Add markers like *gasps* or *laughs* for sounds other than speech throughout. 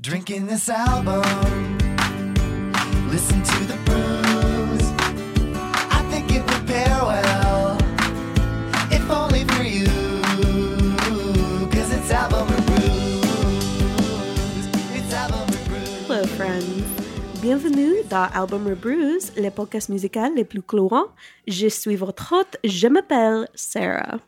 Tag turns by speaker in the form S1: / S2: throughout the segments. S1: Drinking this album, listen to the booze. I think it would pair well, if only for you. Cause it's album reviews. It's album reviews.
S2: Hello, friends. Bienvenue dans Album Rebrews, le podcast musical le plus courant. Je suis votre hôte, je m'appelle Sarah.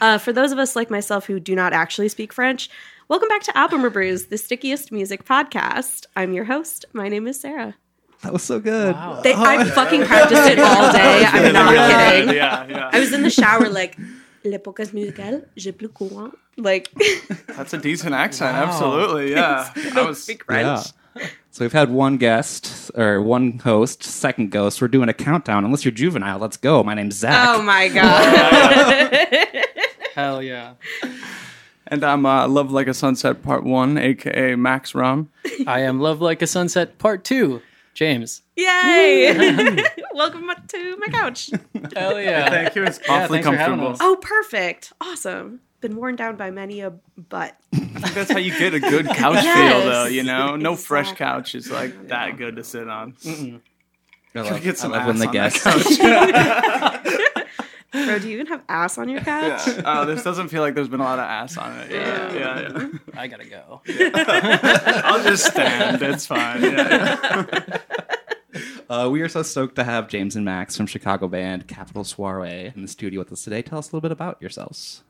S2: Uh, for those of us like myself who do not actually speak French, welcome back to Album Rebrews, the stickiest music podcast. I'm your host. My name is Sarah.
S3: That was so good.
S2: They, I fucking practiced it all
S4: *laughs*
S2: day. I'm not kidding.
S4: Oh, Yeah, yeah.
S2: I was in the shower like, le podcast musical, le plus courant. Like, *laughs*
S4: That's a decent accent. Absolutely. Yeah. I was.
S2: speak French.
S3: Yeah. So we've had one guest or one host, second ghost. We're doing a countdown. Unless you're juvenile, let's go. My name's Zach.
S2: Oh my god.
S5: Hell yeah.
S4: And I'm uh, Love Like a Sunset Part 1, aka Max Rom.
S5: *laughs* I am Love Like a Sunset Part 2. James.
S2: Yay! *laughs* Welcome to my couch.
S5: Hell yeah.
S4: Thank you. It's
S5: Yeah,
S4: awfully
S5: thanks for having
S4: comfortable.
S5: us.
S2: Oh, perfect. Awesome. Been worn down by many a butt.
S4: I think that's how you get a good couch
S2: Yes.
S4: feel, though, you know? No fresh
S2: Exactly.
S4: couch is like that good to sit on.
S3: I
S4: Gotta
S3: love,
S4: get some
S3: I love when
S4: ass
S3: the
S4: on that
S3: guest.
S4: *laughs*
S2: Bro, do you even have ass on your couch?
S4: Yeah. Uh, this doesn't feel like there's been a lot of ass on it. Yeah. Yeah. yeah.
S5: I gotta go.
S4: I'll just stand. It's fine. Yeah.
S3: *laughs* Uh, we are so stoked to have James and Max from Chicago band Capital Soiree in the studio with us today. Tell us a little bit about yourselves.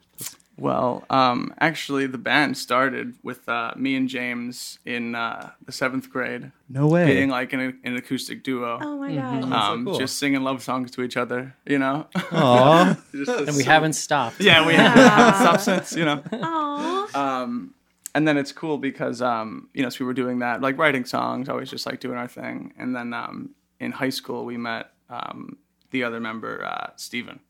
S4: Well, um, actually, the band started with uh, me and James in uh, the seventh grade,
S3: No way.
S4: being like an, an acoustic duo.
S2: Oh my god. *laughs*
S4: um,
S3: cool.
S4: just singing love songs to each other, you know. *laughs*
S3: Aw.
S4: Just this-
S5: And we haven't
S4: *laughs*
S5: stopped.
S4: yeah, we have substance, you know.
S2: Aw.
S4: Um, and then it's cool because um, you know, so we were doing that, like writing songs, always just like doing our thing. And then um, in high school, we met um, the other member, uh, Steven.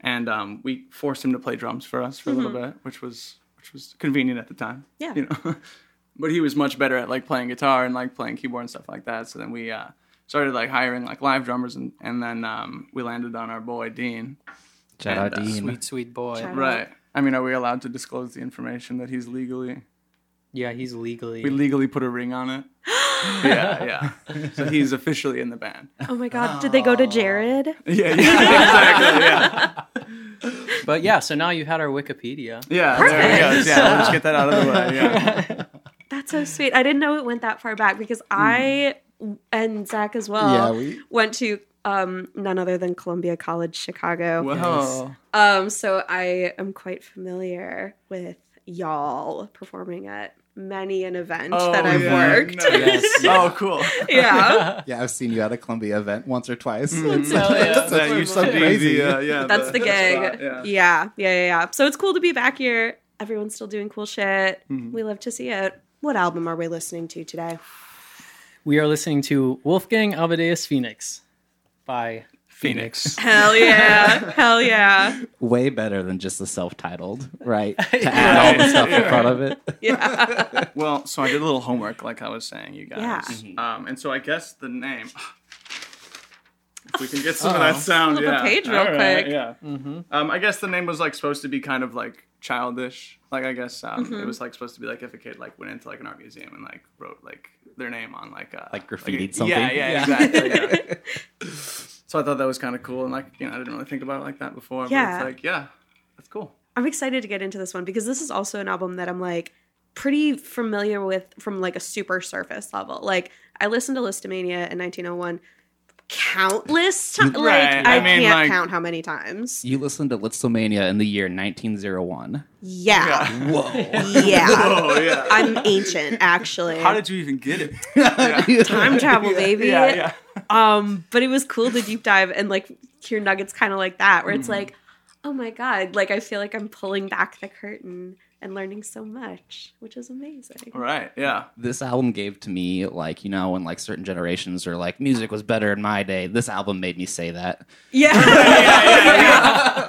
S4: and um, we forced him to play drums for us for a little bit, which was which was convenient at the time.
S2: Yeah.
S4: you know. *laughs* but he was much better at like playing guitar and like playing keyboard and stuff like that. So then we uh, started like hiring like live drummers, and and then um, we landed on our boy Dean.
S3: Shout out
S4: And, uh,
S3: Dean.
S5: Sweet, sweet boy.
S2: Child.
S4: Right. I mean, are we allowed to disclose the information that he's legally?
S5: Yeah, he's legally.
S4: We legally put a ring
S2: *gasps*
S4: on it. yeah, yeah. So he's officially in the
S2: *laughs*
S4: band.
S2: Oh my god. Did they go to Jared?
S4: Yeah, yeah, exactly. Yeah,
S5: but yeah, so now you had our Wikipedia.
S4: *laughs* yeah. There he goes. Yeah, we'll just get that out of the way.
S2: *laughs*
S4: Yeah.
S2: That's so sweet. I didn't know it went that far back because I and Zach as well
S6: Yeah, we-
S2: went to um, none other than Columbia College Chicago.
S4: Whoa.
S2: Um, so I am quite familiar with y'all performing at many an event that I've
S4: Oh, yeah.
S2: worked.
S4: Nice. Oh, cool.
S2: *laughs*
S4: *laughs*
S2: yeah.
S6: Yeah, I've seen you at a Columbia event once or twice.
S4: Mm-hmm.
S6: It's-
S5: Hell yeah.
S6: That's
S4: that
S6: what
S4: used
S6: I'm
S4: to be
S6: crazy.
S4: the uh, yeah.
S2: *laughs* That's the gig.
S4: spot,
S2: yeah. *laughs*
S4: yeah.
S2: yeah, yeah, yeah, So it's cool to be back here. Everyone's still doing cool shit.
S4: Mm-hmm.
S2: We love to see it. What album are we listening to today?
S5: *laughs* We are listening to Wolfgang Amadeus Phoenix by
S4: Phoenix.
S2: Hell yeah. *laughs* Hell yeah.
S3: Way better than just the self-titled,
S6: *laughs*
S3: right? To add all the stuff in front of it.
S2: Yeah.
S4: *laughs* Well, so I did a little homework, like I was saying, you
S2: Yeah.
S4: guys. Um, and so I guess the name. *sighs* If we can get some of that sound,
S2: Flip a
S4: yeah.
S2: page real
S4: All right,
S2: quick.
S4: yeah.
S5: Mm-hmm.
S4: Um, I guess the name was like supposed to be kind of like childish. Like I guess um,
S2: Mm-hmm.
S4: it was like supposed to be like if a kid like went into like an art museum and like wrote like their name on like a
S3: Like graffitied
S4: a-
S3: something?
S4: Yeah, yeah, exactly. yeah.
S2: *laughs*
S4: so I thought that was kind of cool, and like you know I didn't really think about it like that before. But
S2: Yeah.
S4: it's like yeah, that's cool.
S2: I'm excited to get into this one because this is also an album that I'm like pretty familiar with from like a super surface level. Like I listened to Listomania in 1901 countless times.
S4: Mm, Right,
S2: Like I,
S4: I mean,
S2: can't
S4: like-
S2: count how many times.
S3: You listened to Listomania in the year 1901.
S2: Yeah.
S4: *laughs*
S3: Whoa.
S2: Yeah.
S4: Oh yeah.
S2: I'm ancient actually.
S4: How did you even get *laughs*
S3: *laughs*
S4: it?
S2: time travel baby?
S4: *laughs* yeah, yeah.
S2: Um but it was cool to deep dive and like hear nuggets kind of like that where it's
S4: Mm-hmm.
S2: like oh my god, like I feel like I'm pulling back the curtain and learning so much, which is amazing.
S4: Right. Yeah.
S3: this album gave to me like you know when like certain generations are like music was better in my day this album made me say that
S2: *laughs*
S4: *laughs*
S2: Yeah. that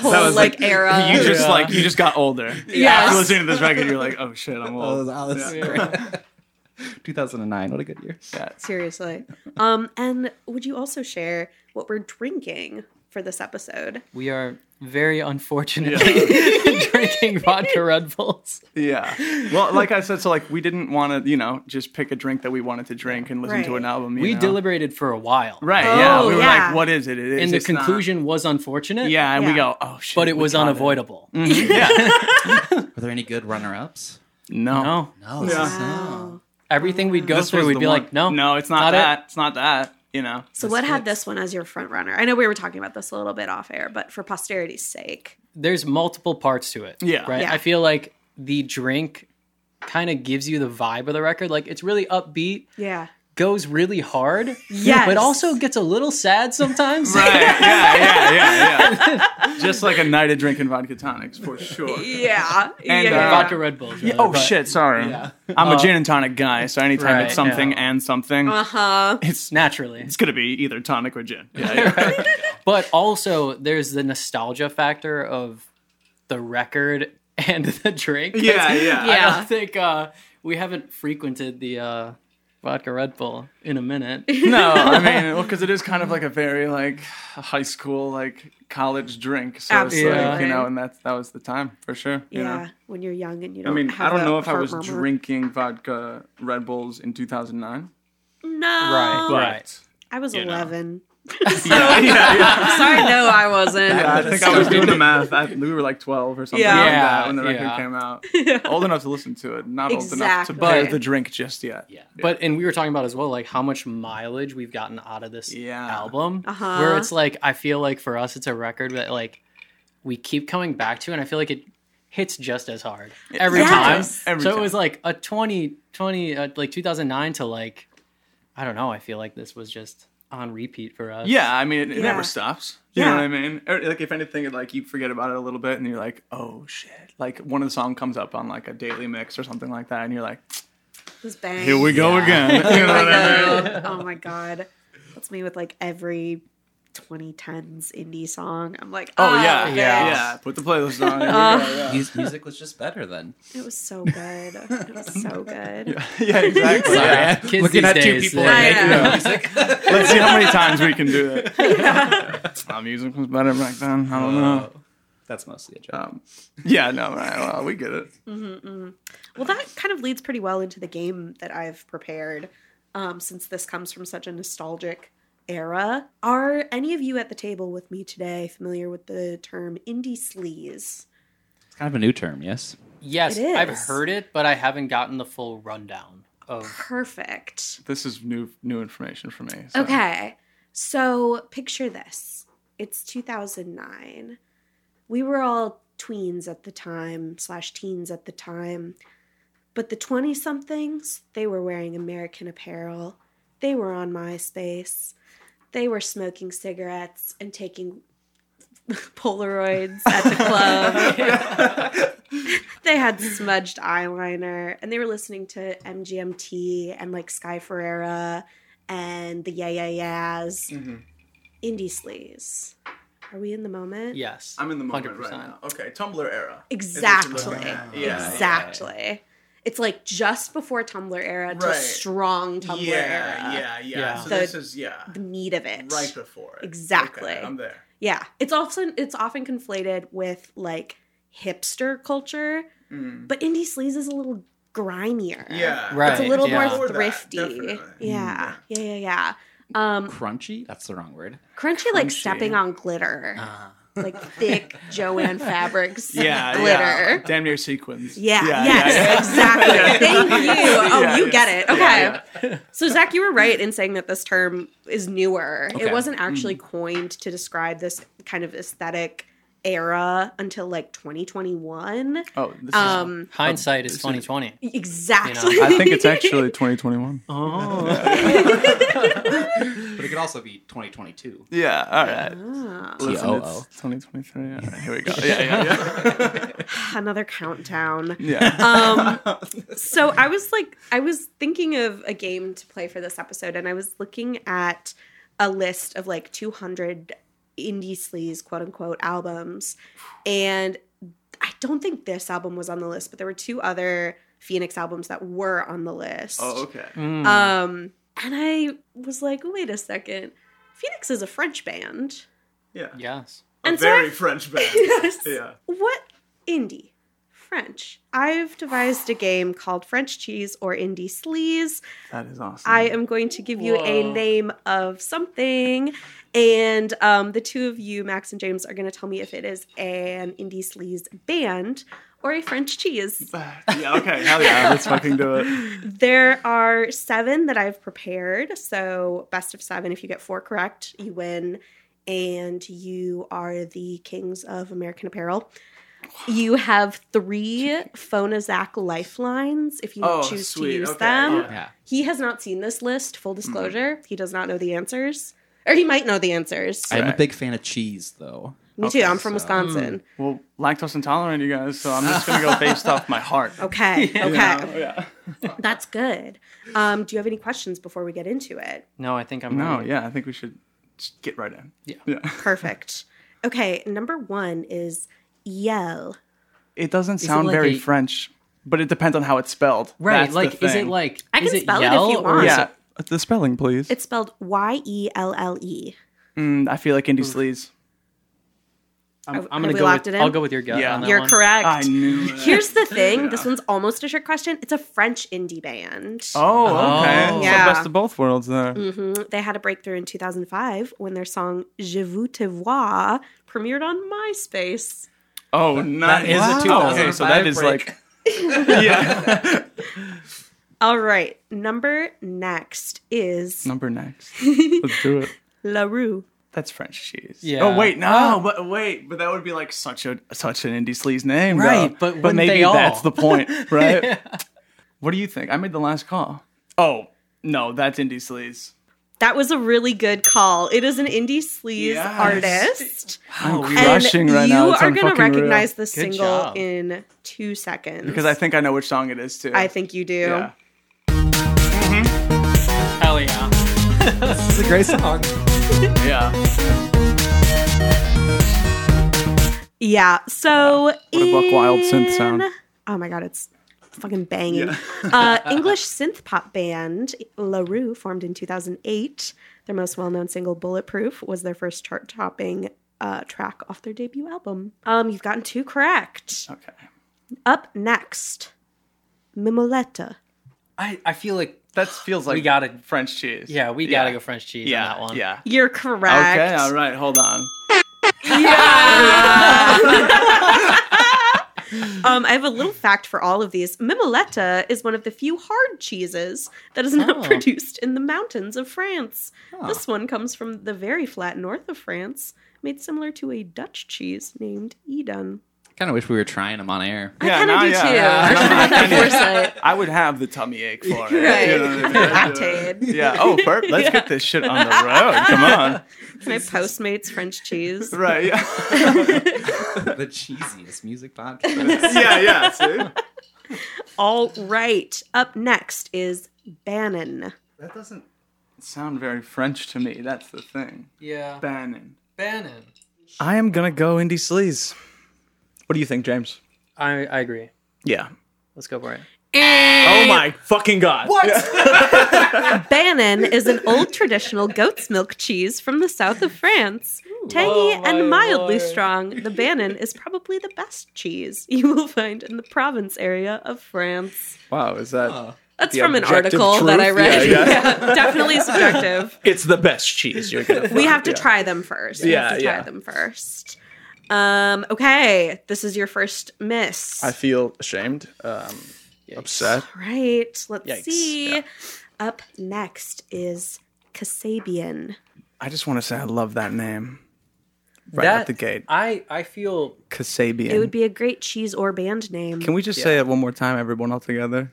S2: whole
S4: That was
S2: like,
S4: like-
S2: era.
S4: You just like you just got older.
S2: Yes.
S4: After listening to this record, you're like, oh shit, I'm
S3: oh,
S4: *laughs* old.
S3: Alice. *laughs* 2009 what a good year
S4: Yeah.
S2: Seriously. Um, and would you also share what we're drinking for this episode?
S5: We are very unfortunately *laughs* drinking vodka Red Bulls.
S4: Yeah. Well, like I said, so like we didn't want to, you know, just pick a drink that we wanted to drink and listen to
S2: Right.
S4: an album. you
S5: We
S4: know?
S5: deliberated for a while.
S4: Right. yeah.
S2: Oh,
S4: We were
S2: yeah.
S4: like, what is it? It is.
S5: And the
S4: it's not-
S5: conclusion was
S4: *laughs*
S5: unfortunate.
S4: Yeah. And we
S2: Yeah.
S4: go, oh shit.
S5: But it
S4: we
S5: was
S4: caught
S5: unavoidable.
S2: *laughs*
S4: Mhm, Yeah.
S3: Were there any good runner-ups?
S4: no.
S5: No.
S3: No.
S4: Yeah.
S2: Wow.
S5: Everything we'd go
S4: This
S5: through,
S4: was
S5: we'd
S4: the
S5: be
S4: one.
S5: like, no.
S4: no, it's not,
S5: not it.
S4: that. It's not that. You know.
S2: So what had this one as your front runner? I know we were talking about this a little bit off air, but for posterity's sake.
S5: There's multiple parts to it.
S4: Yeah.
S5: Right.
S2: Yeah.
S5: I feel like the drink kind of gives you the vibe of the record. Like it's really upbeat,
S2: Yeah.
S5: goes really hard.
S2: Yes.
S5: But also gets a little sad sometimes.
S4: Right. Yeah. Yeah. Yeah.
S5: *laughs*
S4: Yeah. Just like a night of drinking vodka tonics for sure.
S2: Yeah.
S4: And,
S2: yeah.
S4: uh,
S5: Vodka Red Bulls.
S4: Yeah,
S5: rather,
S4: oh
S5: but-
S4: shit! Sorry, I'm a gin and tonic guy, so anytime
S5: Uh, Right,
S4: it's something
S5: yeah.
S4: and something,
S2: uh-huh.
S4: it's
S5: Naturally.
S4: it's gonna be either tonic or gin.
S5: *laughs*
S4: Yeah, yeah.
S5: But also, there's the nostalgia factor of the record and the drink.
S4: yeah, yeah.
S5: I
S2: Yeah.
S5: don't think uh, we haven't frequented the uh, vodka Red Bull in a
S2: *laughs*
S5: minute. *laughs*
S4: No, I mean, well, because it is kind of like a very like high school, like college drink. So it's like
S5: Absolutely.
S4: you know, and that's that was the time for sure.
S2: Yeah.
S4: You know?
S2: When you're young and you
S4: I
S2: don't
S4: mean, I
S2: have
S4: don't
S2: a
S4: know if I
S2: heart
S4: was
S2: murmur.
S4: drinking vodka Red Bulls in 2009.
S2: No.
S5: Right,
S4: But,
S5: right.
S2: I was
S4: you know.
S2: 11.
S4: *laughs* Yeah, yeah,
S2: *laughs*
S4: yeah.
S2: Sorry, no, I wasn't.
S4: Yeah, I think I *laughs* was doing the math. I, we were like 12 or something
S2: Yeah.
S4: like that when the
S5: Yeah,
S4: record
S5: yeah.
S4: came
S2: *laughs*
S4: out. Old enough to listen to it, not old enough to
S2: Exactly.
S4: buy
S5: But-
S4: the drink just yet. Yeah.
S5: But and we were talking about as well, like how much mileage we've gotten out of this
S4: Yeah.
S5: album.
S2: Uh-huh.
S5: Where it's like I feel like for us, it's a record that like we keep coming back to, and I feel like it hits just as hard every
S2: Yes.
S5: time.
S4: Every
S5: so
S4: time.
S5: it was like a 20, 20 uh, like two thousand nine to like I don't know. I feel like this was just on repeat for us.
S4: Yeah, I mean, it, it
S2: Yeah.
S4: never stops. You
S2: Yeah.
S4: know what I mean? Or, like, if anything, it, like you forget about it a little bit, and you're like, "Oh shit!" Like one of the song comes up on like a daily mix or something like that, and you're like,
S2: Just bang.
S4: "Here we go
S2: *laughs*
S4: again." You know what I mean? *laughs*
S2: I know. Oh my god. That's me with like every 2010s indie song. I'm like, "Ah,
S4: Oh yeah,
S2: okay.
S5: Yeah.
S4: yeah, yeah. Put the playlist
S2: *laughs*
S4: on. Here we
S2: Uh-huh.
S4: go, yeah.
S3: His music was just better then.
S2: It was so good. It was so
S4: *laughs*
S2: good.
S4: *laughs* yeah,
S3: *laughs*
S4: exactly.
S3: Sorry,
S4: Yeah.
S5: Kids
S3: looking
S5: these
S3: at two
S5: days,
S3: people
S5: they-
S2: I
S3: making
S2: know.
S3: music.
S4: Let's see how many times we can do
S2: *laughs*
S4: that. *laughs* Our music was better back then. I don't
S2: Uh,
S4: know.
S3: Oh. That's mostly a joke.
S4: Um, yeah, no, right, well, we get it.
S2: Well, that kind of leads pretty well into the game that I've prepared, um, since this comes from such a nostalgic era. Are any of you at the table with me today familiar with the term indie sleaze?
S3: It's kind of a new term, yes.
S5: Yes,
S2: It
S5: I've
S2: is.
S5: heard it, but I haven't gotten the full rundown
S4: *laughs*
S5: of
S2: Perfect.
S4: This is new new information for me. so.
S2: Okay. So picture this it's 2009. We were all tweens at the time, slash teens at the time. But the 20 somethings, they were wearing American apparel. They were on MySpace. They were smoking cigarettes and taking *laughs* Polaroids at the *laughs* club. they had smudged eyeliner and they were listening to MGMT and like Sky Ferreira and the Yeah Yeah Yeahs,
S4: Mm-hmm.
S2: indie sleaze. Are we in the moment?
S5: yes.
S4: I'm in the moment
S5: 100%.
S4: right now. Okay, Tumblr era.
S2: Exactly.
S4: Yeah, yeah,
S2: exactly. It's like just before Tumblr era to
S4: Right.
S2: strong Tumblr era.
S4: yeah, yeah,
S5: Yeah.
S4: So
S2: The-
S4: this is yeah,
S2: The meat of it.
S4: right before it.
S2: Exactly.
S4: Okay, I'm there.
S2: Yeah. It's often it's often conflated with like hipster culture, but indie sleaze is a little grimier.
S4: Mm. Yeah, Mm-hmm.
S5: Right.
S2: It's a little
S5: yeah.
S2: more
S4: Before that,
S2: thrifty.
S4: definitely. Mm.
S2: yeah. Yeah, yeah, yeah. Um,
S3: Crunchy? That's the wrong word.
S2: Crunchy, like
S4: Crunchy. Ah.
S2: stepping on glitter, like
S4: *laughs*
S2: thick Joanne fabrics
S4: Yeah, yeah.
S2: glitter.
S4: Damn near sequins.
S2: Yeah.
S4: yeah,
S2: yes.
S4: yeah, yeah.
S2: Exactly.
S4: *laughs*
S2: Thank you. Oh,
S4: Yeah,
S2: you
S4: yeah.
S2: get it. Okay. So Zach, you were right in saying that this term is newer. It
S3: Okay.
S2: wasn't
S4: Mm-hmm.
S2: actually coined to describe this kind of aesthetic era until like 2021.
S4: Oh, this is,
S2: Um.
S5: Hindsight is twenty twenty.
S2: Exactly.
S4: I think it's
S2: *laughs*
S4: actually 2021.
S5: Oh,
S3: But it could also be 2022.
S4: *laughs* Yeah, all right.
S2: Ah,
S4: Listen, it's
S3: TOO.
S4: 2023. All right, here we go. Yeah, yeah, yeah.
S2: another countdown.
S4: *laughs* yeah.
S2: um, so I was like, I was thinking of a game to play for this episode, and I was looking at a list of like 200 indie sleaze quote unquote albums, and I don't think this album was on the list, but there were two other Phoenix albums that were on the list.
S4: oh, okay.
S5: Hmm.
S2: Um, and I was like, wait a second, Phoenix is a French band.
S4: Yeah.
S5: yes.
S2: And so
S4: very
S2: I-
S4: French band.
S2: *laughs* Yes.
S4: Yeah.
S2: What indie? French. I've devised a game called French Cheese or Indie Sleaze.
S4: That is awesome.
S2: I am going to give you a
S5: Whoa.
S2: name of something, and um, the two of you, Max and James, are going to tell me if it is an indie sleaze band or a French cheese.
S4: *laughs* yeah, okay. Hell yeah. Let's fucking do it.
S2: There are seven that I've prepared. So, best of seven. If you get four correct, you win. And you are the kings of American Apparel. You have three Phonazac lifelines if you
S4: Oh,
S2: choose
S4: sweet.
S2: to use
S4: Okay,
S2: them.
S4: yeah.
S5: Yeah.
S2: He has not seen this list,
S4: Mm-hmm.
S2: full disclosure. He does not know the answers. Or he might know the answers.
S3: I'm a
S4: Right.
S3: big fan of cheese, though.
S2: Me too. I'm from
S3: so-
S2: Wisconsin.
S4: Well, lactose intolerant, you guys. So I'm just gonna go based off my
S5: *laughs*
S4: heart.
S2: Okay. Okay.
S4: Oh, *laughs* yeah.
S2: That's good. Um, do you have any questions before we get into it?
S5: No, I think I'm
S4: No,
S5: ready.
S4: yeah. I think we should just get right in.
S5: Yeah.
S4: Yeah.
S2: Perfect. Okay, number one is E yell.
S4: It doesn't
S5: it
S4: sound
S5: like
S4: very
S5: a-
S4: French, but it depends on how it's spelled.
S5: Right.
S4: That's the
S5: like, is it
S4: thing.
S5: like
S2: I can
S5: is it
S2: spell it if
S5: yell
S2: you
S5: or
S2: want.
S5: is
S4: Yeah.
S5: it-
S4: Uh, The spelling, please.
S2: It's spelled Y E L L E.
S4: Mm, I feel like indie sleaze.
S5: I'm,
S2: Have- have
S5: I'm gonna
S2: we
S5: go.
S2: locked
S5: With,
S2: it in?
S5: I'll go with your gut.
S4: Yeah.
S5: on that
S2: You're
S5: one.
S2: correct.
S4: I knew. that.
S2: Here's the
S4: *laughs*
S2: thing. This one's almost a trick question. It's a French indie band.
S4: Oh, okay.
S5: Oh.
S4: So
S2: Yeah.
S4: best of both worlds there.
S2: hmm They had a breakthrough in 2005 when their song Je vous te vois premiered on MySpace.
S4: Oh, nice.
S3: is a
S4: Oh, okay, so that
S3: 2005
S4: is
S3: break.
S4: like. *laughs* yeah.
S2: All right, number next is
S4: Number next. Let's do it.
S2: La Rue.
S4: That's French cheese.
S5: Yeah.
S4: Oh wait, no, but wait, but that would be like such a such an indie sleaze name, though.
S5: Right, but
S4: but
S5: wouldn't
S4: maybe
S5: they all?
S4: that's the point,
S5: *laughs*
S4: right? What do you think? I made the last call. Oh no, that's indie sleaze.
S2: That was a really good call. It is an indie sleaze
S4: Yes. *laughs*
S2: artist.
S4: I'm
S5: we-
S4: crushing right
S2: you
S4: now. It's
S2: are
S4: on
S2: gonna
S4: fucking real.
S2: recognize this
S5: Good
S2: single
S5: job.
S2: in two seconds.
S4: because I think I know which song it is too.
S2: I think you do.
S4: Yeah.
S5: Hell *laughs* yeah.
S6: This is a great song.
S4: Yeah.
S2: Yeah. So
S4: What a Buck Wild synth
S2: in-
S4: sound.
S2: Oh my god, it's fucking banging. *laughs* uh, English synth pop band La Rue formed in 2008. Their most well-known single, "Bulletproof," was their first chart-topping uh, track off their debut album. Um, you've gotten two correct.
S4: Okay.
S2: Up next, Mimoletta.
S5: I, I feel like
S4: That feels like
S5: We gotta-
S4: French cheese.
S5: yeah, we gotta go French cheese
S4: yeah,
S5: on that one.
S4: Yeah.
S2: You're correct.
S4: Okay. All right. Hold on.
S2: Um, I have a little fact for all of these. Mimoletta is one of the few hard cheeses that is not
S5: Oh.
S2: produced in the mountains of France. This one comes from the very flat north of France, made similar to a Dutch cheese named Edun.
S3: Kind of wish we were trying them on air.
S2: I
S4: Yeah,
S2: kind of
S4: nah,
S2: do
S4: yeah, *laughs*
S2: too.
S4: yeah.
S2: I should have had
S4: *laughs*
S2: that
S4: I would have the tummy ache
S2: *laughs*
S4: for it.
S2: foresight.
S4: You know what I mean?
S2: Right. Lactaid.
S4: *laughs* Yeah. Oh, burp. Let's get this shit *laughs* on the road. Come on.
S2: My Postmates French cheese.
S4: Right. Yeah.
S3: *laughs* the cheesiest music podcast.
S4: *laughs* yeah. Yeah. See?
S2: All right. Up next is Bannon.
S4: That doesn't sound very French to me. That's the thing.
S5: Yeah.
S4: Bannon.
S5: Bannon.
S4: I am gonna go indie sleaze. What do you think, James?
S5: I, I agree.
S4: Yeah.
S5: Let's go for it.
S4: Oh my fucking god. What?
S2: Bannon is an old traditional goat's milk cheese from the south of France. Tangy
S5: Oh,
S2: and
S5: my
S2: mildly
S5: lord.
S2: strong, the Bannon is probably the best cheese you will find in the province area of France.
S4: *laughs* Wow. Is that?
S2: That's
S4: The
S2: from an
S4: objective
S2: article that I
S4: truth?
S2: read. *laughs*
S4: Yeah,
S2: Yeah,
S4: *laughs*
S2: definitely subjective.
S4: It's the best cheese you're gonna.
S2: We have to
S4: Yeah.
S2: try them first. We have
S4: Yeah,
S2: to try
S4: yeah.
S2: them first. Um, okay, this is your first miss.
S4: I feel ashamed. Um, upset.
S2: right, let's
S4: Yikes,
S2: see.
S4: yeah.
S2: Up next is Kasabian.
S4: I just want to say I love that name. Right
S5: That-
S4: at the gate,
S5: I, I feel
S4: Kasabian.
S2: It would be a great cheese or band name.
S4: Can we just say it one more time, everyone all together?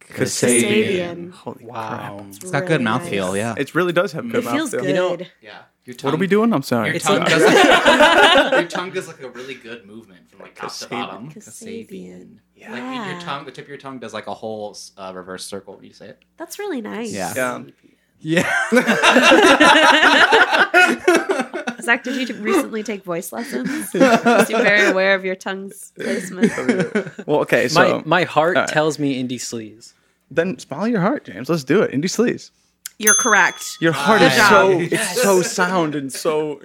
S2: Kasabian.
S4: Holy crap.
S3: Wow. It's got good
S2: Really nice.
S3: mouthfeel, yeah.
S4: It really does have good
S2: It feels
S4: mouthfeel.
S2: good.
S5: know,
S3: yeah. Your tongue,
S4: What are
S2: um,
S4: we doing? I'm sorry.
S3: Your tongue, does,
S4: *laughs*
S3: your tongue does like a really good movement from like top to bottom.
S2: Kasabian.
S3: Kasabian.
S2: Yeah.
S3: Like your tongue, the tip of your tongue does like a whole uh, reverse circle when you say it.
S2: That's really nice.
S3: Yeah.
S4: Yeah.
S3: Yeah.
S2: Zach, did you
S3: *laughs*
S2: t- recently take voice lessons? You're very aware of your tongue's placement.
S4: *laughs* Oh, Well, okay,
S5: my
S4: so
S5: my heart
S4: All right.
S5: tells me indie sleaze.
S4: then follow your heart, James. Let's do it. Indie sleaze.
S2: You're correct.
S4: Your heart
S2: Good
S4: is
S2: job.
S4: so it's so sound and so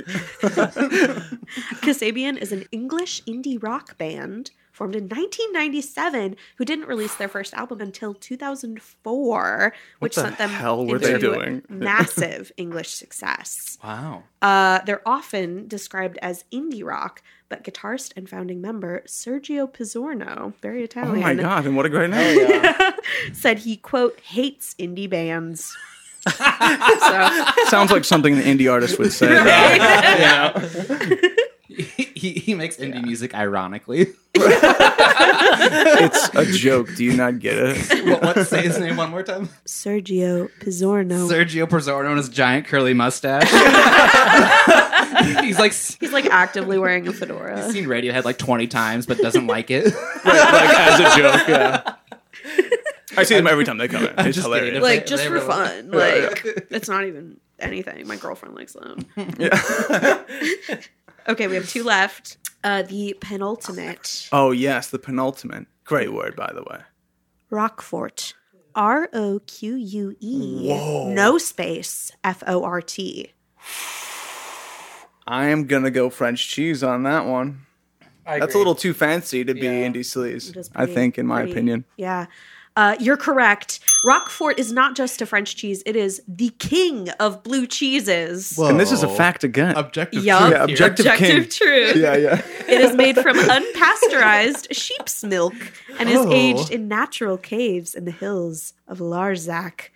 S2: Kasabian is an English indie rock band formed in 1997 who didn't release their first album until 2004, which
S4: the
S2: sent them
S4: hell were they
S2: into
S4: doing?
S2: massive English success.
S3: Wow.
S2: Uh, they're often described as indie rock, but guitarist and founding member Sergio Pizzorno, very
S4: Oh
S2: Italian,
S4: my god, and what a great name.
S2: *laughs* said he quote hates indie
S3: *laughs*
S2: bands.
S4: *laughs* Sounds like something an indie artist would say.
S3: *laughs* he, he makes indie music ironically. *laughs*
S4: it's a joke. Do you not
S3: *laughs*
S4: get it?
S3: what, what, say his name one
S2: *laughs*
S3: more time.
S2: Sergio Pizzorno.
S3: Sergio Pizzorno and his giant
S2: *laughs*
S3: curly mustache. He's like s-
S2: He's like actively wearing a fedora.
S3: seen Radiohead like 20 times but doesn't like it.
S4: like as a joke.
S2: *laughs*
S4: Yeah. I see them every time they come in. It's
S3: just
S4: hilarious.
S3: kidding.
S2: like
S3: They-
S2: just
S3: they
S2: for
S3: really-
S2: fun. Like it's not even anything. My girlfriend likes them. okay, we have two left. Uh, the penultimate
S4: Oh yes, the penultimate. Great word, by the way.
S2: Rockfort. R O Q U E. No space. F O R T.
S4: I am gonna go French cheese on that one. That's a little too fancy to be
S5: Yeah.
S4: indie sleaze.
S2: It is
S4: I
S2: pretty-
S4: think, in my
S2: pretty-
S4: opinion.
S2: Yeah. Uh, you're correct. Rockfort is not just a French cheese, it is the king of blue cheeses.
S4: And this is a fact again.
S3: Objective.
S2: Yup.
S4: Yeah, *laughs* objective king.
S2: truth.
S4: yeah, yeah.
S2: It is made from unpasteurized *laughs* sheep's milk and is
S3: Oh.
S2: aged in natural caves in the hills of Larzac,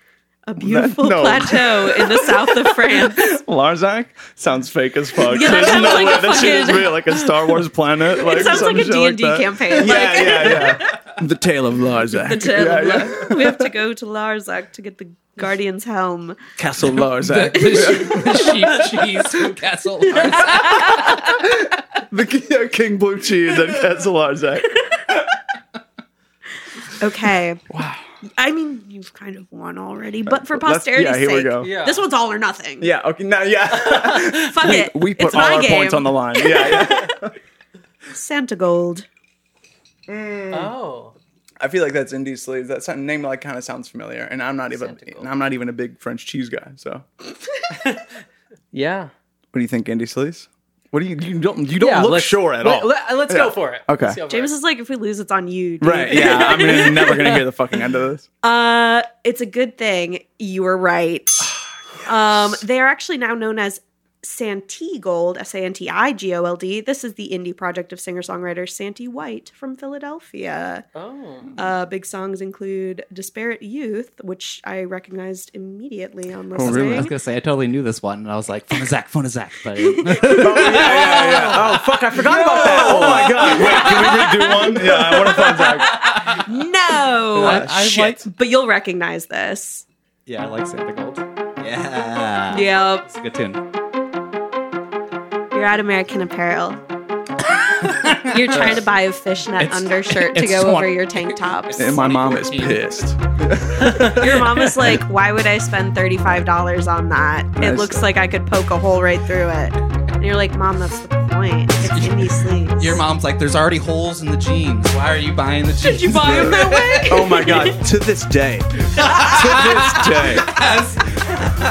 S2: a beautiful
S4: no.
S2: plateau in the south
S4: *laughs*
S2: of France.
S4: Larzac sounds fake as fuck.
S2: Yeah, that
S4: There's
S2: sounds
S4: no
S2: like
S4: way
S2: a
S4: that shit is
S2: fucking-
S4: real, like a
S2: *laughs*
S4: Star Wars planet. Like,
S2: It sounds
S4: some
S2: like a
S4: shit
S2: D and D
S4: that.
S2: campaign. Like,
S4: Yeah, yeah, yeah.
S2: *laughs*
S4: the Tale of Larzac.
S2: to-
S4: yeah, yeah.
S2: Um, *laughs* we have to go to Larzac to get the Guardian's helm. *laughs*
S4: Castle
S3: *laughs*
S4: Larzac.
S3: the, sheep, the sheep cheese from Castle. Hearts.
S4: the *laughs* King- King Blue Cheese
S2: *laughs*
S4: at Castle Larzac.
S2: Okay. Wow. I mean, you've kind of won already, but for
S4: Uh, Let's-
S2: posterity's
S4: yeah, here we
S2: sake,
S4: go.
S5: Yeah.
S2: this one's all or nothing.
S4: Yeah, okay, now, yeah.
S2: Fuck it.
S4: we
S2: it's
S4: put all
S2: my
S4: our
S2: game.
S4: points on the line. Yeah, yeah.
S2: Santa Gold.
S5: Oh,
S4: I feel like that's indie sleaze. That sound, name like kind of sounds familiar, and I'm not even
S5: Centicle.
S4: and I'm not even a big French cheese guy. So, what
S5: yeah.
S4: do you think, indie sleaze? What do you you don't you don't
S5: yeah,
S4: look
S5: let's-
S4: sure at
S5: let-
S4: all?
S5: Let, us
S4: Yeah.
S5: go for it.
S4: Okay.
S5: Let's go for
S2: James
S5: it.
S2: is like, if we lose, it's on you. dude.
S4: right? Yeah, I'm gonna- never gonna hear the fucking end of *laughs* this.
S2: Uh, it's a good thing you were
S4: *sighs*
S2: right. Um, they are actually now known as Santee Gold, S A N T I G O L D. This is the indie project of singer songwriter Santee White from Philadelphia.
S5: Oh.
S2: Uh, big songs include Disparate Youth, which I recognized immediately on
S4: Oh, really?
S2: listening.
S3: I was gonna say I totally knew this one, and I was like, "Phone a Zach, phone a Zach." *laughs* But I
S4: Oh fuck! I forgot about that. Oh my god! Wait, can we redo one? Yeah, I want to find Zach.
S2: No!
S3: I
S4: Shit.
S3: like,
S2: but you'll recognize this.
S3: yeah, I like Santa Gold. Yeah,
S2: Yep.
S3: it's a good tune.
S2: You're at American
S3: *laughs*
S2: Apparel. You're trying to buy a fishnet
S3: It's-
S2: undershirt to
S3: it's
S2: go
S3: swan-
S2: over your tank tops.
S4: And my mom is pissed.
S2: Your mom
S4: *laughs*
S2: was like, "Why would I spend thirty-five dollars on that? It
S4: Nice.
S2: looks like I could poke a hole right through it." And you're like, "Mom, that's the point. It's indie sleeves."
S3: Your mom's like, "There's already holes in the jeans. Why are you buying the
S2: *laughs*
S3: jeans?"
S2: Did you buy them
S4: *laughs*
S2: that way?
S4: Oh my god! To this *laughs* day, to this day.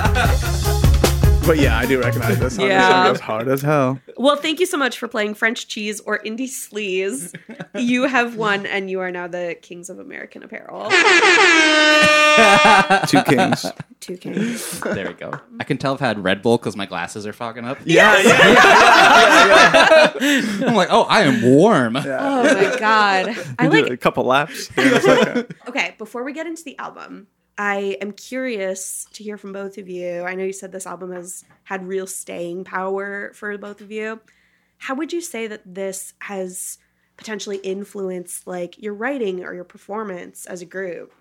S4: But yeah, I do recognize this. Song. This
S2: Yeah.
S4: song goes hard as hell.
S2: Well, thank you so much for playing French cheese or indie sleaze.
S4: *laughs*
S2: You have won, and you are now the kings of American apparel.
S3: *laughs*
S4: Two kings.
S2: Two
S4: *laughs*
S2: kings.
S3: There we go. I can tell I've had Red Bull because my glasses are fogging up.
S4: Yeah, yeah.
S3: *laughs* I'm like, "Oh, I am warm."
S4: *laughs*
S2: Oh my god! I
S4: You do
S2: like
S4: a couple laps. Yeah, it's *laughs* okay.
S2: Okay, before we get into the album, I am curious to hear from both of you. I know you said this album has had real staying power for both of you. How would you say that this has potentially influenced like your writing or your performance as a group?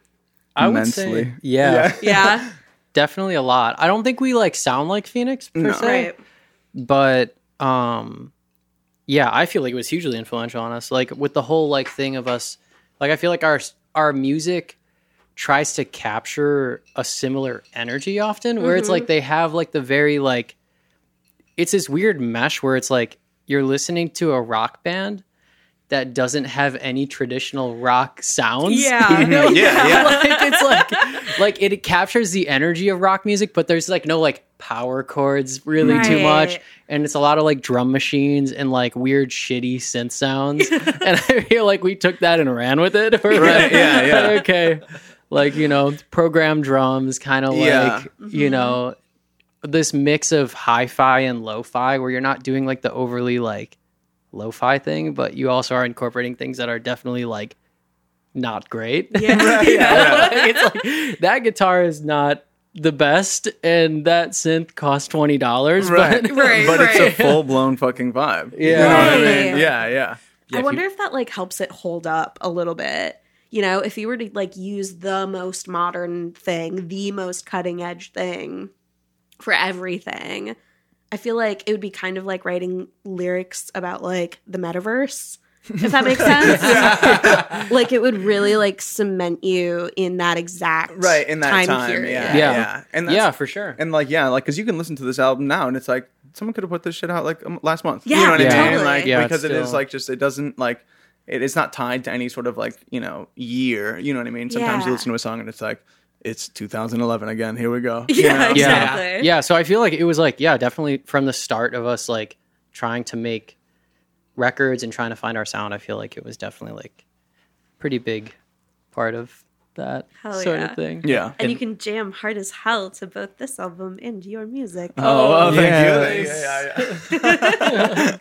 S5: I would
S4: Immensely.
S5: say, yeah,
S2: Yeah.
S5: definitely a lot. I don't think we like sound like Phoenix per
S4: No.
S5: se,
S2: *laughs*
S4: *laughs*
S2: right.
S5: but um, yeah, I feel like it was hugely influential on us. Like with the whole like thing of us, like I feel like our our music tries to capture a similar energy often, where it's like they have like the very like it's this weird mesh where it's like you're listening to a rock band that doesn't have any traditional rock sounds.
S4: *laughs*
S2: Yeah.
S5: you know?
S4: Mhm.
S5: *laughs*
S4: Yeah, yeah.
S5: like it's like like it captures the energy of rock music, but there's like no like power chords really too much,
S2: Right.
S5: and it's a lot of like drum machines and like weird shitty synth
S4: *laughs*
S5: sounds. and I feel like we took that and ran with it. We're
S4: Right, *laughs*
S5: like,
S4: yeah, yeah.
S5: *laughs* okay, like you know, program drums, kind of like
S4: Yeah. Mm-hmm.
S5: you know, this mix of hi-fi and lo-fi, where you're not doing like the overly like lo-fi thing, but you also are incorporating things that are definitely like not great.
S4: *laughs*
S2: Yeah.
S5: Like, *laughs* it's like that guitar is not the best, and that synth cost twenty dollars.
S4: Right.
S2: *laughs*
S5: But
S2: Right,
S4: but
S2: right.
S4: it's a full blown fucking vibe.
S5: Yeah.
S4: You know what I
S2: Right.
S4: mean? Yeah, yeah.
S3: Yeah,
S2: I
S3: if you-
S2: wonder if that like helps it hold up a little bit. You know, if you were to like use the most modern thing, the most cutting edge thing for everything, I feel like it would be kind of like writing lyrics about like the metaverse. If that
S4: *laughs*
S2: makes sense, like it would really like cement you in that exact
S4: Right, in that time.
S2: period.
S4: Yeah,
S5: Yeah.
S4: yeah. And that's,
S5: *laughs* yeah, for sure.
S4: And like, yeah, like, because you can listen to this album now, and it's like someone could have put this shit out like um, last month. you
S2: Yeah,
S4: know what I
S2: totally.
S4: mean? Like,
S5: Yeah, it's
S4: because it is
S5: still-
S4: like just it doesn't like it is not tied to any sort of like you know year. You know what I mean? Sometimes
S2: Yeah.
S4: you listen to a song and it's like it's 2011 again. Here we go. You
S2: Yeah,
S4: know?
S5: yeah,
S2: exactly.
S5: yeah. So I feel like it was like yeah, definitely from the start of us like trying to make records and trying to find our sound. I feel like it was definitely like pretty big part of that
S2: Hell
S5: sort
S2: yeah.
S5: of thing.
S4: Yeah.
S2: And you can jam hard as hell to both this album and your music.
S4: Oh, well, thank you.
S3: Yes.
S4: Yeah, yeah, yeah.
S3: *laughs*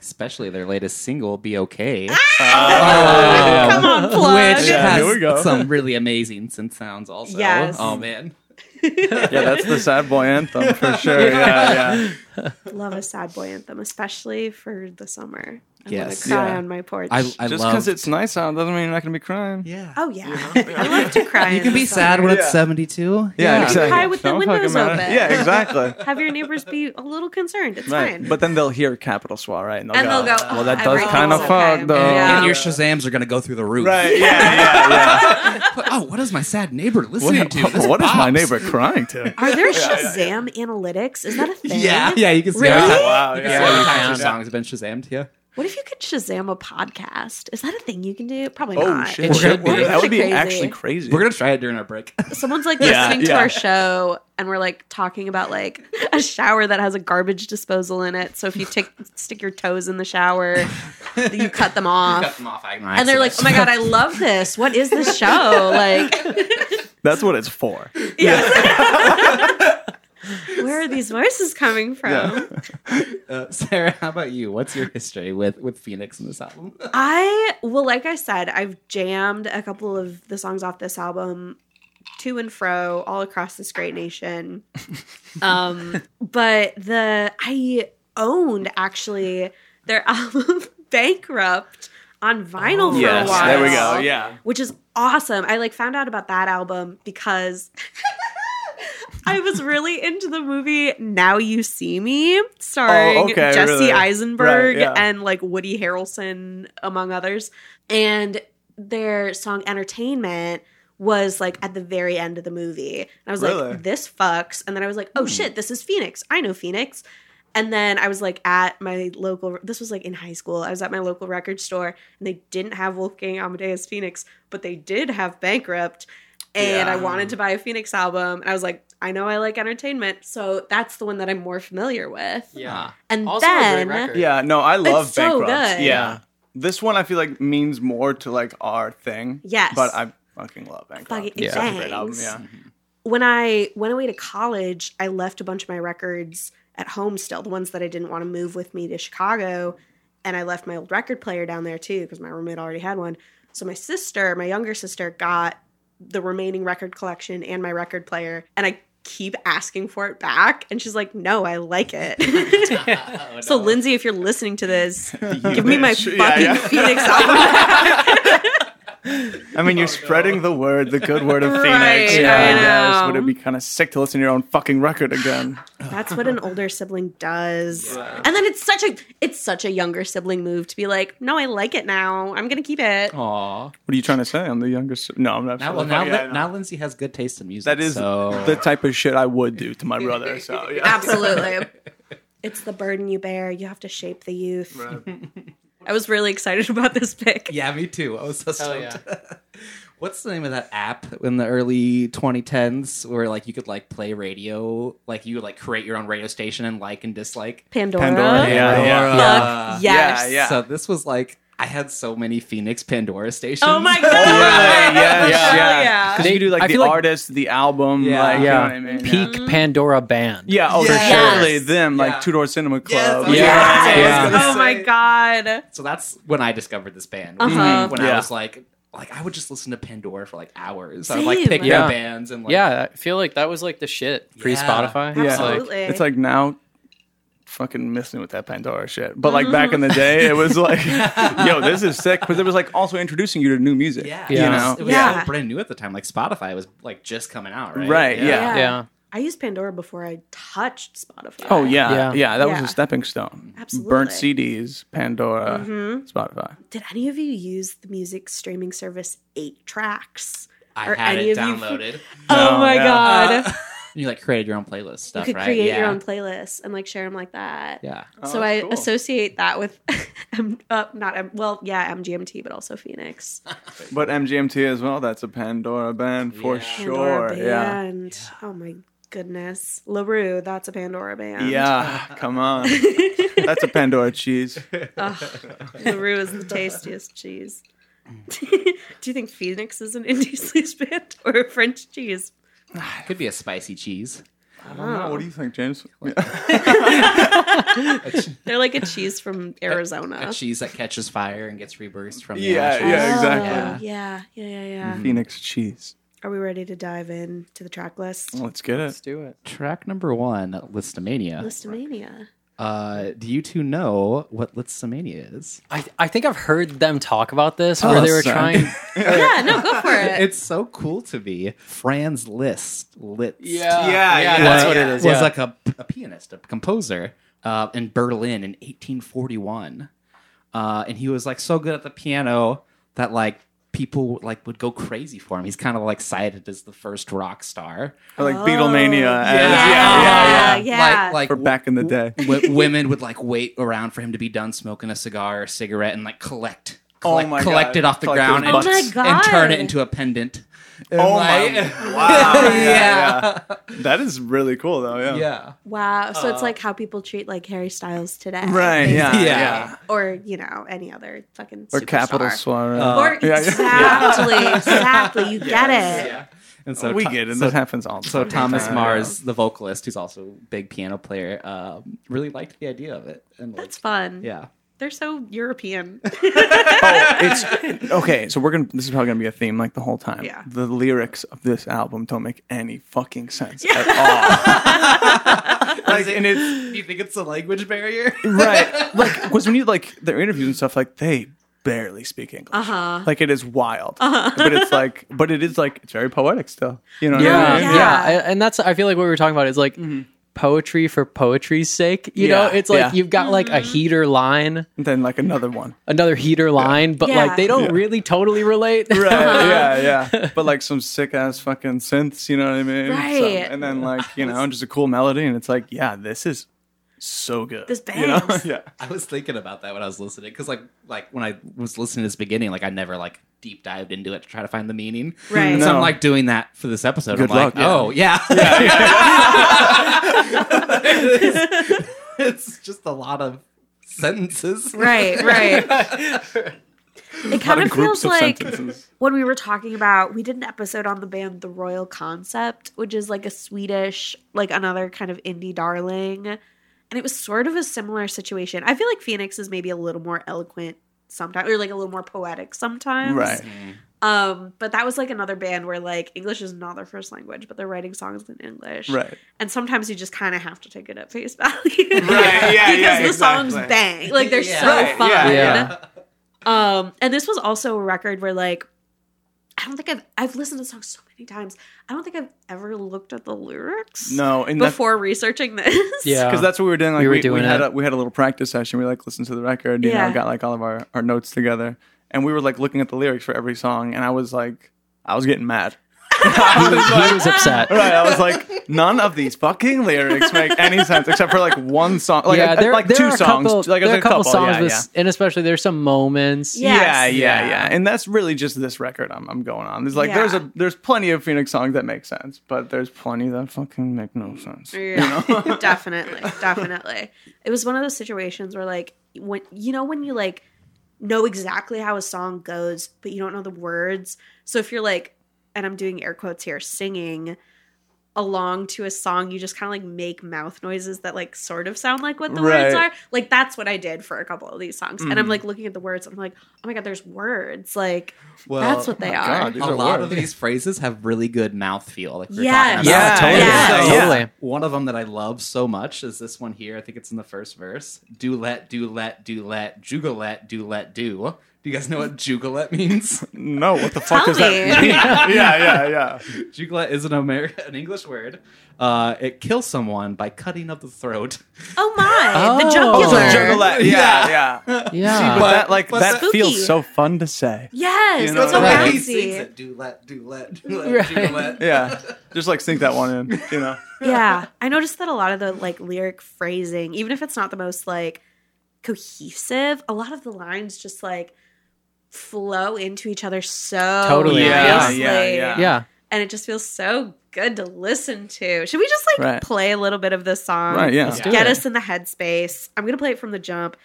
S3: especially their latest single, "Be Okay,"
S4: *laughs*
S2: Ah,
S4: Ah.
S3: Um,
S2: Come on, plug.
S3: which
S4: Yeah, here we go.
S3: has some really amazing synth sounds. Also,
S2: Yes.
S3: oh man,
S4: Yeah, that's the sad boy anthem *laughs* for sure. Yeah, yeah.
S2: love a sad boy anthem, especially for the summer. I
S3: Yes.
S2: want to cry
S4: Yeah.
S2: on my porch.
S3: I I
S4: Just
S3: love.
S4: because it's nice out doesn't mean you're not gonna be crying.
S3: yeah,
S2: oh yeah, I love to cry.
S3: you
S2: in
S3: can
S2: the
S3: be sad
S2: summer.
S3: when it's
S4: Yeah.
S3: seventy two.
S4: Yeah, exactly.
S2: Cry with the
S4: Don't fucking
S2: windows
S4: matter.
S2: open. *laughs*
S4: Yeah, exactly.
S2: Have your neighbors be a little concerned. It's fine.
S4: right. But then they'll hear capital soiree and they'll
S2: And
S4: go,
S2: they'll go,
S4: Well, that
S2: "Oh,
S4: does
S2: everything's
S4: kind of
S2: okay."
S4: fuck though.
S2: Yeah.
S3: And your Shazams are gonna go through the roof.
S4: *laughs* Right. Yeah. Yeah. Yeah. *laughs*
S3: Oh, what is my sad neighbor listening to? This
S4: what is my
S3: bops.
S4: neighbor crying to?
S2: Are there Shazam analytics? Is that a thing?
S3: Yeah, yeah, you can see.
S2: Really?
S3: every time-
S4: *laughs* Wow.
S3: you
S4: Yeah.
S3: can see every time
S5: Yeah.
S3: your song has been Shazammed. Yeah.
S2: What if you could Shazam a podcast? Is that a thing you can do? Probably
S4: Oh
S2: not.
S4: shit!
S5: It should be.
S4: That would be
S2: Crazy.
S4: actually crazy.
S3: We're gonna try it during our break.
S2: Someone's like
S4: Yeah,
S2: listening to
S4: yeah.
S2: our show and we're like talking about like a shower that has a garbage disposal in it. So if you take stick your toes in the shower,
S3: *laughs*
S2: you cut them off. and they're like, "Oh my god, I love this! What is this show?
S4: *laughs*
S2: Like,
S4: That's what it's for.
S2: where are these voices coming from?"
S3: Uh, *laughs* Sarah, how about you? What's your history with with Phoenix and this album?
S2: I well, like I said, I've jammed a couple of the songs off this album to and fro all across this great nation.
S4: *laughs*
S2: Um, but the I owned actually their *laughs* album Bankrupt on vinyl for a while.
S4: There we go. Yeah.
S2: which is awesome. I like found out about that album
S4: *laughs*
S2: because I was really into the movie Now You See Me, starring
S4: Oh, okay,
S2: Jesse
S4: really.
S2: Eisenberg
S4: Right, yeah.
S2: and like Woody Harrelson, among others. And their song Entertainment was like at the very end of the movie. And I was
S4: Really? Hmm.
S2: like, this fucks. And then I was like, oh shit, this is Phoenix. I know Phoenix. And then I was like at my local, this was like in high school. I was at my local record store and they didn't have Wolfgang Amadeus Phoenix, but they did have Bankrupt. And I
S4: Yeah.
S2: wanted to buy a Phoenix album. And I was like, I know I like entertainment. So that's the one that I'm more familiar with.
S5: Yeah.
S2: And
S5: Also a great
S2: then,
S5: record.
S4: Yeah. No, I love
S2: It's so
S4: bankrupt.
S2: good.
S4: Yeah. This one I feel like means more to like our thing.
S2: Yes.
S4: But I fucking love bankrupt.
S2: Fucking- it
S4: It's such a great
S2: bangs.
S4: album. Yeah.
S2: when I went away to college, I left a bunch of my records at home still, the ones that I didn't want to move with me to Chicago. And I left my old record player down there too, because my roommate already had one. So my sister, my younger sister, got the remaining record collection and my record player. And I keep asking for it back. And she's like, no, I like
S4: *laughs*
S2: it. So, Lindsay, if you're listening to this, give me my
S4: Oh, bitch.
S2: fucking
S4: Yeah,
S2: *laughs*
S4: yeah.
S2: Phoenix
S4: *laughs*
S2: album.
S4: I mean, you're spreading the word, the good word of
S2: Right,
S4: Phoenix.
S2: I
S4: I
S2: know.
S4: guess. Would it be kind of sick to listen to your own fucking record again?
S2: That's what
S4: *laughs*
S2: an older sibling does. And then it's such a it's such a younger sibling move to be like, no, I like it now. I'm gonna keep it.
S4: Oh.
S3: Aw.
S4: What are you trying to say? I'm the youngest. No, I'm not.
S3: Now,
S4: sure.
S3: well, now,
S4: Yeah, I
S3: Lin-
S4: know.
S3: now Lindsay has good taste in music.
S4: That is
S3: so-
S4: the type of shit I would do to my brother. So yeah. *laughs*
S2: Absolutely. it's the burden you bear. You have to shape the youth. I was really excited *laughs* about this pick.
S3: yeah, me too. I was so stoked. *laughs*
S5: yeah.
S3: What's the name of that app in the early 2010s where like you could like play radio, like you would like create your own radio station and like and dislike?
S2: Pandora.
S3: Pandora.
S4: Yeah, yeah.
S2: Fuck
S3: Yeah.
S2: yes.
S4: Yeah.
S3: So this was like I had so many Phoenix Pandora stations.
S2: Oh my god.
S4: *laughs* yeah,
S2: Hell
S4: yeah,
S2: yeah.
S4: Because you do like
S5: I
S4: the
S5: feel like-
S4: artist, the album,
S3: Yeah.
S4: like you know
S5: Yeah.
S4: what I mean?
S5: Peak
S2: Mm-hmm.
S5: Pandora band.
S4: Yeah, oh,
S3: Yes.
S4: for sure. Really, them
S3: Yeah.
S4: like Two Door Cinema
S3: that's what
S4: Club.
S5: Yeah.
S3: I was
S5: Yeah.
S3: gonna
S2: Oh my
S3: say.
S2: god.
S3: So that's when I discovered this band. was,
S2: Uh-huh.
S3: like, when I
S4: Yeah.
S3: was like, like I would just listen to Pandora for like hours. I would like
S2: Same.
S3: pick
S5: Yeah.
S3: up bands and like
S5: Yeah, I feel like that was like the shit pre Spotify.
S4: Yeah.
S2: Absolutely.
S4: It's like now fucking missing with that Pandora shit. But like back in the day, it was like, yo, this is sick. But it was like also introducing you to new music.
S3: yeah.
S4: You
S5: Yeah.
S4: know?
S3: It was
S2: Yeah.
S3: so brand new at the time. Like Spotify was like just coming out, right?
S4: Right, yeah.
S5: yeah. yeah.
S2: I used Pandora before I touched Spotify.
S4: Oh yeah,
S5: Yeah.
S4: yeah, that was
S2: Yeah.
S4: a stepping stone.
S2: Absolutely.
S4: Burnt CDs, Pandora, Spotify.
S2: Did any of you use the music streaming service Eight Tracks?
S3: I
S2: Or
S3: had
S2: any
S3: it
S2: of you-
S3: downloaded.
S4: *laughs*
S2: oh my
S4: yeah.
S2: god.
S3: you like created your own playlist
S2: *laughs*
S3: stuff,
S2: you could
S3: right?
S2: create
S3: yeah.
S2: your own playlist and like share them like that.
S3: yeah.
S4: Oh,
S2: so I associate that with, *laughs* M- uh, not M- well, yeah, MGMT, but also Phoenix.
S4: But MGMT as well. That's a Pandora band for
S3: Yeah.
S4: sure.
S2: Pandora
S4: yeah.
S2: band. Oh my goodness, Larue, that's a Pandora band.
S4: Yeah, come on. That's a Pandora cheese.
S2: *laughs* Larue is the tastiest cheese. *laughs* Do you think Phoenix is an indie *laughs* sleaze band or a French cheese?
S3: Could be a spicy cheese.
S4: I don't know. What do you think, James?
S2: They're like a cheese from Arizona.
S3: A cheese that catches fire and gets rebirthed from the
S4: Yeah,
S3: ashes.
S4: yeah, exactly. Mm-hmm.
S2: Oh, yeah, yeah, yeah, yeah.
S4: *laughs* Phoenix cheese.
S2: Are we ready to dive in to the track list?
S4: Let's get it.
S5: Let's do it.
S3: Track number one, Listomania.
S2: Listomania.
S3: Uh, do you two know what Listomania is?
S5: I, I think I've heard them talk about this
S3: Tell
S5: where
S3: us,
S5: they were
S4: Oh,
S3: son.
S5: trying.
S4: *laughs*
S2: yeah, no, go for it.
S3: *laughs* It's so cool to be Franz Liszt. Liszt.
S4: Uh, Yeah, yeah,
S5: that's
S4: yeah.
S5: what it is.
S3: was
S5: yeah.
S3: like a, a pianist, a composer uh, in Berlin in 1841, uh, and he was like so good at the piano that like people like would go crazy for him. He's kind of like cited as the first rock star.
S4: Or like Beatlemania. Oh. Yeah.
S2: Yeah.
S4: Yeah. yeah, yeah,
S2: yeah.
S3: Ah, Like, like
S4: Or back in the day.
S3: w- women would like wait around for him to be done smoking a cigar or cigarette and like collect. Collect,
S4: my
S3: Oh collect
S4: God.
S3: it off the
S4: Collect
S3: ground and,
S4: those
S2: Oh my
S3: and turn it
S2: God.
S3: into a pendant.
S4: Oh
S3: Like-
S4: my! *laughs* Wow. yeah,
S3: Yeah.
S4: yeah. That is really cool though. Yeah.
S3: yeah.
S2: Wow. So it's like how people treat like Harry Styles today.
S4: Right.
S2: basically.
S4: Yeah.
S3: Yeah.
S4: Yeah.
S2: Or, you know, any other fucking
S4: Or
S2: superstar.
S4: Capital Soiree.
S2: Or
S4: Yeah, yeah.
S2: exactly, exactly. You get it.
S3: And so
S4: we
S3: Tom-
S4: get it.
S3: So
S4: this happens all the
S3: So
S4: time.
S3: Thomas
S4: Yeah.
S3: Mars, the vocalist, who's also a big piano player, um, really liked the idea of it. And like,
S2: That's fun.
S3: yeah,
S2: They're so
S4: *laughs*
S2: European.
S4: Oh, it's okay. So we're gonna. This is probably gonna be a theme like the whole time.
S2: Yeah.
S4: The lyrics of this album don't make any fucking sense at all. like, and it's
S3: you think it's a language barrier?
S2: *laughs*
S4: right like because when you like their interviews and stuff like they barely speak english
S2: Uh-huh.
S4: like it is wild but it's like but it is like it's very poetic still you know what I
S5: yeah,
S4: mean?
S5: yeah,
S2: Yeah.
S5: A- And that's I feel like what we were talking about is like poetry for poetry's sake. You know,
S4: Mm-hmm. Yeah,
S5: it's like
S4: yeah.
S5: you've got like a
S2: Mm-hmm.
S5: heater line,
S4: And then like another
S2: *laughs*
S4: one
S5: another heater line, but
S2: Yeah.
S5: like they don't really totally relate.
S4: right
S5: *laughs*
S4: yeah yeah but like some sick ass fucking synths you know what i mean Some-
S2: Right.
S4: and then like you know just a cool melody and it's like yeah this is so good
S2: This
S4: you know?
S2: bangs.
S4: *laughs* yeah
S3: I was thinking about that when I was listening because, like, like when I was listening to this beginning, like I never like deep dived into it to try to find the meaning.
S2: Right.
S3: And so I'm
S4: No.
S3: like doing that for this episode.
S4: Good
S3: I'm like,
S4: luck, *laughs* yeah.
S3: oh yeah. "Oh,
S2: *laughs*
S3: *laughs* it's, it's just a lot of sentences.
S2: right, right. It kind
S4: Lot
S2: of
S4: of groups
S2: feels
S4: of
S2: like
S4: sentences.
S2: when we were talking about we did an episode on the band The Royal Concept, which is like a Swedish, like another kind of indie darling. And it was sort of a similar situation. I feel like Phoenix is maybe a little more eloquent sometimes or like a little more poetic sometimes.
S4: right
S2: Um, but that was like another band where like English is not their first language, but they're writing songs in English.
S4: right
S2: And sometimes you just kind of have to take it at face value. right. Yeah,
S4: yeah,
S2: *laughs* because
S4: yeah,
S2: the songs
S4: exactly.
S2: bang. Like they're
S3: Yeah.
S2: so
S4: Right,
S2: fun.
S4: yeah,
S5: yeah.
S2: Um, and this was also a record where like I don't think I've I've listened to the song so many times. I don't think I've ever looked at the lyrics.
S4: no and that's-
S2: Before researching this.
S5: Yeah.
S4: because that's what we were doing. Like
S5: We
S4: we,
S5: were
S4: we
S5: doing
S4: had
S5: it.
S4: a, we had a little practice session. We like listened to the record, you
S2: Yeah.
S4: know, got like all of our our notes together, and we were like looking at the lyrics for every song, and I was like, I was getting mad. *laughs*
S5: he, was- he was upset.
S4: Right, I was like, none of these fucking lyrics make any sense except for like one song, *laughs* like,
S5: yeah,
S4: yeah,
S5: there,
S4: like
S5: there
S4: two
S5: are a
S4: songs,
S5: couple,
S4: like
S5: there are a couple, songs,
S4: yeah,
S5: with,
S4: yeah.
S5: and especially there's some moments.
S2: Yeah.
S4: Yeah,
S2: Yes.
S4: yeah,
S3: Yeah.
S4: yeah, and that's really just this record I'm, I'm going on. There's like
S2: Yeah.
S4: there's a there's plenty of Phoenix songs that make sense, but there's plenty that fucking make no
S2: *laughs*
S4: sense.
S2: Yeah,
S4: *laughs*
S2: definitely, definitely. It was one of those situations where, like, when you know when you like know exactly how a song goes, but you don't know the words. So if you're like, and I'm doing air quotes here, singing along to a song, you just kind of like make mouth noises that like sort of sound like what the words
S4: Right. Mm.
S2: are. Like that's what I did for a couple of these songs, and I'm like looking at the words. I'm like, oh my god, there's words. Like
S3: *laughs* Well,
S2: that's what they are.
S4: God, these
S3: a
S4: are
S3: lot
S4: words.
S3: of these phrases have really good mouthfeel. Like we we're
S2: Yes.
S3: talking about.
S5: Yeah, totally.
S2: Yes.
S4: Yeah.
S5: Totally.
S3: One of them that I love so much is this one here. I think it's in the first verse. Do let, do let, do let, jugalette, do let, do. Do you guys know what jugalette means?
S4: No, what the fuck
S2: Tell
S4: is
S2: me.
S4: that? *laughs* yeah, yeah, yeah.
S3: jugalette is an American, an English word. Uh, it kills someone by cutting up the throat.
S2: Oh my,
S5: Oh.
S2: the
S5: Also
S2: jugular.
S4: Juggalette,
S3: Yeah.
S4: yeah, yeah.
S5: Yeah.
S4: But that like
S3: but
S4: that
S2: spooky.
S4: feels so fun to say.
S2: Yes,
S4: You
S2: that's
S4: know,
S2: so
S4: like-
S3: He
S2: bouncy.
S3: sings it. Do let, do let, do let,
S5: Right.
S3: jugalette.
S4: Yeah, just like sink that one in, you know.
S2: yeah *laughs* i noticed that a lot of the like lyric phrasing even if it's not the most like cohesive a lot of the lines just like flow into each other so
S5: Totally.
S4: Yeah,
S2: nicely.
S4: yeah, yeah.
S5: yeah.
S2: and it just feels so good to listen to should we just like
S4: Right.
S2: play a little bit of this song
S4: *laughs* Right, yeah.
S5: Let's do
S2: get
S5: it.
S2: us in the headspace i'm gonna play it from the jump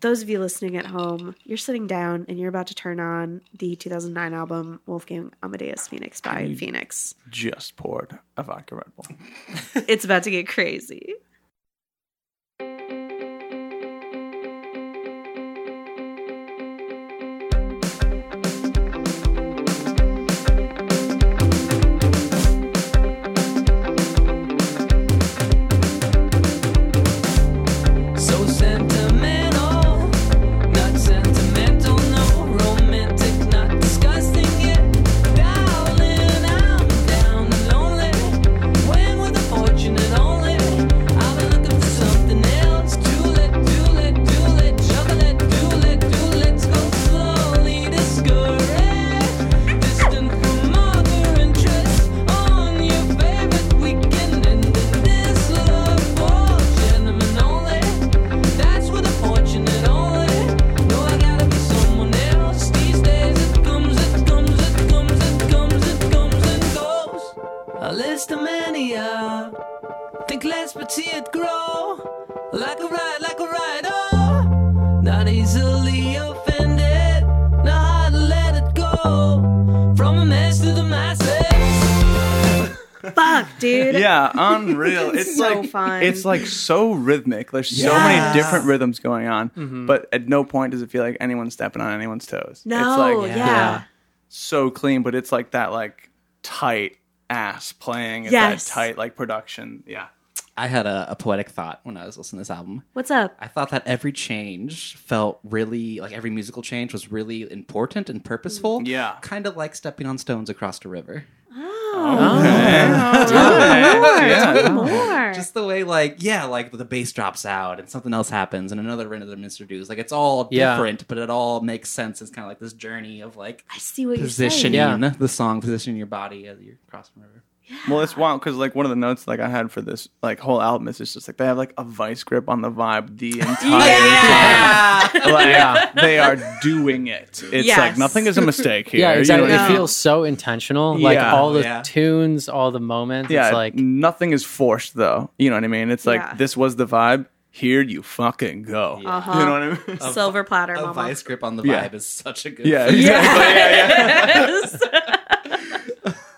S2: those of you listening at home you're sitting down and you're about to turn on the 2009 album wolfgang amadeus phoenix by phoenix
S4: Just poured a vodka Red Bull.
S2: it's about to get crazy
S7: So sentimental, not sentimental, no romantic, not disgusting yet. Darling, I'm down and lonely. When with a fortunate only, I've been looking for something else. Do let, do let, do let, chocolate, do let, do let's go slowly discouraged. Distant from other interests on your favorite weekend and this love for gentlemen only. That's what a fortunate only. No, I gotta be someone else. These days it comes, it comes, it comes, it comes, it comes and goes. A list of mania. Think less but see it grow. Like a ride, like a ride, oh. Not easily offended. Know how to let it go. From a mess to the masses.
S2: fuck
S4: *laughs*
S2: dude
S4: *laughs* Yeah, unreal. It's
S2: so
S4: like
S2: fun.
S4: it's like so rhythmic. There's so
S2: Yes.
S4: many different rhythms going on, but at no point does it feel like anyone's stepping on anyone's toes. it's
S2: No,
S4: like
S2: yeah.
S5: Yeah.
S4: so clean, but it's like that like tight ass playing at
S2: Yes.
S4: that tight like production. Yeah.
S3: I had a, a poetic thought when I was listening to this album.
S2: What's up?
S3: I thought that every change felt really like every musical change was really important and purposeful.
S4: Yeah.
S3: Kind of like stepping on stones across a river.
S4: Oh. *laughs* Yeah.
S2: Oh. More.
S3: Just the way like yeah, like the bass drops out and something else happens and another another minister does. Like it's all
S5: Yeah.
S3: different, but it all makes sense. It's kind of like this journey of like
S2: I see what you're saying.
S3: positioning
S5: Yeah.
S3: the song, positioning your body as you're crossing the river.
S4: Well, it's wild because like one of the notes like I had for this like whole album is it's just like they have like a vice grip on the vibe the entire time. Like, they are doing it. It's like
S2: Yes.
S4: nothing is a mistake here.
S5: *laughs* Yeah,
S4: you know
S5: exactly.
S4: what I
S5: It
S4: mean?
S5: feels so intentional. Like
S4: Yeah.
S5: all the
S3: Yeah.
S5: tunes, all the moments.
S4: Yeah,
S5: It's like
S4: nothing is forced though. You know what I mean? It's like
S2: Yeah.
S4: this was the vibe. Here you fucking go.
S2: Uh-huh.
S4: You know what I
S5: *laughs*
S4: mean? *laughs*
S2: Silver platter,
S3: A
S2: mama. *laughs*
S3: vice grip on the vibe
S4: Yeah.
S3: is such a good
S4: yeah,
S3: phrase.
S4: exactly. Yeah, yeah.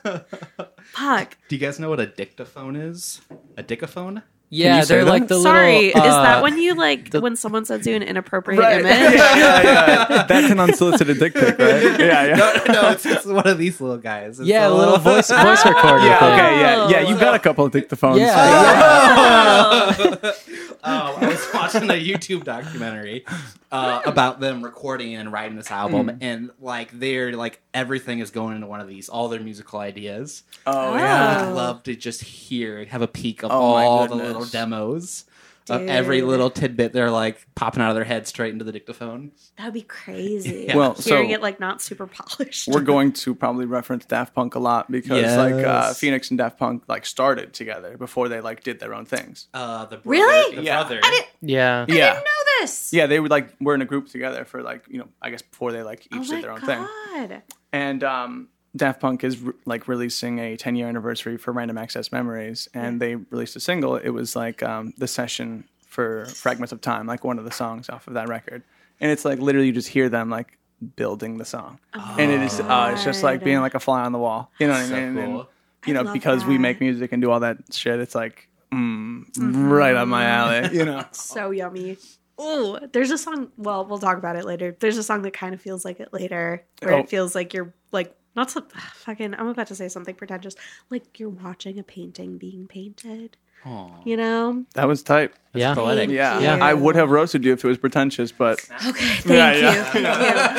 S4: *laughs*
S2: Yes. *laughs* Fuck.
S3: Do you guys know what a dictaphone is? A *laughs* dictaphone?
S5: yeah,
S4: you say
S5: they're
S4: that?
S5: like the
S2: Sorry,
S5: little.
S2: is
S5: uh,
S2: that when you like when someone sends you an inappropriate
S4: Right.
S2: image?
S4: *laughs* Yeah, yeah, yeah. That's an unsolicited dick pic, right?
S5: *laughs*
S4: Yeah, yeah.
S3: no, no, it's, it's one of these little guys. It's
S5: Yeah, a
S4: *laughs*
S5: little voice voice recorder.
S4: Yeah,
S5: thing.
S4: okay, yeah, yeah. You got a couple of dick the phones.
S5: Yeah.
S3: *laughs*
S2: *laughs*
S3: Oh, I was watching a YouTube documentary uh, about them recording and writing this album, and like they're like everything is going into one of these, all their musical ideas.
S4: Oh
S3: I
S4: yeah.
S3: would love to just hear, have a peek of
S4: Oh, my
S3: all the
S4: goodness.
S3: little demos. of every
S2: Dude.
S3: little tidbit they're like popping out of their head straight into the dictaphone.
S2: That'd be crazy.
S3: Yeah.
S4: Well,
S2: hearing
S4: so-
S2: it like not super polished.
S4: We're going to probably reference Daft Punk a lot because like uh,
S3: Yes.
S4: Phoenix and Daft Punk like started together before they like did their own things.
S3: Uh, the brother,
S2: Really?
S3: the
S4: Yeah.
S3: brother.
S2: I didn't,
S5: Yeah.
S2: I
S4: yeah,
S2: didn't know this.
S4: yeah, they would like were in a group together for like you know I guess before they like each
S2: Oh my
S4: did their own thing.
S2: god.
S4: And um, Daft Punk is re- like releasing a 10 year anniversary for Random Access Memories, and they released a single. It was like um, the session for Fragments of Time, like one of the songs off of that record. And it's like literally you just hear them like building the song, and it is uh, it's just like
S2: Oh.
S4: being like a fly on the wall. You know what
S3: So
S4: I mean? And,
S3: cool.
S2: I
S4: you know,
S2: love
S4: because we
S2: that. Mm-hmm.
S4: make music and do all that shit, it's like mm, right up my alley. You know.
S2: so yummy. Oh, there's a song. Well, we'll talk about it later. There's a song that kind of feels like it later, where
S4: Oh.
S2: it feels like you're like not so *sighs* ugh, fucking. I'm about to say something pretentious, like you're watching a painting being painted.
S3: Aw.
S2: You know?
S4: *laughs* That was tight.
S5: Yeah.
S3: Poetic.
S2: Thank
S4: Yeah.
S5: Yeah.
S2: you.
S4: I would have roasted you if it was pretentious, but
S2: Okay. Thank
S4: Yeah,
S2: you.
S4: *laughs* yeah.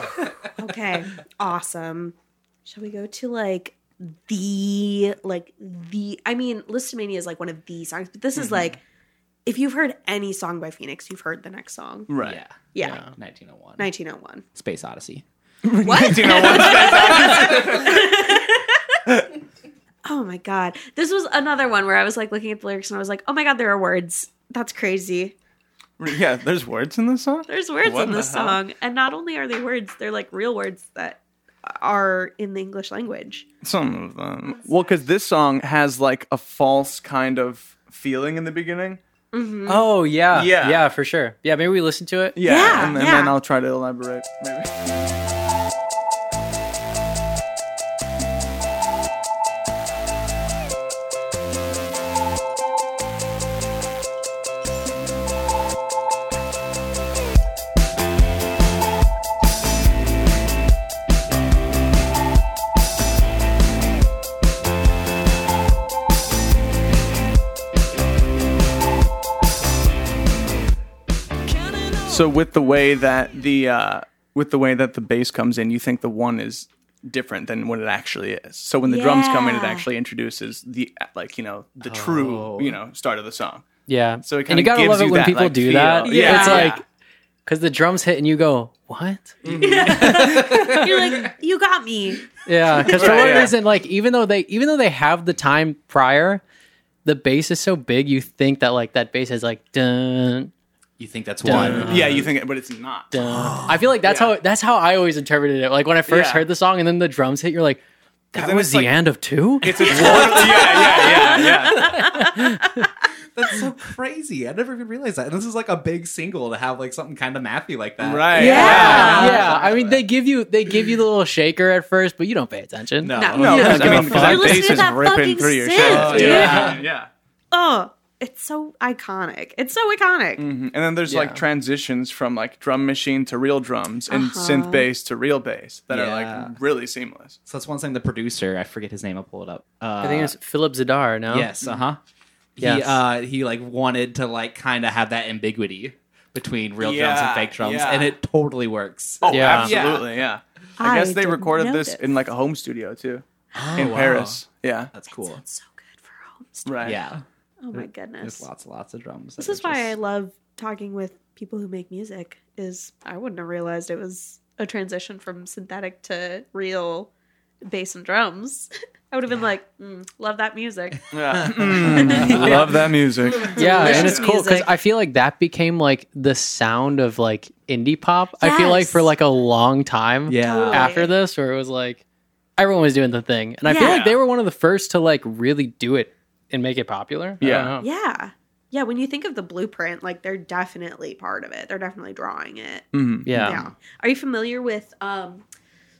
S2: Thank you. okay. Awesome. Shall we go to like the like the? I mean, Listomania is like one of the songs, but this is like if you've heard any song by Phoenix, you've heard the next song.
S4: right.
S3: *laughs* Yeah.
S2: Yeah.
S3: 1901.
S2: 1901.
S3: Space Odyssey.
S2: What?
S4: You know what?
S2: Oh my god. This was another one where I was like looking at the lyrics and I was like, "Oh my god, there are words. That's crazy.
S4: yeah, there's words in this song.
S2: There's words
S4: What
S2: in
S4: the
S2: this
S4: hell?
S2: song." And not only are they words, they're like real words that are in the English language.
S4: Some of them. Well, because this song has like a false kind of feeling in the beginning.
S5: Oh yeah.
S4: Yeah.
S5: Yeah, for sure. Yeah, maybe we listen to it.
S4: Yeah.
S2: Yeah,
S4: and, then-
S2: yeah.
S4: then I'll try to elaborate. Maybe. So with the way that the uh, with the way that the bass comes in, you think the one is different than what it actually is. So when the drums come in, it
S2: Yeah.
S4: actually introduces the uh, like you know the true you know start of the song.
S5: Yeah.
S4: So it
S5: and you
S4: kinda
S5: gotta
S4: gives
S5: love it
S4: you
S5: when
S4: that,
S5: people
S4: like,
S5: do
S4: feel.
S5: that.
S4: Yeah.
S5: It's
S4: Yeah.
S5: like because the drums hit and you go, what?
S2: You're *laughs* like, "You got me."
S5: Yeah, because for
S4: Right,
S5: one
S4: yeah.
S5: reason, like even though they even though they have the time prior, the bass is so big you think that like that bass is like dun
S3: You think that's
S5: Dun.
S3: one?
S4: yeah, you think it, but it's not.
S5: dun. *gasps* I feel like that's
S4: Yeah.
S5: how that's how I always interpreted it. Like when I first
S4: Yeah.
S5: heard the song and then the drums hit, you're like, that
S4: then
S5: was
S4: it's
S5: the
S4: like-
S5: end of two.
S4: *laughs* It's a totally, yeah, yeah, yeah, yeah.
S3: *laughs* That's so crazy. I never even realized that. And this is like a big single to have like something kind of mathy like *laughs* that.
S4: Right.
S5: yeah,
S2: Yeah.
S5: I mean they give you they give you the little shaker at first, but you don't pay attention. Uh,
S2: No.
S3: No.
S4: No,
S2: You
S4: because
S2: don't
S4: I
S2: give
S4: mean,
S2: a
S4: because
S2: fuck.
S4: that
S2: You're listening
S4: bass
S2: to
S4: is
S2: that
S4: ripping
S2: fucking
S4: through your
S2: synth,
S4: shit.
S3: Oh,
S2: dude.
S4: yeah. yeah.
S2: Oh, it's so iconic. It's so iconic.
S4: And then there's
S5: Yeah.
S4: like transitions from like drum machine to real drums and
S2: Uh-huh.
S4: synth bass to real bass that are
S3: Yeah.
S4: like really seamless.
S3: So that's one thing the producer, I forget his name, I'll pull it up. Uh,
S5: I think it's Philip Zadar. No,
S3: Yes, uh huh. He
S5: Yes.
S3: uh he like wanted to like kind of have that ambiguity between real drums and
S4: Yeah,
S3: fake drums,
S4: yeah.
S3: and it totally works.
S4: Oh,
S5: Yeah.
S4: absolutely, yeah. I,
S2: I
S4: guess they
S2: didn't
S4: recorded
S2: know
S4: this
S2: this.
S4: in like a home studio too in
S3: Oh, wow.
S4: Paris. Yeah,
S3: That's cool.
S2: It's so good for homes.
S4: right.
S3: Yeah,
S2: Oh my
S3: there's
S2: goodness.
S3: lots and lots of drums.
S2: This is why I love talking with people who make music. Is I wouldn't have realized it was a transition from synthetic to real bass and drums. *laughs* I would have been like, mm, love that music.
S4: Yeah. Mm. Love that *laughs* music.
S5: yeah, and
S2: Delicious
S5: it's cool because
S2: music.
S5: I feel like that became like the sound of like indie pop. I feel like
S2: Yes.
S5: for like a long time.
S3: Yeah.
S2: Totally.
S5: after this where it was like everyone was doing the thing and i feel
S2: Yeah.
S5: like they were one of the first to like really do it and make it popular I
S4: Yeah.
S5: don't know.
S2: Yeah. Yeah, when you think of the blueprint, like they're definitely part of it. They're definitely drawing it.
S4: Mhm.
S5: yeah
S2: Yeah. Are you familiar with um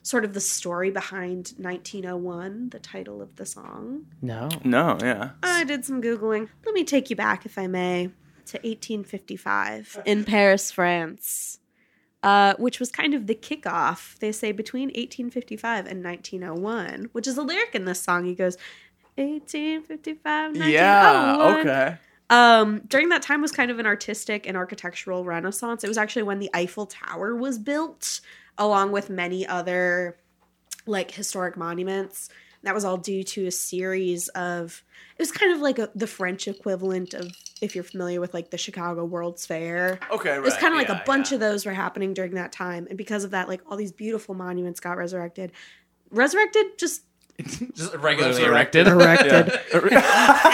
S2: sort of the story behind 1901, the title of the song?
S5: no
S4: No, yeah.
S2: I did some Googling. Let me take you back, if I may, to 1855 in Paris, France, uh, which was kind of the kickoff, they say, between 1855 and 1901, which is a lyric in this song. He goes, 1855, 1901.
S4: Yeah. Okay.
S2: Um, during that time was kind of an artistic and architectural renaissance. It was actually when the Eiffel Tower was built, along with many other like historic monuments. That was all due to a series of. It was kind of like a, the French equivalent of if you're familiar with like the Chicago World's Fair.
S4: Okay, right.
S2: It was kind of like a bunch of those were happening during that time, and because of that, like all these beautiful monuments got resurrected. Resurrected, just
S3: Just regularly
S4: erected.
S3: erected.
S2: erected.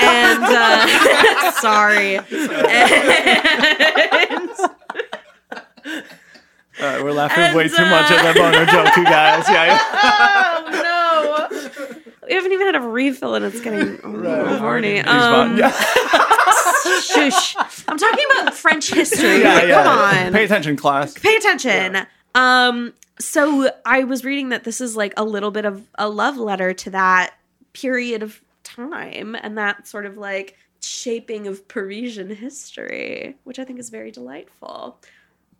S2: and uh, *laughs* sorry. And-
S4: *laughs* Uh, we're laughing way
S2: And,
S4: too much at
S2: uh,
S4: that boner joke, you guys. Yeah.
S2: *laughs* oh no. We haven't even had a refill and it's
S4: *laughs*
S2: getting horny. Um, *laughs*
S4: yeah,
S2: shush. I'm talking about *laughs* French history.
S4: yeah, yeah.
S2: Come on.
S4: Pay attention, class.
S2: pay attention. Um, so I was reading that this is like a little bit of a love letter to that period of time and that sort of like shaping of Parisian history, which I think is very delightful.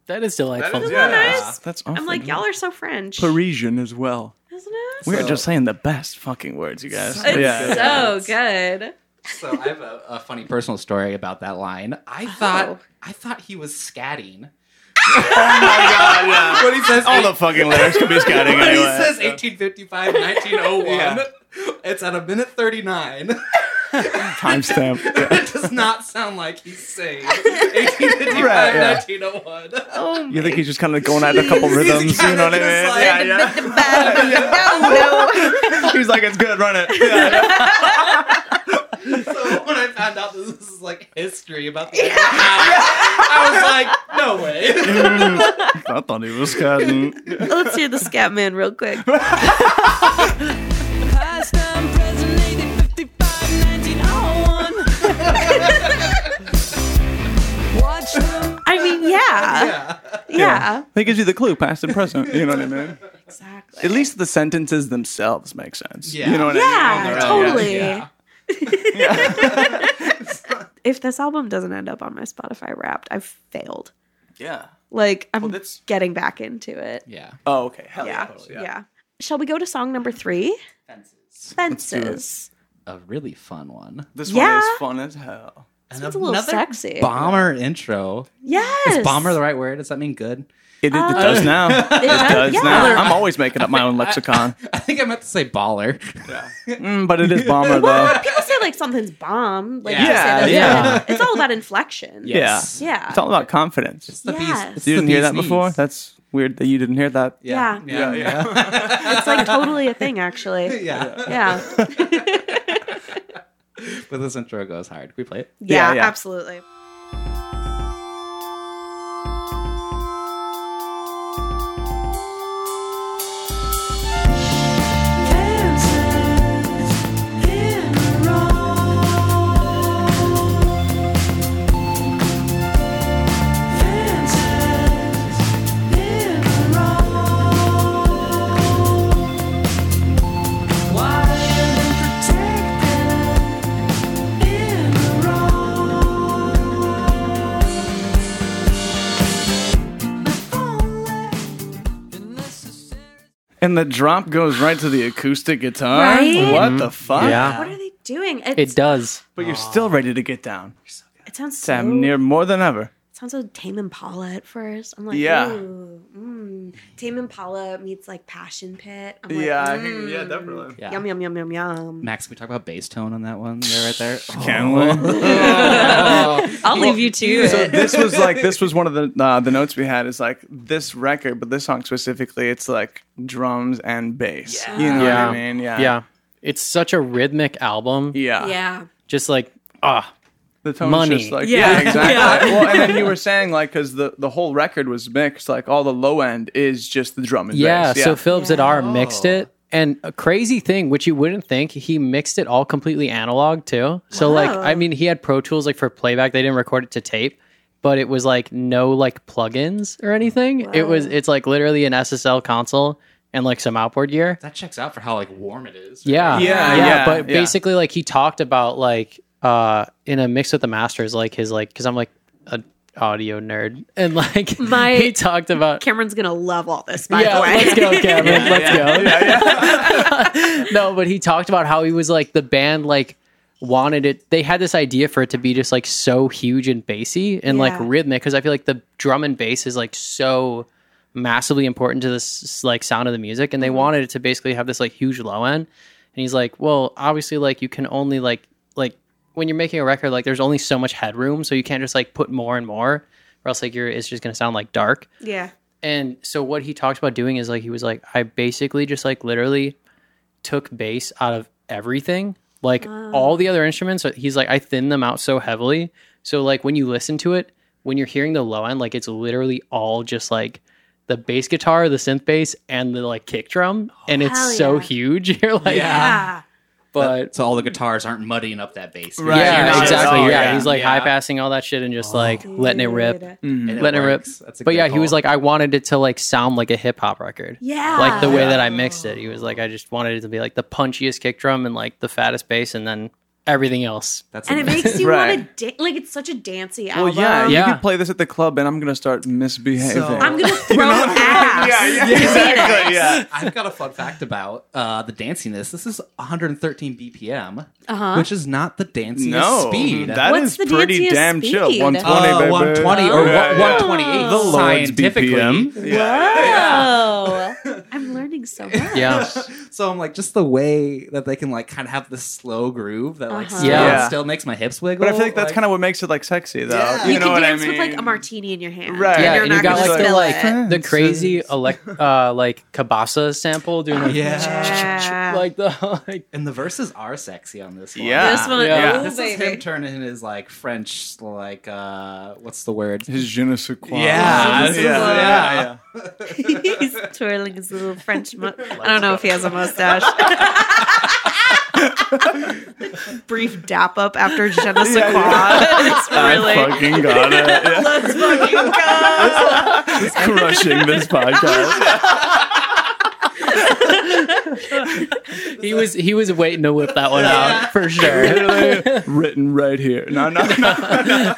S5: That is delightful.
S4: Isn't
S2: that
S4: Yeah.
S2: nice?
S4: That's awesome.
S2: I'm like, y'all are so French,
S4: Parisian as well.
S2: isn't it?
S4: We are
S3: So-
S4: just saying the best fucking words, you guys.
S2: it's
S4: yeah. *laughs*
S2: so good.
S3: *laughs* So I have a, a funny personal story about that line. I
S2: Oh.
S3: thought I thought he was
S4: *laughs*
S3: scatting.
S4: Oh
S2: *laughs*
S4: But he says all the fucking lyrics could be
S3: *laughs*
S4: scatting
S3: But he
S4: anyway.
S3: says 1855, 1901.
S4: *laughs* Yeah.
S3: It's at a minute *laughs* 39.
S4: timestamp.
S3: *laughs*
S4: Yeah.
S3: it does not sound like he's *laughs* saying 1855,
S4: Right, yeah.
S3: 1901.
S2: Oh
S4: You think he's just kind of going at a couple
S3: He's
S4: rhythms, you
S3: kinda
S4: know what I mean?
S3: just like-
S4: Yeah, yeah.
S2: *laughs*
S3: *laughs*
S4: He's like, it's good, run it. Yeah, yeah.
S3: So when I found out that this is like history about the *laughs* I was like, no *laughs* way.
S4: I thought he was scatting.
S2: Let's hear the scat man real quick.
S7: Past and present, 80, 55, 1901. *laughs* Watch them
S2: I mean, yeah, yeah,
S4: That gives you the clue, past and present. You know what I mean?
S2: exactly.
S4: At least the sentences themselves make sense.
S3: Yeah.
S4: You know what I mean?
S2: yeah,
S3: their own,
S2: totally.
S3: yeah. *laughs*
S2: if this album doesn't end up on my Spotify Wrapped, I've failed.
S4: Yeah.
S2: Like I'm
S4: that's-
S2: getting back into it.
S3: Yeah.
S4: Oh, okay. Hell yeah.
S2: Yeah.
S4: totally,
S2: yeah. Shall we go to song number three?
S3: Fences.
S4: do it.
S2: Fences.
S3: A really fun one.
S4: This
S2: Yeah.
S4: one is fun as hell.
S2: This
S3: And
S2: one's a little
S3: another
S2: sexy.
S3: Bomber intro.
S2: yes.
S3: Is bomber the right word? Does that mean good?
S4: It, it,
S3: Uh, *laughs*
S4: does now. It does
S2: yeah.
S4: now. I'm always making up my own
S3: *laughs*
S4: lexicon.
S3: I think I meant to say baller.
S4: Mm, but it is bomber though.
S2: People say like something's bomb. Like
S3: Yeah.
S2: you say that-
S4: Yeah.
S2: It's all about inflection.
S3: Yes.
S2: Yeah.
S4: It's all about
S3: *laughs*
S4: confidence.
S3: It's the bees-
S2: Yes.
S3: it's
S4: You
S3: the
S4: didn't hear
S3: bees
S4: that
S3: knees.
S4: before? That's weird that you didn't hear that.
S2: Yeah.
S3: Yeah. Yeah.
S2: It's like totally a thing
S3: *laughs*
S2: actually.
S3: Yeah.
S2: Yeah. Yeah,
S3: But this intro goes hard. Can we play it?
S4: Yeah, yeah.
S2: absolutely.
S7: dances in a row. Dances in a row. Wild and protected in a row. Unnecessary.
S4: And the drop goes right to the acoustic guitar.
S2: Right?
S4: What the fuck?
S5: Yeah.
S2: What are they doing? It's,
S5: It
S2: it,
S5: does.
S4: But you're still ready to get down.
S2: sounds so,
S4: Sam, near more than ever.
S2: it sounds so Tame Impala at first. I'm like,
S4: Yeah.
S2: ooh, mm. Tame Impala meets like Passion Pit. I'm like, mm.
S4: definitely.
S3: Yeah.
S2: Yum yum yum yum
S5: *laughs*
S2: yum.
S3: Max, can we talk about bass tone on that one? There, right there.
S4: Can we?
S2: I'll leave
S4: Oh,
S2: you to it.
S4: *laughs* this was like this was one of the uh, the notes we had is like this record, but this song specifically, it's like drums and bass. You know
S5: Yeah.
S4: what I mean? Yeah.
S5: Yeah. It's such a rhythmic album.
S4: Yeah.
S2: yeah.
S5: Just like, ah,
S4: The tone's
S5: Money.
S4: just like
S2: Yeah.
S4: yeah, exactly. Well, and then you were saying like because the the whole record was mixed, like all the low end is just the drum and
S5: yeah.
S4: bass. Yeah.
S5: So Phillips at R mixed it. And a crazy thing, which you wouldn't think, he mixed it all completely analog too. So like,
S2: Wow.
S5: I mean, he had Pro Tools like for playback. They didn't record it to tape, but it was like no like plugins or anything. It was it's like literally an SSL console and like some outboard gear.
S3: That checks out for how like warm it is.
S5: Yeah.
S4: Yeah, yeah,
S5: But
S4: yeah.
S5: basically like he talked about like uh in a mix with the masters, like his like because I'm like a audio nerd. And like *laughs*
S2: My-
S5: he talked about
S2: Cameron's gonna love all this, by
S5: yeah,
S2: the way.
S5: let's
S2: *laughs*
S5: go,
S4: *laughs*
S5: Kevin. let's go.
S4: yeah, yeah.
S5: *laughs* No, but he talked about how he was like the band like wanted it. They had this idea for it to be just like so huge and bassy and like
S2: Yeah.
S5: rhythmic because I feel like the drum and bass is like so massively important to this like sound of the music, and they wanted it to basically have this like huge low end. and he's like well obviously like you can only like like when you're making a record like there's only so much headroom so you can't just like put more and more or else like you're it's just gonna sound like dark
S2: Yeah.
S5: and so what he talks about doing is like he was like i basically just like literally took bass out of everything like all the other instruments uh, he's like i thinned them out so heavily so like when you listen to it when you're hearing the low end like it's literally all just like the bass guitar the synth bass and the like kick drum and it's
S2: Oh, Hell
S5: so
S2: yeah.
S5: huge *laughs* you're like
S2: Yeah.
S5: but
S3: So all the guitars aren't muddying up that bass.
S4: Right.
S5: yeah,
S4: you're not just-
S5: exactly
S4: oh,
S5: yeah.
S4: yeah,
S5: he's like
S4: yeah. Oh,
S5: high passing all that shit and just like letting it rip
S2: Dude.
S3: And
S5: letting it rip
S3: works. That's a
S5: but
S3: good
S5: yeah he
S3: call.
S5: was like i wanted it to like sound like a hip-hop record
S2: Yeah.
S5: like the way that I mixed it. He was like, I just wanted it to be like the punchiest kick drum and like the fattest bass, and then everything else.
S3: that's
S2: And it
S3: amazing.
S2: makes you want
S4: *laughs* Right.
S2: to da- like it's such a dancey
S4: Well,
S2: album.
S4: yeah, you
S5: Yeah.
S4: can play this at the club, and I'm gonna start misbehaving.
S3: So-
S2: I'm
S4: *laughs*
S2: gonna throw ass. *laughs*
S4: exactly. Yeah.
S3: I've got a fun fact about uh, the danciness. This is 113 BPM,
S2: Uh-huh.
S3: which is not the danciness
S4: No,
S3: speed.
S4: that
S2: What's
S4: is
S2: the
S4: pretty
S2: DTS
S4: damn chill.
S2: speed?
S4: 120,
S3: Uh,
S4: baby.
S3: 120 or
S4: Yeah, yeah.
S3: 128
S4: The Lord's
S3: scientifically.
S4: BPM. Yeah.
S2: Whoa.
S4: *laughs*
S2: I'm learning so much. *laughs*
S5: Yeah,
S3: So I'm like, just the way that they can like kind of have this slow groove that like
S2: Uh-huh.
S3: still,
S5: Yeah.
S3: still makes my hips wiggle.
S4: But I feel like that's kind of what makes it like sexy, though.
S3: Yeah.
S4: You,
S2: You,
S4: know
S2: can
S4: what
S2: dance
S4: I mean?
S2: with like a martini in your hand.
S4: Right.
S5: yeah,
S2: you're
S5: and
S2: not
S5: you got
S2: gonna
S5: like the
S2: spill it.
S5: like the crazy elect
S2: *laughs*
S5: uh, like kabasa sample doing like,
S2: Yeah.
S5: *laughs* like the like,
S3: and the verses are sexy on this one.
S4: Yeah.
S2: This one,
S5: Yeah.
S2: oh,
S3: Uh, This is
S2: baby.
S3: him turning his like French, like uh, what's the word?
S4: His je ne sais quoi.
S3: Yeah,
S4: yeah,
S3: this is
S4: yeah,
S3: like-
S4: yeah.
S2: He's twirling his little French. Mu- I don't know if he has a mustache. Brief dap up after je ne sais quoi. It's really.
S4: I fucking got it. Yeah.
S2: Let's fucking go.
S4: Crushing this podcast.
S5: he was he was waiting to whip that one
S2: *laughs*
S5: out for sure.
S4: Literally Written right here. No, no, no.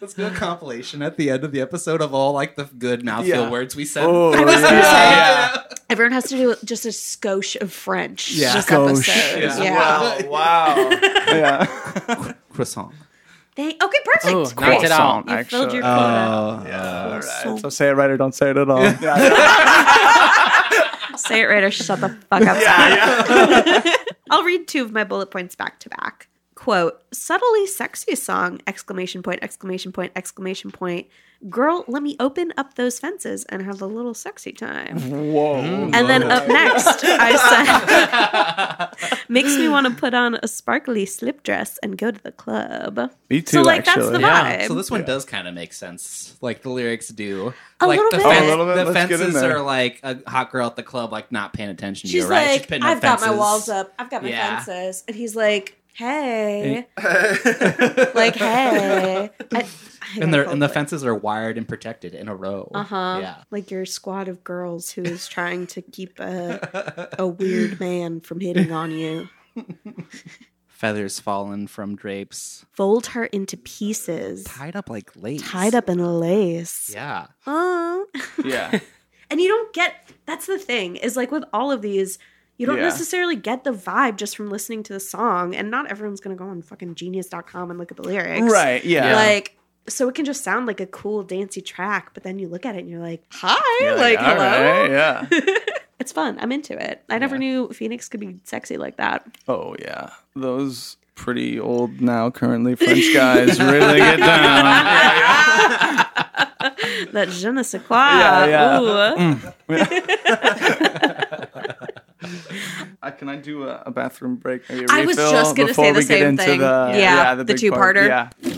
S3: Let's do a compilation at the end of the episode of all like the good mouthfeel
S4: Yeah.
S3: words we said.
S4: Oh,
S2: was gonna
S4: yeah.
S2: Everyone has to do just a skosh of French.
S3: Yeah.
S2: This
S4: Skosh.
S2: episode.
S3: Yeah.
S2: Yeah.
S4: Wow, wow. yeah.
S3: *laughs* Croissant.
S2: They- okay, perfect.
S5: Oh,
S2: Great.
S5: knocked it out.
S2: You filled
S4: actually.
S2: your quota.
S4: All right.
S2: Croissant.
S4: So say it right or don't say it at all. *laughs* Yeah.
S2: Say it right or shut the fuck up. *laughs* I'll read two of my bullet points back to back. Quote, subtly sexy song, exclamation point, exclamation point, exclamation point. Girl, let me open up those fences and have a little sexy time.
S4: *laughs* Whoa.
S2: And then up next, I said, *laughs* makes me want to put on a sparkly slip dress and go to the club.
S4: Me
S2: so,
S4: too,
S2: like, that's the
S4: actually.
S2: vibe.
S3: So this one does kind of make sense. Like the lyrics do.
S2: A
S3: like
S2: little
S3: the
S2: bit.
S3: fence-
S2: A
S4: Oh, little bit,
S3: the
S4: let's get in
S3: fences
S4: there.
S3: are like a hot girl at the club, like not paying attention to
S2: She's
S3: you, right?
S2: like,
S3: putting up
S2: I've got my
S3: fences.
S2: walls up. I've got my
S3: Yeah.
S2: fences. And he's like, hey. *laughs* like, hey. I,
S3: And they're and the fences are wired and protected in a row.
S2: Uh huh.
S3: Yeah.
S2: Like your squad of girls who is trying to keep a, a weird man from hitting on you.
S3: Feathers fallen from drapes.
S2: Fold her into pieces.
S3: Tied up like lace.
S2: Tied up in a lace.
S3: Yeah.
S2: Aw.
S4: Yeah.
S2: And you don't get that's the thing, is like with all of these, you don't
S4: Yeah.
S2: necessarily get the vibe just from listening to the song, and not everyone's gonna go on fucking genius.com and look at the lyrics.
S4: Right. Yeah.
S2: Like so it can just sound like a cool dancey track, but then you look at it and you're like, Hi,
S4: You're
S2: like,
S4: all
S2: hello.
S4: right, yeah. *laughs*
S2: It's fun. I'm into it. I never knew Phoenix could be sexy like that.
S4: Oh yeah, those pretty old now, currently French guys
S2: *laughs*
S4: really get down.
S2: That je ne sais quoi.
S4: Yeah, yeah. Mm,
S2: Ooh.
S4: Uh, can I do a, a bathroom break? Maybe a
S2: I was
S4: refill
S2: just gonna
S4: before
S2: say the
S4: we get
S2: same
S4: into
S2: thing.
S4: The,
S2: Yeah, the
S4: big part.
S2: two-parter.
S4: Yeah.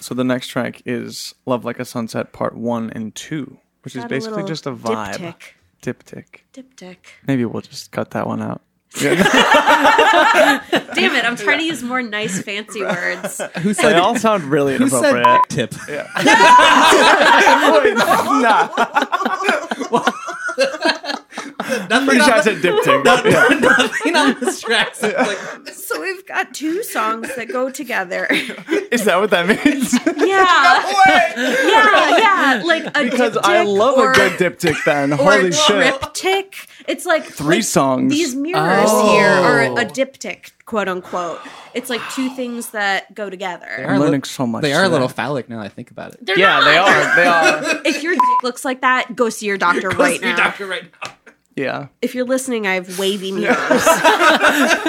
S4: So the next track is "Love Like a Sunset" Part One and Two, which is
S2: Got a
S4: basically
S2: little
S4: just a vibe.
S2: Diptych.
S4: Diptych.
S2: Diptych.
S4: Maybe we'll just cut that one out.
S2: Damn it, I'm trying to use more nice
S4: *laughs*
S2: fancy words.
S3: Who
S4: they
S3: said
S4: all sound really
S3: who said
S4: inappropriate.
S3: *laughs*
S4: *laughs*
S3: tip?
S4: nah, pretty
S5: *laughs*
S4: sure I said diptych. Yeah.
S3: Nothing on this track. So it's like,
S2: So we've got two songs that go together.
S4: Is that what that means?
S2: Yeah. Yeah, yeah. Like a
S4: *laughs* because I
S2: diptych
S4: love
S2: or,
S4: a good diptych. Then
S2: or
S4: holy shit,
S2: triptych. It's like
S4: three
S2: like
S4: songs. Oh.
S2: These mirrors here are a diptych, quote unquote. It's like two things that go together.
S4: I'm learning so much.
S3: They are a
S4: today.
S3: little phallic now. I think about it.
S2: They're
S4: Yeah,
S2: not.
S4: they are. They are.
S2: If your dick looks like that, go see your doctor right now.
S3: right now.
S4: *laughs* Yeah.
S2: If you're listening, I have wavy mirrors. *laughs*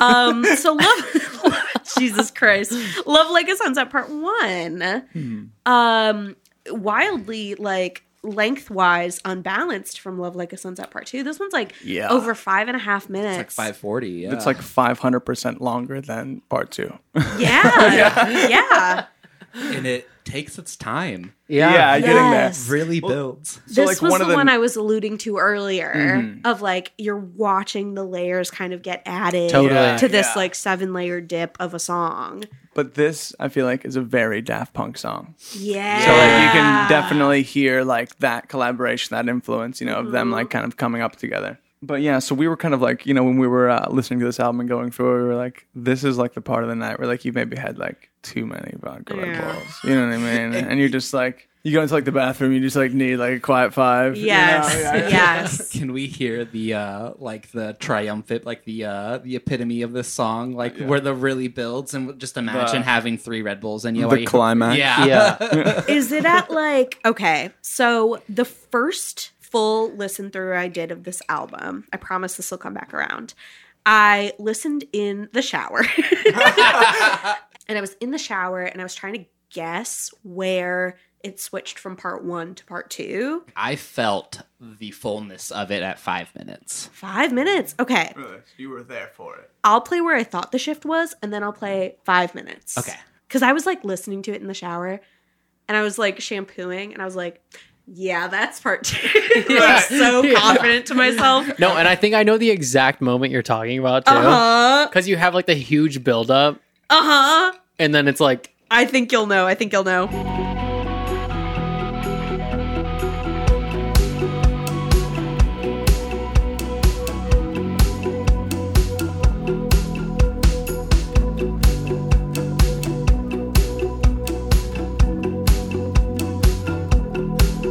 S2: um, so love, *laughs* Jesus Christ, love like a sunset part one. Um, wildly like lengthwise unbalanced from love like a sunset part two. This one's like
S4: Yeah.
S2: over five and a half minutes.
S3: Like 540. Yeah.
S4: It's like 500% longer than part two. *laughs*
S2: *laughs* yeah, yeah.
S3: and it takes its time.
S4: yeah, getting there.
S2: Yes.
S3: Really
S4: *laughs*
S3: builds.
S4: So,
S2: this
S4: like,
S2: was
S4: one
S2: the
S4: of the- Mm-hmm.
S2: one I was alluding to earlier of like you're watching the layers kind of get added
S5: Totally. Yeah,
S2: to this
S4: yeah.
S2: like seven layer dip of a song.
S4: But this, I feel like, is a very Daft Punk song.
S2: Yeah.
S4: So like you can definitely hear like that collaboration, that influence, you know, of them
S2: Mm-hmm.
S4: like kind of coming up together. But yeah, so we were kind of like, you know, when we were uh, listening to this album and going through, it, we were like, this is like the part of the night where like you maybe had like too many vodka Red
S2: Yeah.
S4: Bulls, you
S2: *laughs*
S4: know what I mean? and you're just like, you go into like the bathroom, you just like need like a quiet five. you know?
S2: Yes.
S4: Yeah.
S2: Yes.
S3: *laughs* Can we hear the uh like the triumphant like the uh the epitome of this song like where the really builds and just imagine
S4: The-
S3: having three Red Bulls and you
S4: the climax.
S3: *laughs* Yeah.
S5: yeah.
S2: Is it at like okay? So the first full listen through I did of this album, I promise this will come back around. I listened in the shower. *laughs* and I was in the shower and I was trying to guess where it switched from part 1 to part 2.
S3: I felt the fullness of it at 5 minutes.
S2: 5 minutes. Okay.
S4: You were there for it.
S2: I'll play where I thought the shift was, and then I'll play five minutes.
S3: Okay.
S2: Because I was like listening to it in the shower, and I was like shampooing, and I was like, "Yeah, that's part two. *laughs*
S5: Yeah.
S2: like so
S5: *laughs* Yeah.
S2: confident to myself.
S5: No, and I think I know the exact moment you're talking about too.
S2: Uh huh.
S5: Cuz you have like the huge buildup
S2: Uh huh.
S5: and then it's like
S2: I think you'll know. I think you'll know.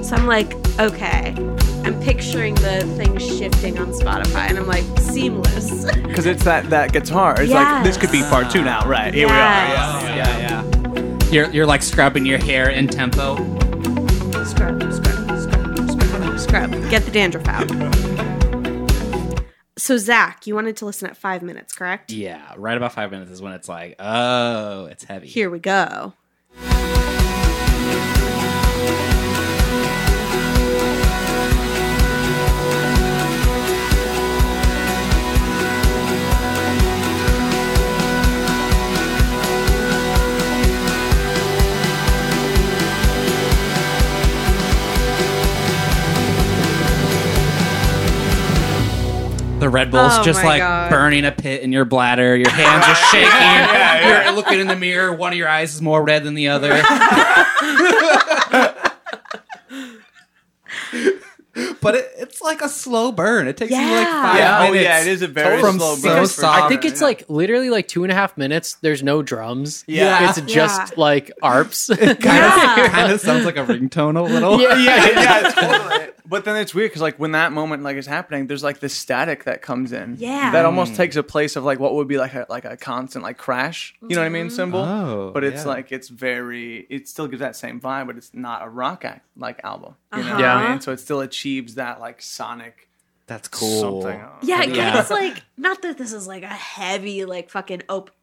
S2: So I'm like, okay. I'm picturing the thing shifting on Spotify, and I'm like, seamless. *laughs*
S4: Because it's that, that guitar. It's like, this could be part two now, right? Here
S2: Yes.
S4: we are. Yeah.
S3: Yeah, yeah. You're you're like scrubbing your hair in tempo.
S2: Scrub, scrub, scrub, scrub, scrub. Get the dandruff out. So, Zach, you wanted to listen at five minutes, correct?
S3: Yeah, right about 5 minutes is when it's like, "Oh, it's heavy."
S2: Here we go.
S3: The Red Bull's
S2: Oh
S3: just
S2: my
S3: like
S2: God.
S3: burning a pit in your bladder. Your
S4: *laughs*
S3: hands are shaking. You're looking in the mirror. One of your eyes is more red than
S2: *laughs*
S3: the other. but it, it's like a slow burn. It takes you like
S2: Yeah.
S3: five
S4: Yeah, oh
S3: minutes.
S4: yeah, it is a very
S3: from
S4: slow
S3: so
S4: burn. for
S3: soft-
S4: sure.
S3: I
S5: I think it's
S4: Yeah.
S5: like literally like two and a half minutes. There's no drums.
S4: Yeah.
S5: It's just like arps.
S3: kind,
S2: Yeah.
S3: *laughs* of, kind of sounds like a ringtone a little.
S4: *laughs*
S3: *laughs*
S4: yeah, yeah, it's totally. But then it's weird because like when that moment like is happening, there's like this static that comes in.
S2: Yeah.
S4: that
S3: Mm.
S4: almost takes a place of like what would be like a like a constant like crash. You know what I
S2: Mm-hmm.
S4: mean? Symbol.
S3: Oh,
S4: but it's
S3: yeah.
S4: like it's very. It still gives that same vibe, but it's not a rock act like album. You know?
S5: Yeah.
S2: Uh-huh.
S4: what I mean? So it still achieves that like sonic
S3: That's cool.
S4: something. uh,
S2: Yeah, it
S3: Yeah.
S2: kind of like, not that this is like a heavy, like fucking open.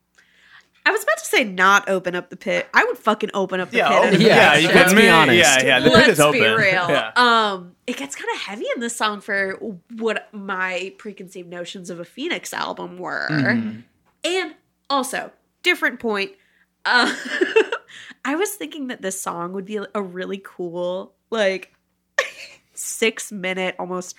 S2: I was about to say not open up the pit. I would fucking open up the
S4: Yeah,
S2: pit.
S4: oh,
S2: and-
S5: Yeah,
S4: yeah, you
S5: sure.
S4: can
S5: Let's be honest.
S4: Yeah, yeah, the
S2: Let's
S4: pit is open.
S2: be real.
S4: *laughs* Yeah.
S2: Um, it gets kind of heavy in this song for what my preconceived notions of a Phoenix album were,
S4: Mm-hmm.
S2: and also different point. Uh, *laughs* I was thinking that this song would be a really cool, like *laughs* six minute, almost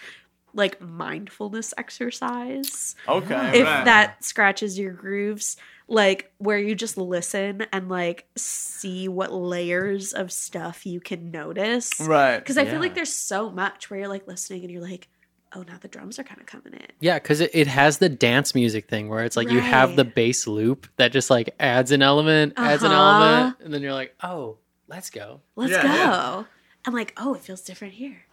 S2: like mindfulness exercise
S4: Okay,
S2: if
S4: right.
S2: that scratches your grooves like where you just listen and like see what layers of stuff you can notice
S4: right.
S2: because i
S3: Yeah.
S2: feel like there's so much where you're like listening and you're like oh now the drums are kind of coming in
S5: *laughs* Yeah, because it, it has the dance music thing where it's like you have
S2: Right.
S5: the bass loop that just like adds an element, adds an
S2: Uh-huh.
S5: element, and then you're like, oh, let's go.
S2: let's
S4: Yeah,
S2: go
S4: yeah.
S2: and like oh it feels different here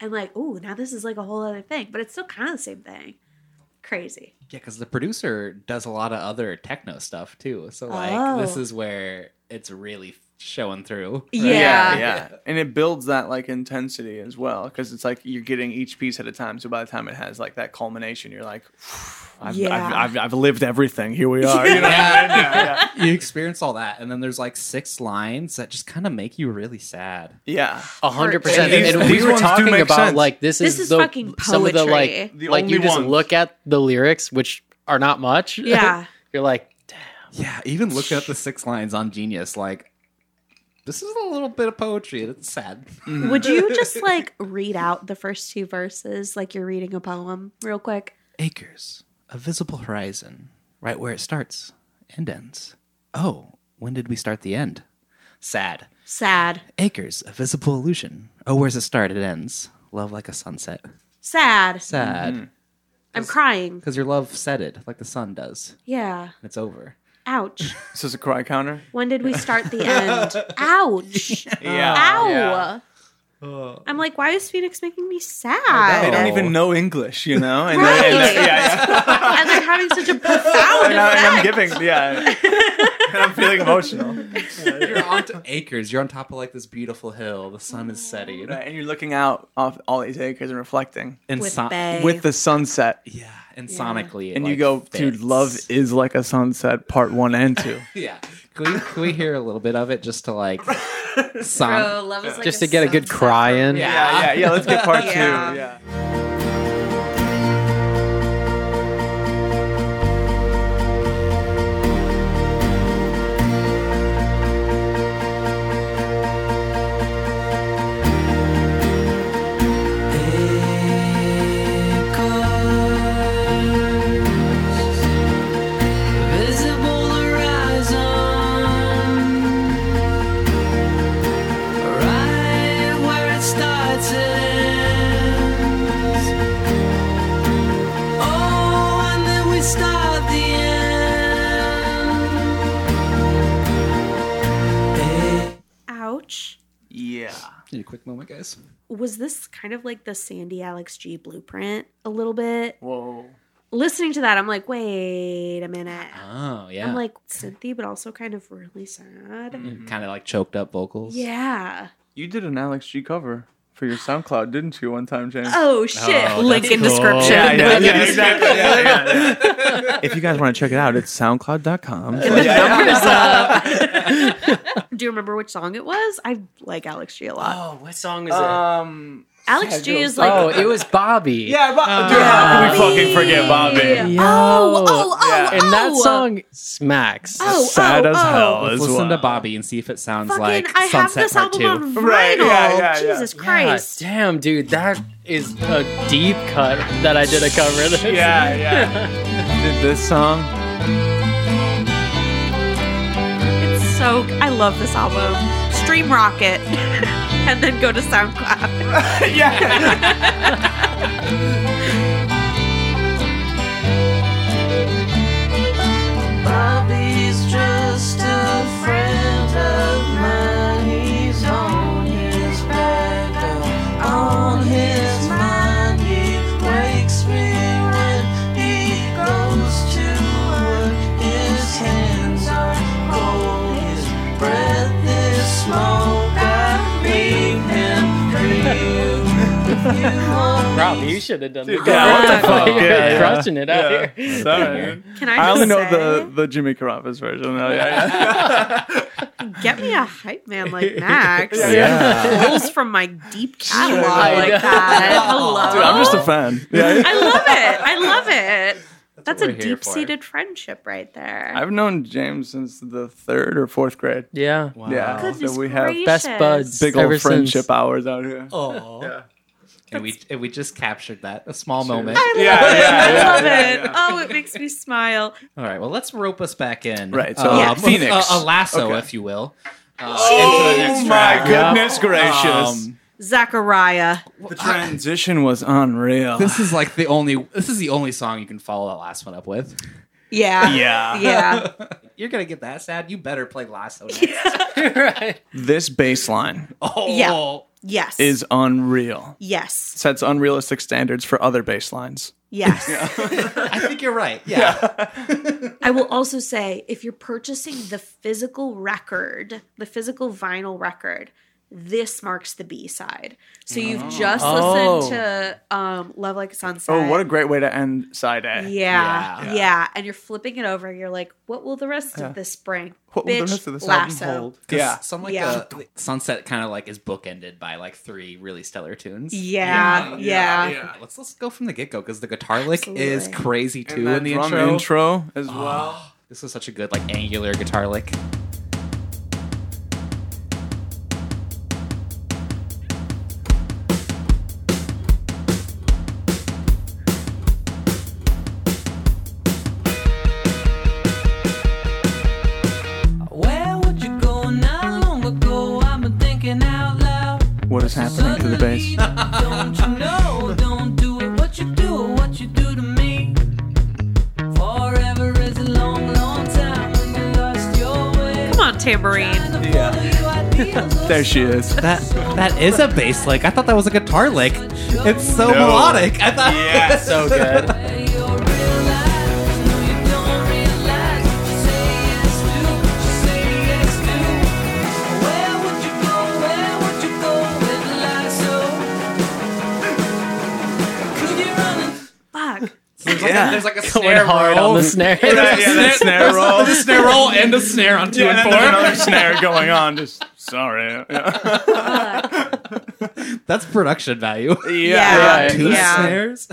S2: and like oh now this is like a whole other thing but it's still kind of the same thing
S4: *laughs*
S2: crazy
S3: Yeah, because the producer does a lot of other techno stuff too. So like
S2: Oh.
S3: this is where it's really showing through.
S2: Yeah.
S4: yeah. And it builds that like intensity as well because it's like you're getting each piece at a time. So by the time it has like that culmination, you're like, I've,
S2: Yeah.
S4: I've, I've, I've lived everything. Here we are. You know? yeah.
S3: You experience all that, and then there's like six lines that just kind of make you really sad.
S4: *laughs* yeah.
S5: A hundred percent.
S4: These-
S5: And we
S4: these
S5: were
S4: ones do
S5: talking
S4: make
S5: about
S4: sense.
S5: like this is
S2: This is
S5: the,
S2: fucking
S5: some of the
S2: poetry.
S5: like
S4: The
S5: like you
S4: only
S5: just
S4: ones.
S5: look at the lyrics, which are not much.
S2: Yeah.
S5: *laughs* You're like,
S3: Yeah, even looking at the six lines on Genius, like this is a little bit of poetry, and it's sad.
S4: Mm.
S2: Would you just like read out the first two verses like you're reading a poem real quick?
S3: acres, a visible horizon, right where it starts and ends. Oh, when did we start the end? Sad.
S2: Sad.
S3: Acres, a visible illusion. Oh, where's it start? It ends. Love like a sunset.
S2: Sad.
S3: Sad.
S2: I'm crying.
S3: Because your love setted like the sun does.
S2: Yeah.
S3: And it's over.
S2: Ouch.
S4: This is a cry counter.
S2: When did we start the
S4: *laughs*
S2: end? Ouch.
S4: Yeah.
S2: Ow.
S4: Oh, Yeah.
S2: I'm like, why is Phoenix making me
S4: They
S2: sad?
S4: don't
S3: Oh.
S4: even know English, you know? And, then- and then-
S2: Right.
S4: yeah, yeah.
S2: And they're having such a profound
S4: And, I, am
S2: effect.
S4: giving, yeah. And I'm
S2: *laughs*
S4: feeling emotional.
S3: You're on to acres. You're on top of like this beautiful hill. The sun is setting.
S4: Right, And you're looking out off all these acres and reflecting
S3: And
S2: With
S3: so-
S2: Bay.
S4: with the sunset.
S3: Yeah. And sonically. it,
S4: And you
S3: like,
S4: go, dude,
S3: fits.
S4: love is like a sunset, part one and two.
S3: *laughs* Yeah. Can we, can we hear a little bit of it just to *laughs* like. Son-
S2: Bro, love is like
S5: just to get a good cry in.
S3: Yeah.
S4: Yeah, yeah, yeah. Let's *laughs* get part
S2: Yeah.
S4: two. Yeah.
S7: Visible horizon, right where it starts ends. Oh, and then we start the end.
S2: Ouch.
S4: Yeah.
S3: Need a quick moment, guys.
S2: Was this kind of like the Sandy Alex G blueprint a little bit?
S4: Whoa.
S2: Listening to that, I'm like, wait a minute.
S3: Oh, yeah. Mm.
S2: I'm like synthy, but also kind of really sad.
S3: kind of like choked up vocals.
S2: Yeah.
S4: You did an Alex G cover for your SoundCloud, didn't you, one time, James?
S2: Oh shit.
S3: Oh,
S2: Link
S3: that's
S2: in
S3: cool.
S2: description.
S4: Yeah, yeah,
S2: Link in
S4: yeah,
S5: *laughs*
S2: description.
S4: exactly. Yeah, yeah, yeah. if you guys want to check it out, it's soundcloud.com. *laughs*
S2: Do you remember which song it was? I like Alex G a lot.
S5: Oh, what song is
S4: Um, Uh,
S2: Alex G is like uh,
S5: oh, it was Bobby.
S4: yeah, Bob- dude, how can we fucking forget Bobby?
S2: Oh, oh, oh,
S4: Yeah.
S2: oh.
S5: And that song smacks.
S2: Oh,
S4: Sad
S2: oh,
S4: as
S2: oh.
S4: hell.
S3: Let's
S4: As
S3: listen to
S4: well.
S3: Bobby and see if it sounds
S2: Fucking,
S3: like
S2: I have
S3: Sunset
S2: this album
S3: Part Two.
S2: on vinyl.
S4: *laughs* Right, yeah, yeah, yeah.
S2: Jesus
S4: Yeah,
S5: Yeah,
S2: Christ.
S5: damn, dude, that is a deep cut that I did a cover of. This.
S4: Yeah, *laughs* yeah. did this song?
S2: It's so I love this album. Stream Rocket *laughs* and then go to SoundCloud.
S4: *laughs* yeah.
S7: Bobby's just a friend of mine. He's on his back, uh, on his mind. He wakes me when he goes to work. His hands are cold. His breath is smoke. I leave him for you. You
S5: *laughs*
S7: only
S5: Rob, you should have done that.
S4: Yeah,
S5: *laughs*
S4: what the fuck?
S5: You're
S4: Yeah, yeah.
S5: crushing it out
S4: Yeah.
S5: here.
S4: Sorry.
S2: Can I,
S4: I
S2: just
S4: only know
S2: say,
S4: the, the Jimmy Carafas version. Oh, *laughs* yeah,
S2: get me a hype man
S4: *laughs*
S2: like Max.
S4: yeah.
S2: Pulls from my deep catalog
S5: I know.
S2: like that. Hello.
S4: Dude, I'm just a fan. Yeah.
S2: I love it. I love it. That's, a
S3: we're here for.
S2: deep seated friendship right there.
S4: I've known James since the third or fourth grade.
S5: Yeah.
S3: Wow.
S4: Yeah.
S2: Goodness
S4: so we have
S2: gracious.
S5: Best buds.
S4: big old
S5: Ever since-
S4: friendship hours out here. Oh,
S3: *laughs* And we and we just captured that. A small moment.
S2: I love
S4: Yeah,
S2: it.
S4: yeah,
S2: I
S4: yeah,
S2: love
S4: yeah,
S2: it. Oh, it makes me smile.
S3: All right. Well, let's rope us back in. Um,
S4: Right, so-
S2: Yeah.
S4: Phoenix.
S3: A, a lasso,
S4: Okay.
S3: if you will. Uh, oh into the next
S4: my
S3: track.
S4: goodness gracious.
S3: Um,
S2: Zachariah.
S4: the transition was unreal.
S3: this is like the only. This is the only song you can follow that last one up with.
S2: Yeah.
S4: *laughs* Yeah. *laughs*
S2: Yeah.
S3: You're gonna get that sad. You better
S2: *laughs*
S3: play lasso. Next. *laughs*
S5: right.
S4: This bass line
S3: Oh.
S2: Yeah. Yes.
S4: is unreal.
S2: yes.
S4: Sets unrealistic standards for other bass lines.
S2: Yes.
S3: I think you're right. Yeah.
S2: I will also say if you're purchasing the physical record, the physical vinyl record, this marks the B side. So you've just
S5: Oh.
S2: listened to um, Love Like a Sunset.
S4: Oh, what a great way to end side
S2: yeah,
S4: A.
S2: yeah,
S3: Yeah.
S2: And you're flipping it over. You're like, what will the rest
S4: Yeah.
S2: of this spring?
S4: What will the
S2: Bitch,
S4: rest of this album
S2: lasso.
S4: hold?
S3: 'Cause
S4: Yeah.
S3: Some like uh,
S2: Yeah.
S3: the- the sunset kind of like is bookended by like three really stellar tunes.
S2: Yeah, yeah.
S3: Yeah, Let's let's go from the get go because the guitar lick is
S2: Absolutely.
S3: crazy
S4: And
S3: too
S4: that
S3: in the
S4: drum
S3: intro. Oh.
S4: intro as well.
S3: *gasps* This is such a good like angular guitar lick.
S7: Where would you go not long ago? I've been thinking out loud.
S4: What is happening to the bass?
S7: Don't you know? Don't do it. What you do, what you do to me. Forever is a long, long time when you lost your way.
S2: Come on, tambourine.
S4: *laughs* There she is.
S3: That that is a bass lick. I thought that was a guitar lick. It's so
S4: No.
S3: melodic. I thought *laughs*
S4: Yeah, so good.
S2: Fuck.
S3: there's, like,
S4: Yeah.
S3: a, there's like a
S5: Going
S3: snare
S5: hard
S3: roll.
S5: on the snare.
S4: *laughs* yeah, that snare roll.
S3: There's a snare roll and a snare on two
S4: Yeah, and then there's another
S3: and
S4: snare going on. Just sorry. Yeah.
S3: four. That's production
S4: *laughs*
S3: value.
S2: Yeah.
S4: right.
S3: Two
S2: Yeah.
S3: snares.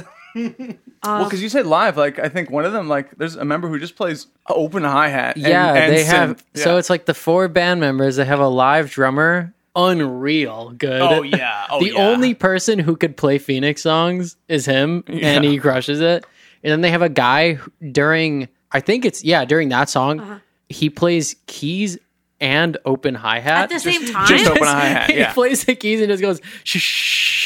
S4: Well, because you said live, like I think one of them, like there's a member who just plays open hi hat.
S5: *laughs* yeah,
S4: and
S5: they
S4: synth.
S5: have.
S4: Yeah.
S5: So it's like the four band members. They have a live drummer. Unreal good.
S4: Oh yeah. Oh,
S5: the
S4: yeah.
S5: only person who could play Phoenix songs is him, and he crushes it. And then they have a guy who- during, I think it's yeah, during that song,
S2: Uh-huh.
S5: he plays keys and open hi
S2: At
S5: hat.
S2: the
S5: *laughs*
S2: same time?
S4: just open a hi-hat,
S5: He
S4: yeah.
S5: plays the keys and just goes shh, shh,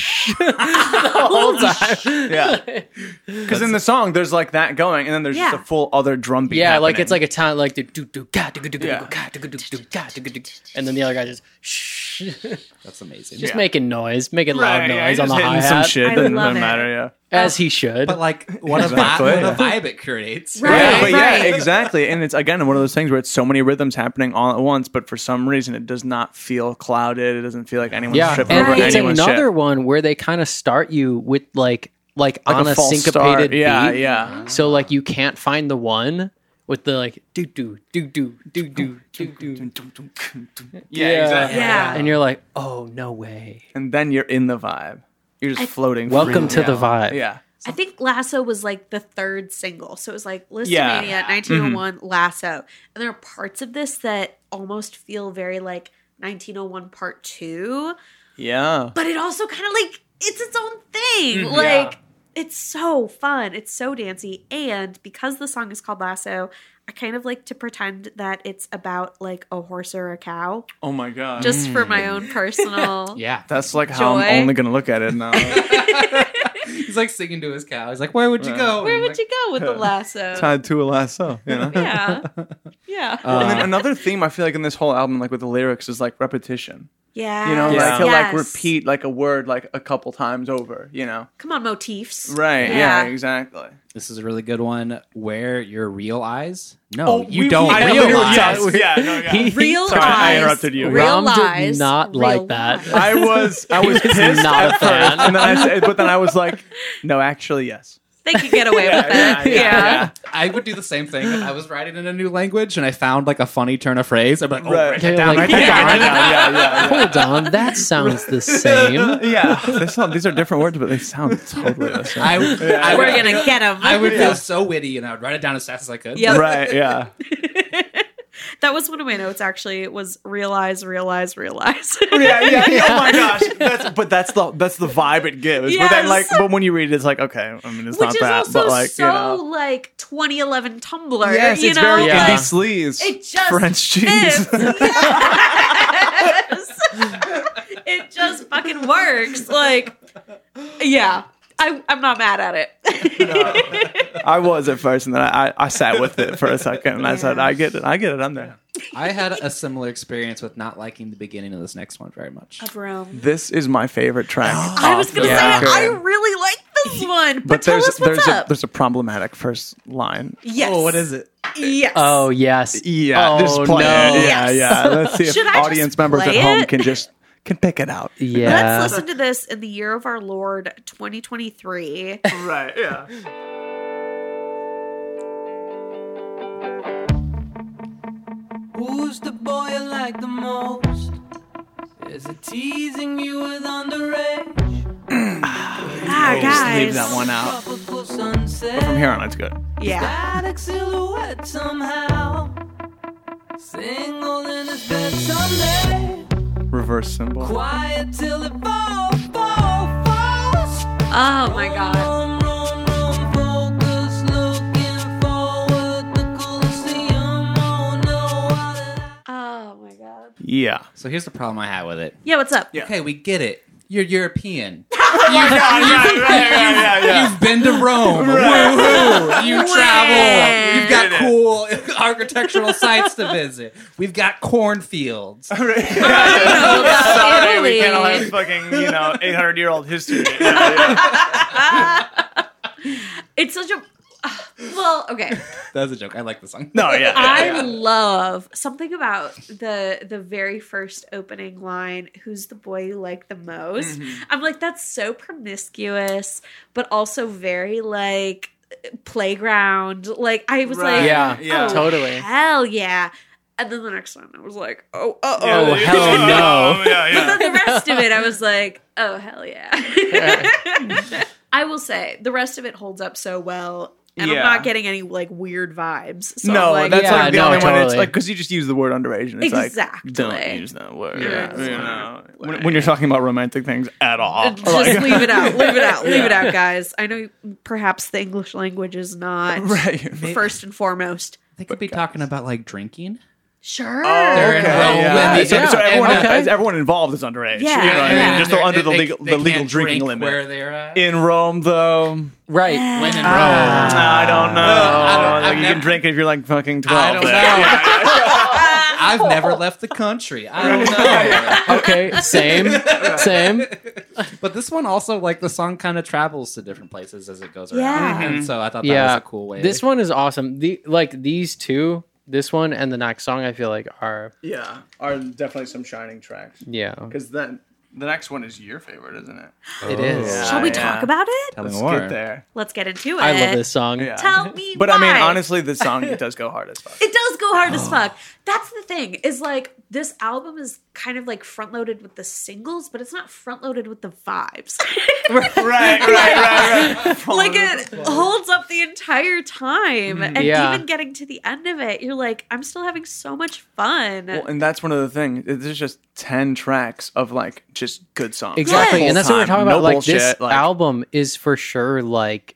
S5: shh, *laughs* the
S2: *laughs*
S5: whole time. *laughs*
S4: Yeah. Because in the song, there's like that going, and then there's
S2: Yeah.
S4: just a full other drum beat.
S5: Yeah, like
S4: happening.
S5: it's like a time like the do do ga do do do
S4: Yeah.
S5: ga do do do ga
S2: *laughs*
S5: do do and then the other guy just shh, *laughs* just
S3: That's amazing.
S5: making noise, making
S4: Right,
S5: loud
S4: yeah,
S5: noise on
S4: just
S5: the
S4: hitting
S5: hi
S4: Some
S5: hat
S4: shit
S2: I
S4: doesn't
S2: love
S4: really
S2: it.
S4: matter. Yeah.
S5: as he should.
S3: But like what a vibe,
S4: Exactly,
S3: what a
S4: yeah.
S3: vibe it creates.
S2: Right,
S4: yeah, but
S2: right.
S4: yeah, exactly. And it's again one of those things where it's so many rhythms happening all at once, but for some reason it does not feel clouded. It doesn't feel like anyone's
S5: yeah,
S4: tripping
S5: and
S4: over
S5: it's
S4: anyone's
S5: another
S4: shit.
S5: one where they kind of start you with like like,
S4: Like
S5: on a,
S4: false
S5: syncopated
S4: start. Yeah,
S5: beat.
S4: yeah.
S5: So like you can't find the one with the like do do do do do do do do.
S4: Yeah, exactly.
S2: Yeah.
S5: And you're like, oh no way.
S4: And then you're in the vibe. You're just floating.
S5: Welcome
S4: freely.
S5: to the vibe.
S4: Yeah.
S2: I think Lasso was like the third single. So it was like Listomania,
S4: Yeah.
S2: 1901, Lasso. And there are parts of this that almost feel very like 1901 part two,
S4: Yeah.
S2: but it also kind of like it's its own thing. Like it's so fun. It's so dancey. And because the song is called Lasso, I kind of like to pretend that it's about like a horse or a cow
S4: Oh my god.
S2: just for my own
S4: *laughs*
S2: personal.
S3: Yeah.
S4: Mm. that's like how
S2: Joy.
S4: I'm only gonna look at it now.
S3: He's like singing to his cow. He's like, Where would you
S2: *laughs*
S3: go?
S2: Where
S3: And
S2: would
S3: like,
S2: you go with the
S4: *laughs*
S2: lasso?
S4: Tied to a lasso, you know.
S2: Yeah. Yeah.
S4: And then
S3: Uh,
S4: another theme I feel like in this whole album, like with the lyrics, is like repetition.
S2: yeah.
S4: You know,
S3: Yes.
S4: like he'll like
S2: Yes.
S4: repeat like a word like a couple times over. You know.
S2: Come on, motifs.
S4: Right.
S2: Yeah.
S4: Yeah. exactly.
S3: This is a really good one. Where your real eyes? No,
S4: Oh,
S3: you
S4: we-
S3: don't
S4: I
S3: realize.
S4: literally-
S3: *laughs*
S4: yes, yeah, no, yeah.
S5: He-
S2: *laughs* Real
S4: *laughs* Sorry,
S2: eyes.
S4: I interrupted you.
S2: Real
S5: Rom did
S2: lies,
S5: not
S2: real
S5: like that.
S2: lies.
S4: I was *laughs* I was
S5: He was
S4: pissed
S5: not a
S4: at
S5: fan.
S4: first, and then I said, but then I was like, no, actually, yes.
S2: They could get away
S4: *laughs*
S2: with it. Yeah.
S3: I would do the same thing. If I was writing in a new language and I found like a funny turn of phrase, I'd be like, oh,
S4: Right.
S3: write
S5: Yeah,
S3: that down,
S5: like,
S3: write that
S5: yeah,
S3: down,
S5: write
S3: write that down.
S4: *laughs* yeah, yeah, yeah.
S5: Hold on, that sounds the same.
S4: Yeah, They sound- these are different words, but they sound totally the same.
S3: I, I
S2: We're
S3: would,
S2: gonna get them.
S3: I
S2: *laughs*
S3: would feel so witty and I would write it down as fast as I could.
S2: Yep.
S4: Right, yeah.
S2: That was one of my notes. Actually, it was realize, realize, realize.
S4: *laughs* yeah, yeah, yeah. Oh my gosh, that's, but that's the that's the vibe it gives. But then, like,
S2: Yes.
S4: but when you read it, it's like, okay, I mean, it's
S2: *laughs* Which
S4: not
S2: is
S4: that,
S2: also
S4: but like,
S2: so
S4: you know,
S2: like 2011 Tumblr.
S4: yes,
S2: you
S4: it's
S2: know,
S4: very
S5: Yeah.
S4: indie sleaze,
S2: it just
S4: French cheese. *laughs*
S2: fits. Yes. *laughs* it just fucking works. Like, yeah, I, I'm not mad at it.
S4: I was at first, and then I, I, I sat with it for a second, and I said,
S2: Yeah.
S4: I get it, I get it, I'm there.
S3: I had a similar experience with not liking the beginning of this next one very much.
S2: *laughs* of Rome.
S4: This is my favorite track.
S2: *gasps* I was gonna
S4: Yeah.
S2: say I really like this is one. But,
S4: But
S2: tell
S4: there's
S2: us what's
S4: there's a,
S2: up.
S4: there's a problematic first line.
S2: yes.
S3: Oh, what is it?
S2: Yes.
S5: Oh yes.
S4: Yeah,
S5: Oh,
S4: just play
S5: no.
S4: it. Yeah,
S2: Yes.
S4: yeah.
S2: *laughs*
S4: Let's see if
S2: Should I just
S4: audience members at
S2: play
S4: home
S2: it?
S4: can just can pick it out.
S5: Yeah.
S2: Let's listen to this in the year of our Lord 2023.
S4: Right. Yeah.
S7: Who's the boy you like the most? Is it teasing you with underage?
S2: ah, guys.
S3: Leave that one out.
S7: Tropical sunset.
S4: From here on, it's good.
S2: Yeah.
S7: Static silhouette somehow. Single in his bed someday.
S4: Reverse symbol.
S7: Quiet till it falls, falls, falls.
S2: Oh my god.
S7: Roam, roam, roam, focus, looking forward. The Colosseum, oh no, what did I-
S2: Oh my god.
S4: Yeah.
S3: So here's the problem I have with it.
S2: Yeah, what's *laughs* up?
S4: Yeah.
S3: Okay, we get it. You're *laughs* European.
S4: yeah, yeah, yeah,
S3: You've been to Rome. Woo-hoo. You travel. You've got cool *laughs* architectural sites to visit. We've got cornfields.
S4: Sorry,
S2: Italy.
S4: we can't all have fucking you know 800 year old history. Yeah, yeah.
S2: *laughs* It's such a. *sighs* Well, okay.
S3: That's a joke. I like the song.
S4: No, yeah,
S2: I
S4: yeah, yeah.
S2: love something about the the very first opening line, who's the boy you like the most? I'm like, that's so promiscuous, but also very like playground. Like I was
S4: Right.
S2: like
S5: Yeah.
S4: Yeah.
S2: oh,
S5: Totally.
S2: Hell yeah. And then the next one I was like, oh uh oh.
S5: Oh, hell
S4: Yeah,
S5: no.
S2: But
S4: yeah.
S2: then the rest of it, I was like, oh, hell yeah. *laughs* I will say, the rest of it holds up so well. And
S4: Yeah.
S2: I'm not getting any like weird vibes. So
S4: No,
S2: I'm like,
S4: that's
S5: Yeah,
S4: like the
S5: no,
S4: only one. It's
S5: totally.
S4: like because you just use the word underage, and it's
S2: Exactly.
S4: like don't use that word.
S2: Yeah.
S4: You know, when, when you're talking about romantic things at all,
S2: just
S4: Like-
S2: leave it out. Leave it out. Leave it out, guys. I know perhaps the English language is not
S4: *laughs* right.
S2: first and foremost.
S3: They could be talking about like drinking.
S2: Sure.
S3: They're in
S4: Okay,
S3: Rome
S4: yeah.
S3: when they-
S4: So, so
S3: yeah,
S4: everyone,
S5: okay.
S4: is- everyone involved is underage.
S2: Yeah.
S4: You know what I mean?
S2: Yeah.
S4: Just they're
S3: They're-
S4: under the
S3: they-
S4: legal,
S3: they
S4: the
S3: can't
S4: legal drinking
S3: drink
S4: limit.
S3: Where they're at.
S4: In Rome, though,
S5: Right.
S3: when in Rome. Ah.
S4: I don't know.
S3: I don't-
S4: like
S3: I've
S4: you
S3: never-
S4: can drink if you're like fucking
S3: I
S4: twelve.
S3: don't know. I've never left the country. I don't *laughs* know.
S5: Okay. Same. Same.
S3: But this one also, like, the song kind of travels to different places as it goes around.
S2: Yeah.
S3: And so I thought that was a cool way.
S5: This one is awesome. The like these two, this one and the next song, I feel like are
S4: *laughs* Yeah, are definitely some shining tracks.
S5: yeah.
S4: Because then the next one is your favorite, isn't it?
S5: It is.
S2: Shall we
S4: Yeah.
S2: talk about it?
S3: Tell me
S4: Let's
S3: more.
S4: get there.
S2: Let's get into it.
S5: I love this song.
S4: Yeah. *laughs*
S2: Tell me
S4: But I mean, Oh.
S2: why.
S4: honestly, the song it does go hard as fuck.
S2: It does go hard as fuck. That's the thing. Is like this album is kind of like front loaded with the singles, but it's not front loaded with the
S4: *laughs*
S2: vibes.
S4: *laughs*
S2: *laughs*
S4: right, right, right, right.
S2: like it holds up the entire time,
S4: Mm-hmm.
S2: and
S5: Yeah.
S2: even getting to the end of it, you're like, I'm still having so much fun.
S4: Well, and that's one of the things. There's just ten tracks of like just good songs.
S5: Exactly.
S2: Yes.
S5: And that's what we're
S4: Full
S5: talking
S4: time,
S5: about.
S4: no
S5: like this
S4: bullshit, like-
S5: album is for sure like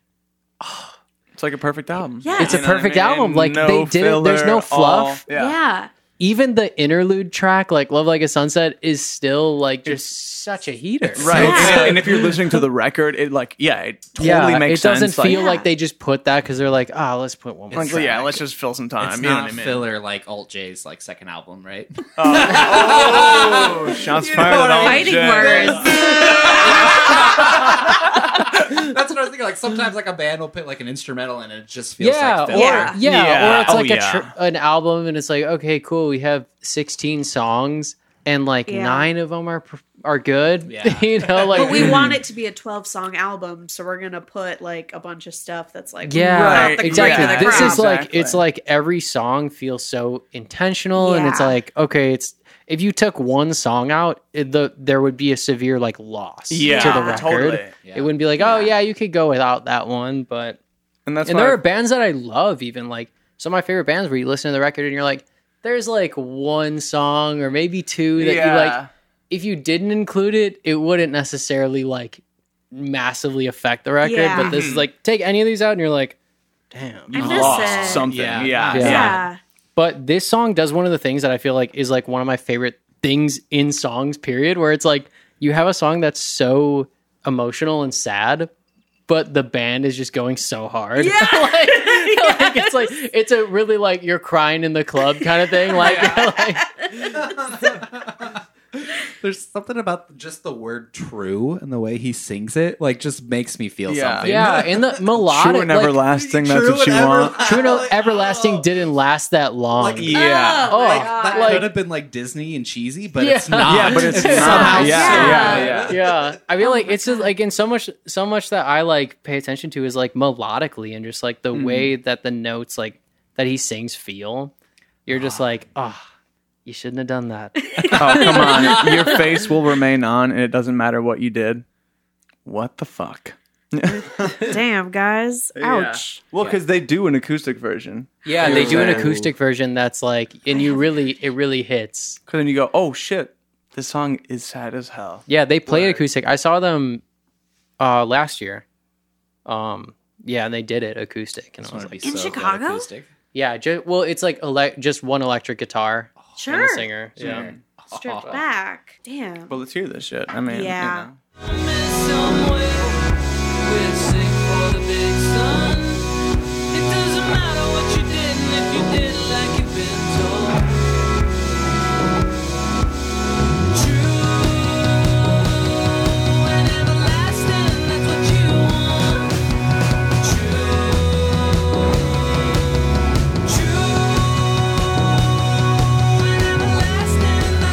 S4: It's like a perfect album.
S2: Yeah. It's a
S4: You know what I
S5: perfect
S4: mean?
S5: album. Like, they did it. There's no fluff.
S4: all-
S2: yeah.
S4: yeah.
S5: even the interlude track, like Love Like a Sunset, is still like just such a heater.
S4: Right.
S2: Yeah.
S4: And, and if you're listening to the record, it like yeah, it totally
S5: yeah,
S4: makes
S5: it doesn't
S4: sense.
S5: feel
S4: like,
S5: like they just put that because they're like, ah, let's put one more.
S4: like,
S5: track.
S4: yeah, let's just fill some time.
S3: It's
S4: you know
S3: not
S4: what I mean?
S3: filler like Alt J's like second album, right?
S4: Oh, *laughs* shots fired at all.
S2: Fighting
S4: Jay.
S2: words.
S3: That's what I was thinking. Like sometimes like a band will put like an instrumental and it just feels
S5: Yeah,
S3: like
S5: or
S3: filler.
S5: yeah.
S2: Yeah.
S5: or
S4: Yeah.
S5: it's
S4: Oh,
S5: like
S4: yeah.
S5: a tr- an album, and it's like, okay, cool, we have sixteen songs, and like
S2: Yeah.
S5: nine of them are pr- are good.
S3: Yeah.
S5: *laughs* you know, like
S2: But
S5: *clears throat*
S2: we want it to be a 12 song album, so we're gonna put like a bunch of stuff that's like
S5: Yeah,
S4: Right,
S2: not the
S5: exactly.
S2: cream of the
S5: This
S2: crop.
S5: is like
S4: Exactly.
S5: it's like every song feels so intentional, and it's
S2: Yeah.
S5: like okay, it's if you took one song out, it, the there would be a severe like loss
S4: Yeah,
S5: to the record.
S4: totally.
S5: It wouldn't be like oh yeah, you could go without that one, but
S4: And that's
S5: and
S4: why
S5: there are bands that I love, even like some of my favorite bands where you listen to the record and you're like, there's like one song or maybe two that you like. If you didn't include it, it wouldn't necessarily like massively affect the record.
S2: Yeah.
S5: But this is like take any of these out and you're like, damn.
S2: I miss it.
S4: lost something.
S3: Yeah.
S4: Yeah. Yeah.
S5: Yeah.
S2: yeah.
S5: But this song does one of the things that I feel like is like one of my favorite things in songs, period, where it's like you have a song that's so emotional and sad, but the band is just going so hard. *laughs* Yeah. like,
S3: *laughs*
S5: like, it's like it's a really like *laughs* you're crying in the club kind of thing. Like, like
S3: There's something about just the word "true" and the way he sings it, like, just makes me feel
S4: Yeah.
S3: something. *laughs* Oh,
S5: yeah, in the melodic,
S4: True and
S5: like,
S4: everlasting. That's
S3: True
S4: what you
S3: and
S4: want.
S5: *laughs*
S3: everlasting.
S5: True
S3: Like,
S5: and everlasting
S3: oh.
S5: didn't last that long.
S3: Like,
S4: Yeah.
S2: Oh, my
S3: Like,
S2: God.
S3: that
S5: Like-
S3: could have been like Disney and cheesy, but
S5: Yeah.
S3: it's not.
S4: Yeah, but it's not.
S3: somehow
S4: Yeah,
S2: yeah,
S3: still-
S4: yeah.
S5: yeah i mean like it's just, like and so much so much that i like pay attention to is like melodically and just like the way that the notes like that he sings feel you're just like ah you shouldn't have done that
S4: Oh, come on. Your face will remain on, and it doesn't matter what you did. What the fuck?
S2: Damn, guys. Ouch.
S4: Well, because they do an acoustic version.
S5: *laughs* yeah they do an
S4: Ooh.
S5: acoustic version that's like and you really it really hits
S4: Because then you go, oh shit, this song is sad as hell.
S5: yeah they played acoustic i saw them uh last year um yeah and they did it acoustic and
S3: Just
S5: i was
S3: wanna be
S5: like
S3: so good
S2: Chicago?
S3: acoustic.
S5: yeah ju- well it's like ele- just one electric guitar and
S2: Sure.
S5: a singer yeah
S4: *laughs*
S2: Stripped back. Damn.
S4: Well, let's hear this shit. I mean,
S2: Yeah.
S4: you know.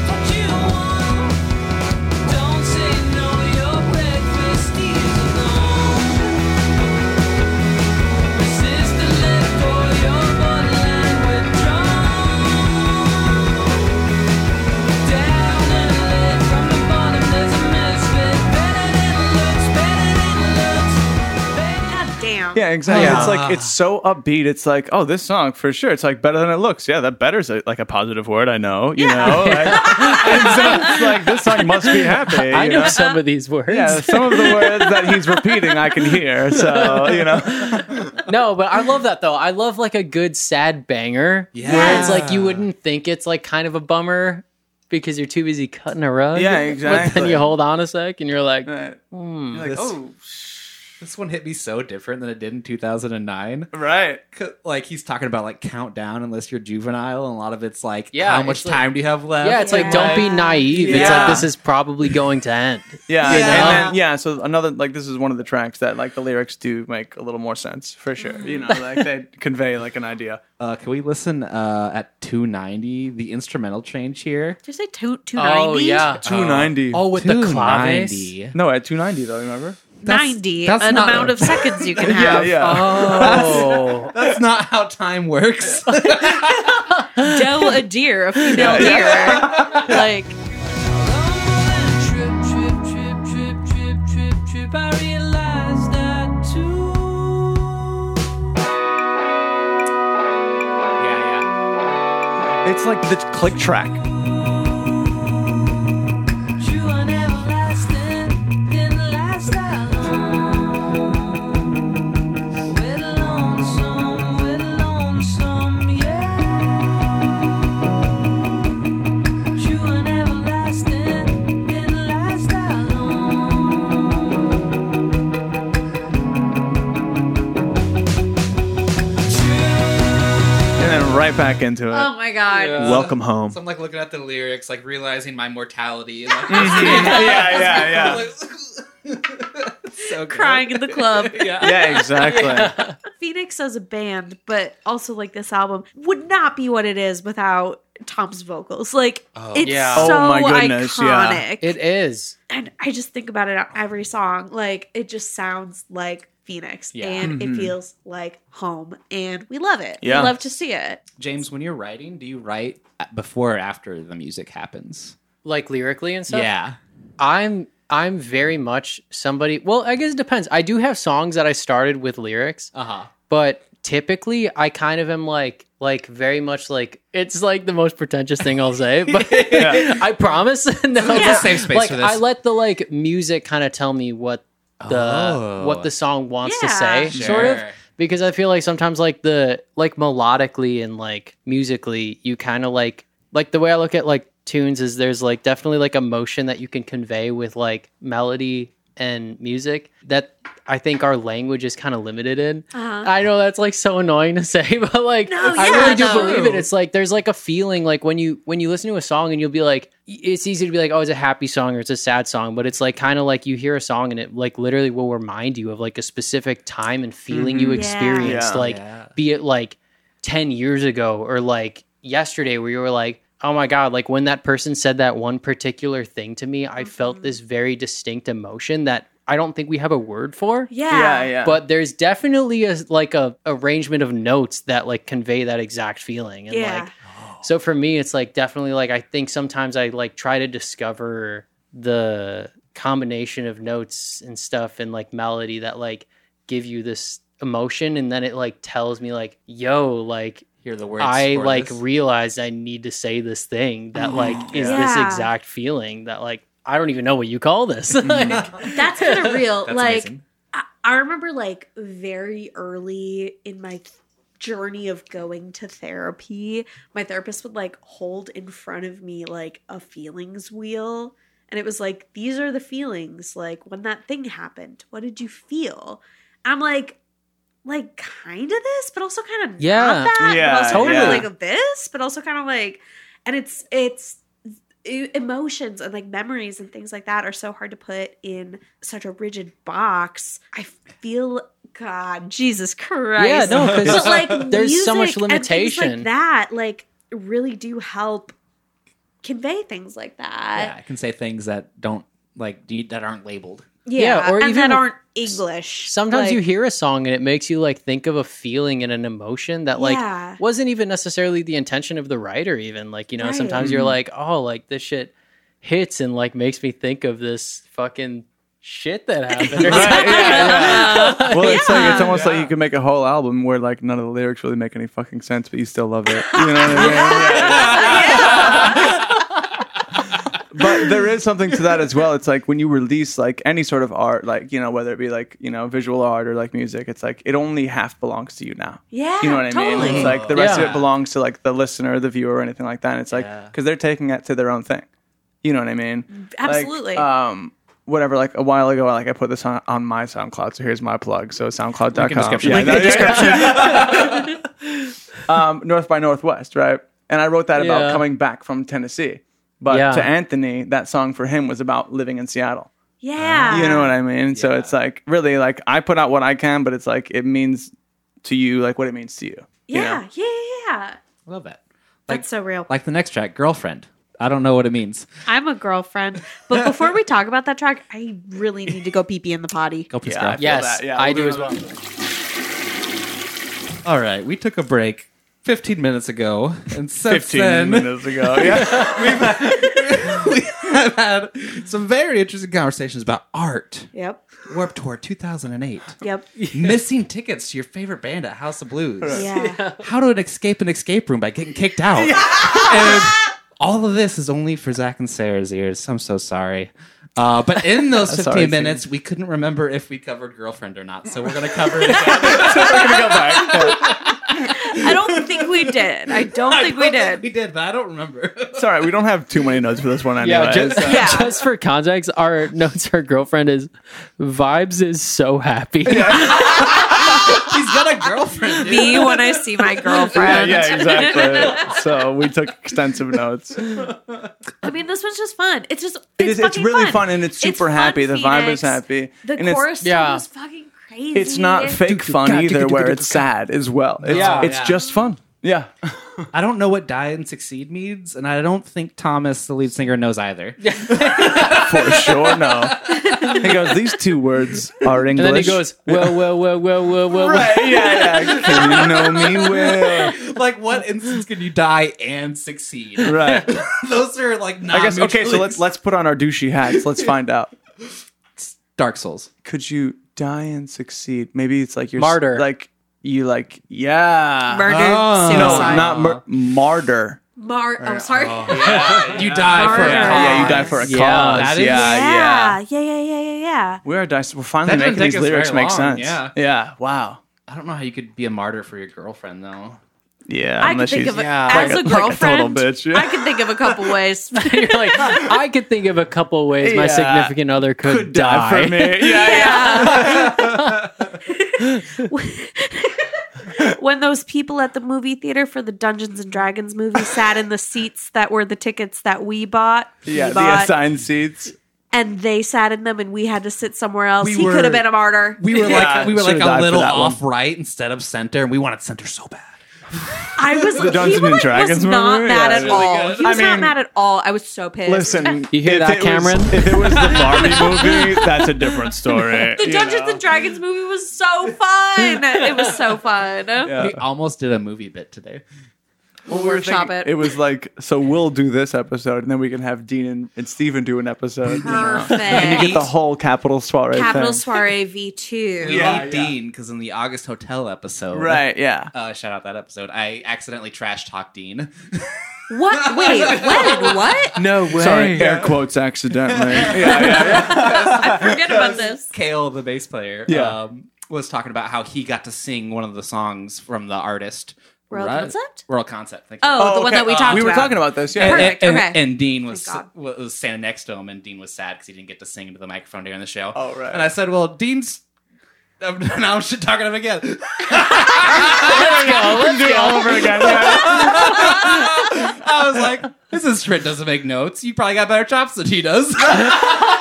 S7: want. Don't say no, your breakfast is alone. Resist the let go, your borderline withdrawn. Down and let from the bottom, there's a mess. Better than looks, better than looks, better.
S2: God damn.
S4: Yeah, exactly. It's like it's so upbeat. It's like, oh, this song for sure. It's like better than it looks. Yeah, that better's a, like a positive word. I know. You know. Like, *laughs* and so it's like this song must be happy.
S5: i
S4: you
S5: know some of these words
S4: Yeah, some of the words that he's repeating, I can hear. So you know,
S5: *laughs* No, but I love that though. I love like a good sad banger. Where it's like you wouldn't think it's like kind of a bummer because you're too busy cutting a
S4: *laughs*
S5: rug.
S4: Yeah,
S5: But then
S4: exactly.
S5: you hold on a sec and you're like,
S4: like,
S3: This-
S4: oh,
S3: This one hit me so different than it did in 2009.
S4: right.
S3: 'Cause, Like he's talking about like countdown unless you're juvenile, and a lot of it's like,
S5: Yeah,
S3: how
S5: it's
S3: much
S5: like-
S3: time do you have left?
S5: yeah, it's like don't be
S2: Yeah.
S5: naive. It's
S4: Yeah.
S5: like this is probably going to end.
S4: Yeah,
S3: You
S4: and- and
S3: know?
S4: then- yeah. So another like this is one of the tracks that like the lyrics do make a little more sense for sure. You *laughs* know, like they convey like an idea.
S3: Uh, can we listen uh, at 290 the instrumental change here?
S2: Did you say two two ninety?
S5: Oh yeah.
S4: Two ninety.
S5: Oh, with the claves.
S3: 290.
S4: no, at two ninety though. Remember?
S2: Ninety.
S3: that's
S2: an
S3: not-
S2: amount of seconds you can have.
S5: *laughs*
S4: oh.
S5: Oh,
S3: That's not how time works.
S2: Doe a
S5: *laughs*
S2: deer, a female deer. Like
S7: Trip, trip, trip, trip, trip, trip, trip. I realized that too.
S4: *laughs* It's like the click track.
S7: True and everlasting didn't last that long. With a lonesome, with a lonesome, yeah. True and everlasting didn't last that long. True.
S4: And then right back into it.
S2: Oh my god.
S4: Welcome home.
S3: So I'm like looking at the lyrics, like realizing my mortality. And, *laughs* like,
S4: *laughs* yeah, yeah,
S3: *laughs*
S4: yeah.
S3: so good.
S2: Crying in the club.
S4: *laughs*
S5: *laughs*
S4: Yeah, exactly.
S2: Phoenix as a band, but also like this album would not be what it is without Tom's vocals. Like it's
S5: yeah.
S2: so
S4: Oh my goodness, yeah.
S2: iconic.
S5: *laughs* it is.
S2: and I just think about it on every song. Like it just sounds like Phoenix,
S3: Yeah.
S2: and it feels like home, and we love it.
S4: Yeah.
S2: We love to see it.
S3: James, when you're writing, do you write at- before or after the music happens?
S5: Like lyrically and stuff.
S3: yeah.
S5: I'm I'm very much somebody. Well, I guess it depends. I do have songs that I started with lyrics.
S3: Uh
S4: uh-huh.
S3: huh.
S5: but typically I kind of am like like very much like it's like the most pretentious thing I'll say, but I promise. *laughs* no,
S3: It's a safe space
S5: like
S3: for this.
S5: I let the like music kind of tell me what the
S3: Oh.
S5: what the song wants
S2: Yeah.
S5: to say, sort of.
S3: Sure.
S5: Because I feel like sometimes like the like melodically and like musically, you kind of like like the way I look at like tunes is there's like definitely like emotion that you can convey with like melody and music that I think our language is kind of limited in. I know that's like so annoying to say, *laughs* but like
S2: Uh-huh. No,
S5: I
S2: yeah,
S5: really do
S2: no.
S5: believe it. It's like there's like a feeling like when you when you listen to a song and you'll be like it's easy to be like oh it's a happy song or it's a sad song, but it's like kind of like you hear a song and it like literally will remind you of like a specific time and feeling you
S2: Yeah.
S5: experienced
S4: Yeah.
S5: like
S3: Yeah.
S5: be it like 10 years ago or like yesterday where you were like oh my god like when that person said that one particular thing to me i felt this very distinct emotion that i don't think we have a word for
S2: Yeah.
S4: yeah, yeah.
S5: but there's definitely a like a arrangement of notes that like convey that exact feeling and
S2: Yeah.
S5: like
S3: Oh.
S5: so for me it's like definitely like i think sometimes i like try to discover the combination of notes and stuff and like melody that like give you this emotion and then it like tells me like yo like
S3: Hear the words.
S5: I
S3: for
S5: like
S3: this.
S5: realized I need to say this thing that like is this
S2: Yeah.
S5: exact feeling that like I don't even know what you call this. *laughs* Like,
S3: Mm.
S2: That's kind of real.
S3: That's
S2: like,
S3: amazing.
S2: I, I remember like very early in my journey of going to therapy, my therapist would like hold in front of me like a feelings wheel. And it was like, these are the feelings. Like when that thing happened, what did you feel? I'm like, like kind of this, but also kind of
S5: Yeah.
S2: not that.
S4: Yeah,
S2: but also kind
S4: yeah.
S2: of like of this, but also kind of like, and it's it's e- emotions and like memories and things like that are so hard to put in such a rigid box. I feel God, Jesus Christ.
S5: yeah, no,
S2: but
S5: because
S2: like
S5: *laughs* there's so much
S2: music and things
S5: limitation.
S2: like that like really do help convey things like
S3: yeah,
S2: that.
S3: I can say things that don't like do- that aren't labeled.
S2: Yeah,
S5: Yeah, or
S2: and
S5: even-
S2: that aren't English.
S5: Sometimes
S2: Like,
S5: you hear a song and it makes you like think of a feeling and an emotion that like
S2: Yeah.
S5: wasn't even necessarily the intention of the writer even like you know
S2: Right.
S5: sometimes you're like oh like this shit hits and like makes me think of this fucking
S2: *laughs*
S5: shit that happened or
S4: Right,
S2: uh,
S5: something. *laughs*
S4: yeah, yeah. Well, it's like it's
S2: Yeah.
S4: almost like you could make a whole album where like none of the lyrics really make any fucking sense, but you still love it. You know what
S2: *laughs*
S4: I mean? *laughs* But there is something to that as well. It's like when you release like any sort of art, like you know whether it be like you know visual art or like music, it's like it only half belongs to you now.
S2: Yeah,
S4: You know what I mean?
S2: totally.
S4: It's like the rest of
S5: Yeah.
S4: it belongs to like the listener, the viewer, or anything like that. And it's like
S3: Yeah.
S4: because they're taking it to their own thing. You know what I mean? Like,
S2: Absolutely.
S4: um, whatever. Like a while ago, like I put this on, on my SoundCloud, so here's my plug. So SoundCloud.com.
S3: Link in description.
S4: Yeah,
S3: Link in
S4: no, yeah, yeah. *laughs* um, North by Northwest, right? And I wrote that
S5: Yeah.
S4: about coming back from Tennessee. But
S5: Yeah.
S4: to Anthony, that song for him was about living in Seattle.
S2: yeah.
S4: You know what I mean? So it's like really like I put out what I can, but it's like it means to you like what it means to you. you know?
S2: Yeah, yeah, yeah, yeah.
S3: I love that. Like
S2: That's so real.
S3: like the next track, girlfriend. I don't know what it means.
S2: I'm a girlfriend. But
S5: *laughs*
S2: before we talk about that track, I really need to go pee pee in the potty.
S3: Go please
S4: Yeah,
S3: girl.
S4: I feel
S5: yes
S4: that. Yeah,
S5: I
S4: we'll
S5: do
S4: do
S5: as well
S3: All right, we took a break 15 minutes ago, and since
S4: 15
S3: then
S4: minutes ago.
S3: *laughs*
S4: Yeah.
S3: we have had some very interesting conversations about art.
S2: Yep.
S3: Warp Tour 2008.
S2: Yep.
S3: Missing tickets to your favorite band at House of
S2: *laughs*
S3: Blues.
S2: Yeah.
S3: How to escape an escape room by getting kicked out. and all of this is only for Zach and Sarah's ears. I'm so sorry. Uh, but in those 15
S4: Sorry, Steve.
S3: minutes, we couldn't remember if we covered girlfriend or not. So we're going to cover it again.
S2: I don't think we did. I don't think we did.
S3: we did, but I don't remember.
S4: *laughs*
S3: *laughs*
S4: Sorry, we don't have too many notes for this one anyway.
S5: Yeah, just,
S4: so-
S2: Yeah.
S5: *laughs* just for context, our *laughs* notes, our girlfriend is vibes is so happy.
S3: She's got a girlfriend. dude.
S2: Me when I see *laughs* my
S4: yeah,
S2: girlfriend.
S4: yeah, *laughs* exactly. so we took extensive notes.
S2: *laughs* I mean, this one's just fun. It's just it's,
S4: It is, it's
S2: fucking
S4: really fun. and it's
S2: It's
S4: super
S2: fun,
S4: happy. The vibe is
S2: Phoenix.
S4: happy.
S2: The
S4: and it's,
S2: chorus
S5: yeah.
S2: yeah. was fucking crazy.
S4: it's not fake fun either, where it's sad as well. It's,
S5: Yeah.
S4: it's
S5: Yeah.
S4: just fun. Yeah.
S3: I don't know what die and succeed means, and I don't think Thomas, the lead singer, knows either.
S4: For sure, no. *laughs* He goes, these two words are English.
S5: *laughs* And then he goes, well, well, well, well, well, well, well.
S4: right, *laughs* yeah, yeah. Can you know me well?
S3: like, what instance can you die and succeed?
S4: Right.
S3: *laughs* Those are like not.
S4: I guess, okay, so let's, let's put on our douchey hats. Let's find out.
S3: Dark Souls.
S4: could you die and succeed? Maybe it's like you're
S5: Martyr.
S4: like you like yeah,
S2: murder,
S3: Oh.
S4: no,
S2: suicide,
S4: not mur- martyr.
S2: mar. I'm sorry.
S3: *laughs*
S2: *laughs*
S3: You die for a
S2: Yeah,
S3: cause.
S4: Yeah, you die for a
S5: Yeah,
S4: cause.
S3: that
S4: Yeah,
S3: is-
S2: yeah,
S4: yeah,
S2: yeah, yeah, yeah, yeah, yeah.
S4: We are dice. We're finally
S3: That didn't
S4: making these
S3: take us
S4: lyrics
S3: very
S4: make
S3: long,
S4: sense.
S3: yeah.
S4: yeah. Wow.
S3: I don't know how you could be a martyr for your girlfriend though.
S4: Yeah,
S2: I could
S4: unless
S2: think
S4: she's
S2: of a,
S3: yeah,
S2: as a
S4: like a- like a total
S2: girlfriend.
S4: bitch,
S2: *laughs*
S4: yeah.
S2: I could think of a couple ways.
S4: *laughs*
S5: *laughs* You're like, I could think of a couple ways my
S4: Yeah.
S5: significant other could,
S4: could
S5: die.
S4: die for me. Yeah, yeah.
S2: when those people at the movie theater for the Dungeons and Dragons
S4: *laughs*
S2: movie sat in the seats that were the tickets that we bought, he
S4: Yeah, the
S2: bought,
S4: assigned seats.
S2: and they sat in them, and we had to sit somewhere else.
S3: We
S2: he
S3: were-
S2: could have been a martyr.
S3: We *laughs* were
S4: Yeah,
S3: like we were
S4: should've
S3: like
S4: died
S3: a
S4: for
S3: little
S4: that one.
S3: off right instead of center, and we wanted center so bad.
S2: I was the
S4: Dungeons and Dragons
S2: was not
S4: movie?
S2: mad
S4: Yeah,
S2: at
S4: really
S2: all.
S4: good.
S2: He was
S4: I
S2: not
S4: mean-
S2: mad at all. I was so pissed. *laughs*
S4: Listen,
S5: You hear
S4: if it
S5: that,
S4: was-
S5: Cameron?
S4: *laughs* if it was the Barbie movie, that's a different
S2: *laughs*
S4: story.
S2: the Dungeons and Dragons movie was so fun. it was so fun. *laughs*
S3: We almost did a movie bit today.
S2: We'll workshop it.
S4: It was like, so we'll do this episode, and then we can have Dean and, and Steven do an episode. you know?
S2: Perfect.
S4: The whole capital soiree
S2: Capital
S4: thing.
S2: Soiree V two.
S3: We
S4: Yeah,
S3: love
S4: yeah.
S3: Dean because in the August Hotel episode,
S4: Right, yeah.
S3: Uh, shout out that episode. I accidentally trash talked Dean.
S2: What? Wait, when?
S4: *laughs*
S2: What?
S5: No way.
S4: Sorry, air quotes accidentally. yeah, yeah,
S2: Forget about this.
S3: Kale, the bass player,
S4: Yeah.
S3: um, was talking about how he got to sing one of the songs from the artist
S2: World
S3: Ru-
S2: Concept?
S3: World Concept. Thank you.
S2: *laughs* Oh, the one
S4: okay.
S2: that we
S4: Uh,
S2: talked about.
S4: We were talking about this, yeah.
S3: And,
S2: Perfect,
S3: and-
S2: okay.
S3: and Dean was
S2: Thank
S3: was standing next to him, and Dean was sad because he didn't get to sing into the microphone during the show.
S4: Oh, right.
S3: And I said, "Well, Dean's." *laughs* I'm- now I'm shit *laughs* talking him again.
S4: We can do it all over again. yeah.
S3: I was like, "This is Trent doesn't make notes. You probably got better chops than he does."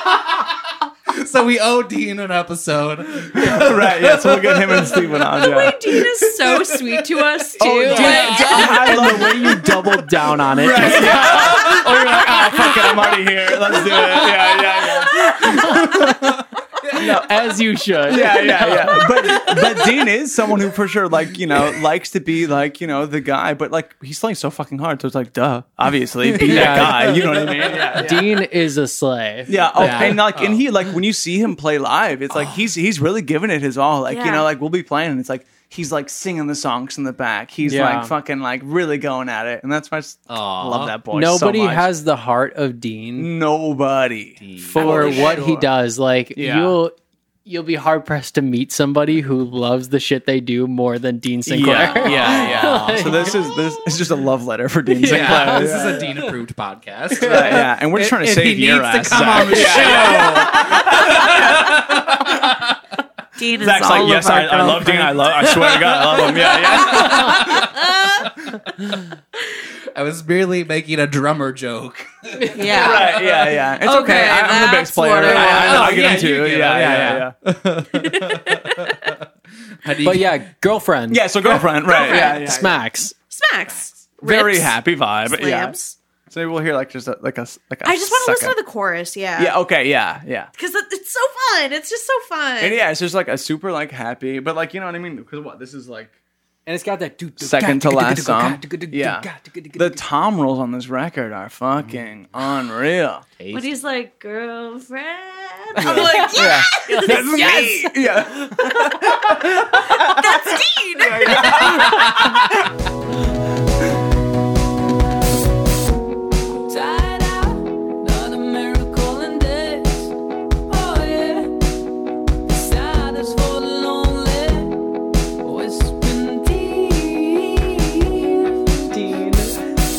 S3: *laughs* so we owe Dean an episode.
S4: *laughs* right, *laughs* yeah. So we'll get him and Steven on. Yeah.
S2: Dean is so sweet to us too.
S5: Dude,
S2: Like,
S5: I love the way you doubled down
S4: *laughs*
S5: on it.
S4: Oh, you're like, oh, fuck it, I'm already here. Let's do it. Yeah, yeah, yeah.
S5: No, as you should.
S4: yeah, yeah, yeah. But but Dean is someone who for sure like you know likes to be like you know the guy, but like he's slaying so fucking hard. So it's like, duh, obviously be
S5: Yeah.
S4: that guy. You know what I mean? Yeah. yeah.
S5: Dean is a slave.
S4: Yeah, oh,
S3: Yeah.
S4: and like, and he like when you see him play live, it's like he's he's really giving it his all. Like you
S2: Yeah.
S4: know, like we'll be playing, and it's like he's like singing the songs in the back. He's
S5: Yeah.
S4: like fucking like really going at it, and that's why I just
S3: Aw.
S4: love that boy. so
S5: Nobody
S4: much. Mm,
S5: has the heart of Dean
S4: nobody.
S5: for
S4: Holy
S5: what
S4: shit.
S5: he does. Like
S4: Yeah.
S5: you'll you'll be hard pressed to meet somebody who loves the shit they do more than Dean Sinclair. *laughs*
S2: *laughs*
S4: Yeah, yeah, yeah. so this is this is just a love letter for Dean Sinclair.
S3: Yeah, this is a Dean approved *laughs* podcast.
S4: Yeah, yeah, and we're just trying to
S3: If
S4: save
S3: he
S4: your
S3: needs
S4: ass,
S3: to come
S4: Zach.
S3: on the
S4: Yeah.
S3: show.
S2: Dean is
S4: Zach's
S2: all
S4: like,
S2: of
S4: yes,
S2: our
S4: I, I love Dean. I love. I swear to God, I love him. Yeah,
S3: *laughs*
S4: yeah.
S3: I was merely making a drummer joke.
S2: girlfriends. Yeah.
S4: Right, yeah, yeah. It's okay.
S2: Okay,
S4: I, I'm the
S2: that's
S4: bass player. I,
S2: what it
S4: I, I
S3: was.
S4: get
S3: Oh, Yeah,
S4: him too.
S3: you get it.
S4: Yeah, yeah,
S3: Yeah,
S4: yeah,
S3: How do you-
S5: But yeah, girlfriend.
S4: Yeah, So girlfriend, right? Yeah, yeah.
S5: Smacks.
S2: Smacks.
S4: Very
S2: Rips.
S4: happy vibe.
S2: Slams.
S4: Yeah. So we'll hear like just a, like a like a.
S2: I just want to listen
S4: second.
S2: to the chorus. Yeah.
S4: Yeah. Okay. Yeah. Yeah.
S2: Because it's so fun. It's just so fun.
S4: And yeah, it's just like a super like happy, but like you know what I mean? Because what this is like
S5: And it's got that
S4: second to last song. Yeah. The tom rolls on this record are fucking unreal.
S2: When he's like, girlfriend. I'm like, yeah, *laughs*
S4: Yeah.
S2: yes.
S4: Yeah.
S2: That's Dean.
S7: Tied out, another miracle in days. Oh yeah, silence for the lonely. Oh, Whispering deep.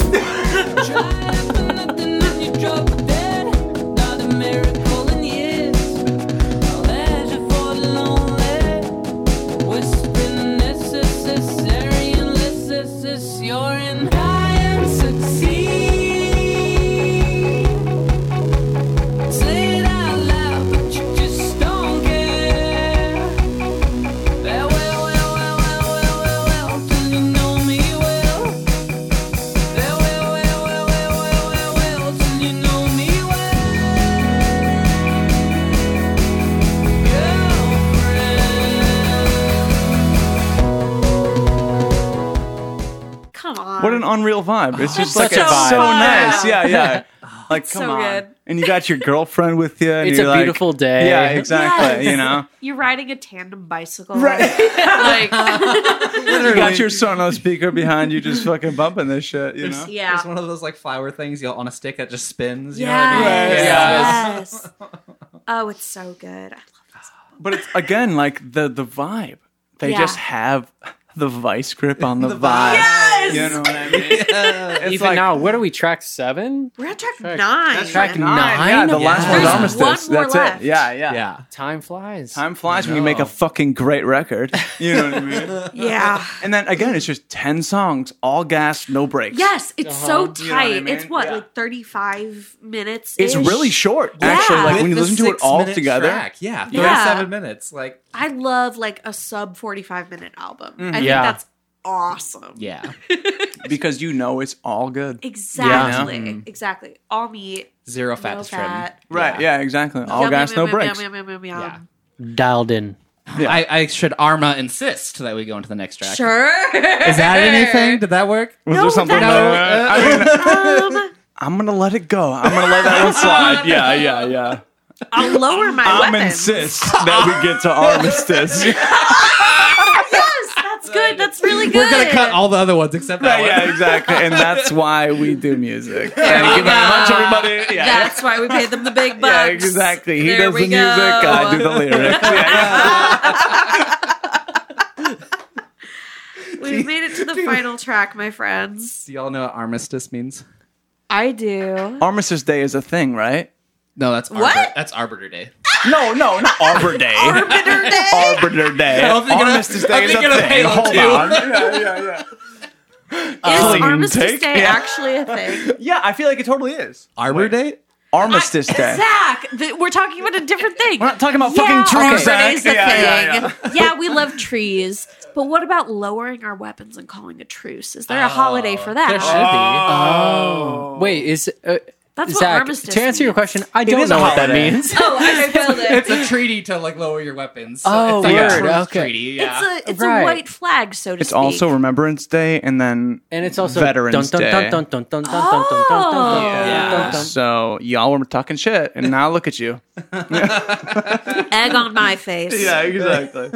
S7: *laughs* Tried out for nothing and you drop dead. Another miracle in years. Pleasure for the lonely. Whispering necessary and necessary. You're in high and succeed. Say it out loud, but you just don't care. Well, well, well, well, well, well, well, well, 'cause you know me well. Well, well, well, well, well, well, well, well, 'cause you know me well. Girlfriend.
S2: Come on.
S4: What an unreal vibe. It's just like
S5: such a
S4: it's
S5: vibe.
S4: so
S2: Wow.
S4: nice. Yeah, yeah. *laughs* Like come
S2: so
S4: on.
S2: good.
S4: And you got your girlfriend with you. And
S5: It's
S4: you're
S5: a
S4: like-
S5: beautiful day.
S4: Yeah, exactly. You know,
S2: *laughs* You're riding a tandem bicycle. Right. *laughs* like,
S4: *laughs* you got your Sonos speaker behind you, just fucking bumping this shit. You know.
S2: yeah.
S3: *laughs* It's one of those like flower things you'll on a stick that just spins. You know what I mean?
S4: Yeah.
S2: Yes. yes. Oh, it's so good. I love
S4: But it's again like the the vibe. They
S2: Yeah.
S4: just have the vice grip on the, vibe.
S3: vibe.
S2: Yes!
S4: You know what I mean? It's
S5: Even
S4: like-
S5: now, what are we? Track seven?
S2: We're at track nine.
S5: Track nine.
S4: Yeah, the last
S2: There's
S4: one's armistice.
S2: one more
S4: That's
S2: left.
S4: it. Yeah, yeah.
S3: yeah.
S5: Time flies.
S4: Time flies when you make a fucking
S2: *laughs*
S4: great record. You know what I mean?
S2: Yeah.
S4: And then again, it's just ten songs, all gas, no breaks.
S2: Yes, it's so tight.
S4: Uh-huh. You know what I mean?
S2: It's what,
S4: Yeah.
S2: like 35 minutes?
S4: It's really short,
S2: Yeah.
S4: actually. Like
S2: With
S4: when you
S3: the
S4: listen to it all
S3: six-minute
S4: together.
S3: track, yeah,
S2: Yeah.
S3: thirty-seven minutes. Like,
S2: I love like a sub 45 minute album.
S4: Mm-hmm.
S2: I
S5: Yeah.
S2: think that's awesome.
S3: yeah,
S4: Because you know it's all good.
S2: Exactly. Exactly. All meat.
S3: zero Mm-hmm. fat
S2: No
S3: is trim.
S2: fat.
S4: Right, yeah, exactly. All
S2: Yum,
S4: gas,
S2: yum,
S4: no
S2: yum,
S4: breaks.
S2: Yum, yum, yum, yum, yum.
S5: Dialed in.
S3: I, I should Arma insist that we go into the next track.
S2: Sure.
S3: Is that anything? Did that work?
S4: Was
S2: No,
S4: there something?
S2: that's-
S4: better? I mean,
S2: *laughs* um,
S4: I'm gonna let it go. I'm gonna let that
S2: *laughs*
S4: one slide. Yeah, yeah, yeah.
S2: I'll lower my
S4: I'm
S2: weapons.
S4: insist that we *laughs* get to armistice. yeah,
S2: Yes, that's good. That's really good.
S3: We're gonna
S4: *laughs*
S3: cut all the other ones except that one.
S4: yeah, exactly. And that's why we do music. Thank you very much, everybody. Yeah, yeah.
S2: That's why we paid them the big bucks.
S4: Yeah, exactly. He
S2: There
S4: does the
S2: we
S4: music,
S2: go.
S4: I do the lyrics. *laughs* Yeah.
S2: We've made it to
S4: *laughs*
S2: the final track, my friends.
S3: Do y'all know what armistice means?
S2: I do.
S4: Armistice Day is a thing, right?
S3: No, that's
S2: What?
S3: Arbor- that's Arbiter Day.
S4: No, no, not *laughs* Arbor Day.
S2: Arbiter Day.
S4: Arbiter Day.
S3: I'm thinking of-
S4: Armistice
S3: I'm
S4: Day is a
S3: thinking of
S4: thing.
S3: Halo
S4: Hold
S3: too.
S4: *laughs* on. Yeah, yeah, yeah.
S2: Is
S4: Clean
S2: Armistice
S4: take?
S2: Day
S4: Yeah.
S2: actually a
S4: *laughs*
S2: thing?
S4: Yeah, I feel like it totally is.
S3: Arbor Day?
S4: Armistice Day.
S2: Zach, th- we're talking about a different thing.
S4: We're not talking about
S2: yeah,
S4: fucking
S2: Arbiter
S4: trees, Zach.
S2: Day's the
S4: Yeah, yeah,
S2: thing. *laughs* Yeah, we love trees, but what about lowering our weapons and calling a truce? Is there a holiday for that?
S5: There should be. Oh. Wait, is uh,
S2: That's what
S5: Zach?
S2: armistice
S5: to answer your
S2: means.
S5: question, I don't
S4: is a
S5: know what that
S4: holiday.
S5: means.
S2: *laughs* Oh, I spelled it.
S3: It's a treaty to like lower your weapons. So
S5: Oh,
S3: it's like
S4: yeah.
S3: a truce
S5: Okay.
S3: treaty. Yeah.
S2: It's a it's
S5: Right.
S2: a white flag, so to
S4: It's
S2: speak.
S4: also Remembrance Day, and then
S5: And it's also
S4: Veterans
S5: dun,
S4: Day.
S5: dun, dun, dun, dun, dun, dun, dun, dun, dun,
S2: Oh.
S5: dun, dun, dun.
S4: so y'all were talking shit, and now look at you.
S2: *laughs* egg on my face.
S4: exactly.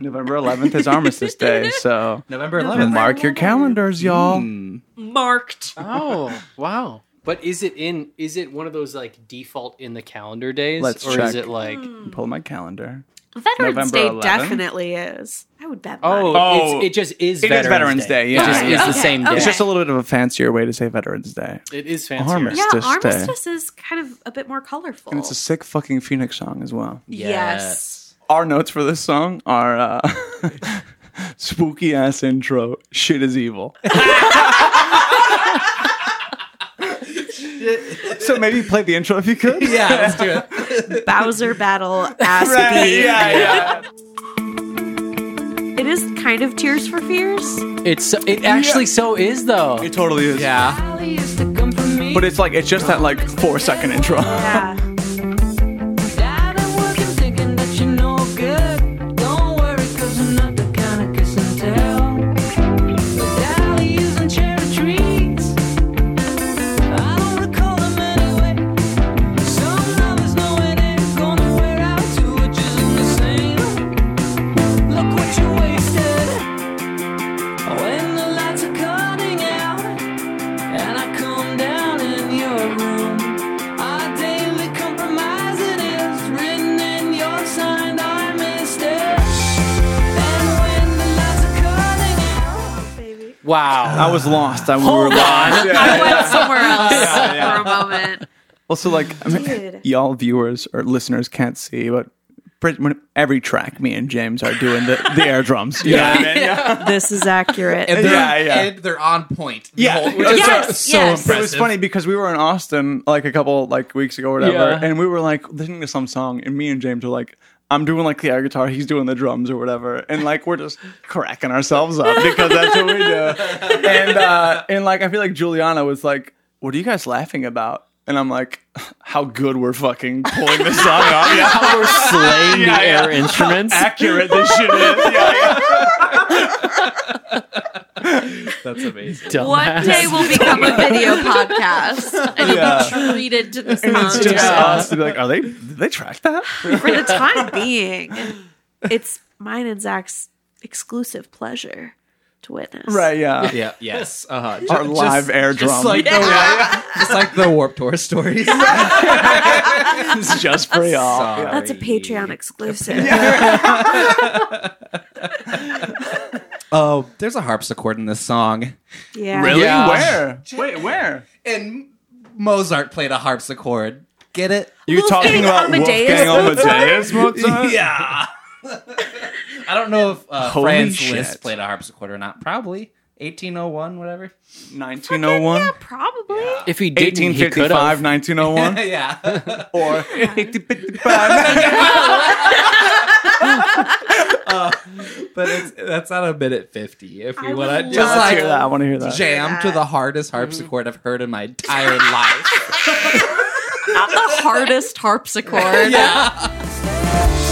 S4: November 11th is Armistice *laughs* Day, so
S3: *laughs* November 11th.
S4: mark your calendars, y'all.
S2: Marked.
S5: Oh, wow. But is it in? Is it one of those like default in the calendar days,
S4: Let's
S5: or is
S4: check.
S5: it like?
S4: Hmm. Pull my calendar.
S2: Veterans
S4: November
S2: Day
S4: 11th?
S2: definitely is. I would bet.
S5: Oh,
S2: money.
S5: It's, it just is.
S4: It is
S5: Veterans
S4: Veterans Day, yeah,
S5: it just
S4: yeah.
S5: is
S2: Okay,
S5: the same day.
S2: okay.
S4: It's just a little bit of a fancier way to say Veterans Day.
S5: It is fancy.
S4: Armist.
S2: yeah,
S4: Armistice Day.
S2: Armistice is kind of a bit more colorful.
S4: And it's a sick fucking Phoenix song as well.
S2: yes.
S4: Our notes for this song are uh, *laughs* spooky ass intro, shit is evil. *laughs* so maybe play the intro if you could.
S3: Yeah, let's do *laughs* it.
S2: Bowser battle ass beat.
S4: yeah, yeah.
S2: It is kind of Tears for Fears.
S5: It's it actually so is though.
S4: It totally is.
S3: Yeah.
S5: *laughs*
S4: But it's like it's just that like four second intro.
S2: *laughs* Yeah.
S7: Dad, I wasn't thinking that you're no good. Don't worry, cause I'm not the kind of kiss and tell. But Dolly isn't cherry trees. I don't recall them anyway. Some lovers know it ain't gonna wear out too, which isn't the same. Look what you wasted. When the lights are cutting out, and I come down in your room. Our daily compromise it is written in your signed I missed it. And when the lights are cutting out.
S5: Wow.
S4: I was lost. I we were lost.
S2: I went somewhere else for a moment.
S4: Also, like I mean,
S2: Dude.
S4: y'all viewers or listeners can't see, but pretty, when every track, me and James are doing the, the
S2: *laughs*
S4: air drums. You know what I mean?
S2: This is accurate.
S3: And they're,
S4: Yeah, yeah.
S3: And they're on point. the
S4: *laughs* Yeah.
S3: whole- which is
S2: Yes,
S3: so- so
S2: yes.
S4: It was
S3: impressive.
S4: funny because we were in Austin like a couple like weeks ago or whatever,
S5: Yeah.
S4: and we were like listening to some song, and me and James were like, "I'm doing like the air guitar, he's doing the drums or whatever," and like we're just cracking ourselves up because that's what we
S3: *laughs*
S4: do. And uh, and like I feel like Juliana was like, "What are you guys laughing about?" And I'm like, "How good we're fucking pulling this
S3: *laughs*
S4: song off! Yeah, how
S5: We're slaying
S4: Yeah,
S5: the
S4: yeah.
S5: air instruments.
S4: accurate this shit is!" Yeah, yeah.
S3: That's amazing.
S2: One day will become a video podcast, and
S4: Yeah.
S2: you'll be treated to this
S4: *laughs* And it's
S2: song
S4: just
S5: Yeah.
S4: us to be like, "Are they? Did they track that?"
S2: for the time being. It's mine and Zach's exclusive pleasure to witness.
S4: Right? Yeah.
S3: Yeah. Yes. Uh-huh.
S4: Our
S3: Ju-
S4: live air drum.
S3: Just like, the, just like the Warp Tour
S4: *laughs*
S3: stories.
S4: it's just for y'all.
S3: Sorry.
S2: That's a Patreon exclusive.
S3: *laughs* Oh, there's a harpsichord in this song.
S2: Yeah.
S4: Really?
S5: Yeah.
S4: Where? Wait, where?
S3: And Mozart played a harpsichord. Get it?
S4: You're
S2: Wolfgang
S4: talking about
S2: Amadeus
S4: Wolfgang
S2: Mozart?
S4: Amadeus *laughs* Mozart?
S3: yeah. I don't know if uh,
S4: Holy
S3: Franz
S4: shit.
S3: Liszt played a harpsichord or not. Probably 1801, *laughs* whatever.
S4: 1901?
S2: Yeah, probably.
S5: If he didn't, he could
S4: 1855,
S5: have.
S4: 1901?
S3: *laughs*
S4: *laughs*
S3: yeah.
S4: or
S3: but it's, that's not a minute 50. If
S2: I
S3: you want
S2: would
S3: to just
S2: love
S4: Let's
S3: like
S4: hear that. I want to hear that.
S3: jam to the hardest harpsichord I've heard in my entire *laughs* life.
S2: Not the hardest harpsichord.
S3: yeah.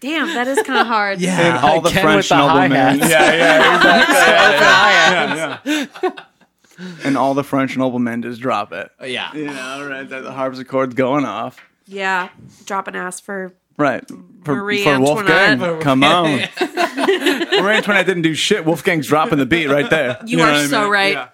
S2: Damn, that is kind of hard.
S4: And
S3: Yeah.
S4: all the
S5: Again
S4: French
S5: with the
S4: noblemen. Yeah,
S5: hi-hats.
S4: yeah, exactly. yeah, yeah, yeah, yeah. And all the French noblemen just drop it.
S3: Yeah.
S4: You know, right? there, The harpsichord's going off.
S2: Yeah. Drop an ass for.
S4: Right. For,
S2: Marie
S4: for Wolfgang.
S2: Antoinette.
S4: Come on. *laughs* Marie Antoinette didn't do shit. Wolfgang's dropping the beat right there.
S2: You,
S4: know
S2: are
S4: what I
S2: so
S4: mean?
S2: right.
S4: Yeah.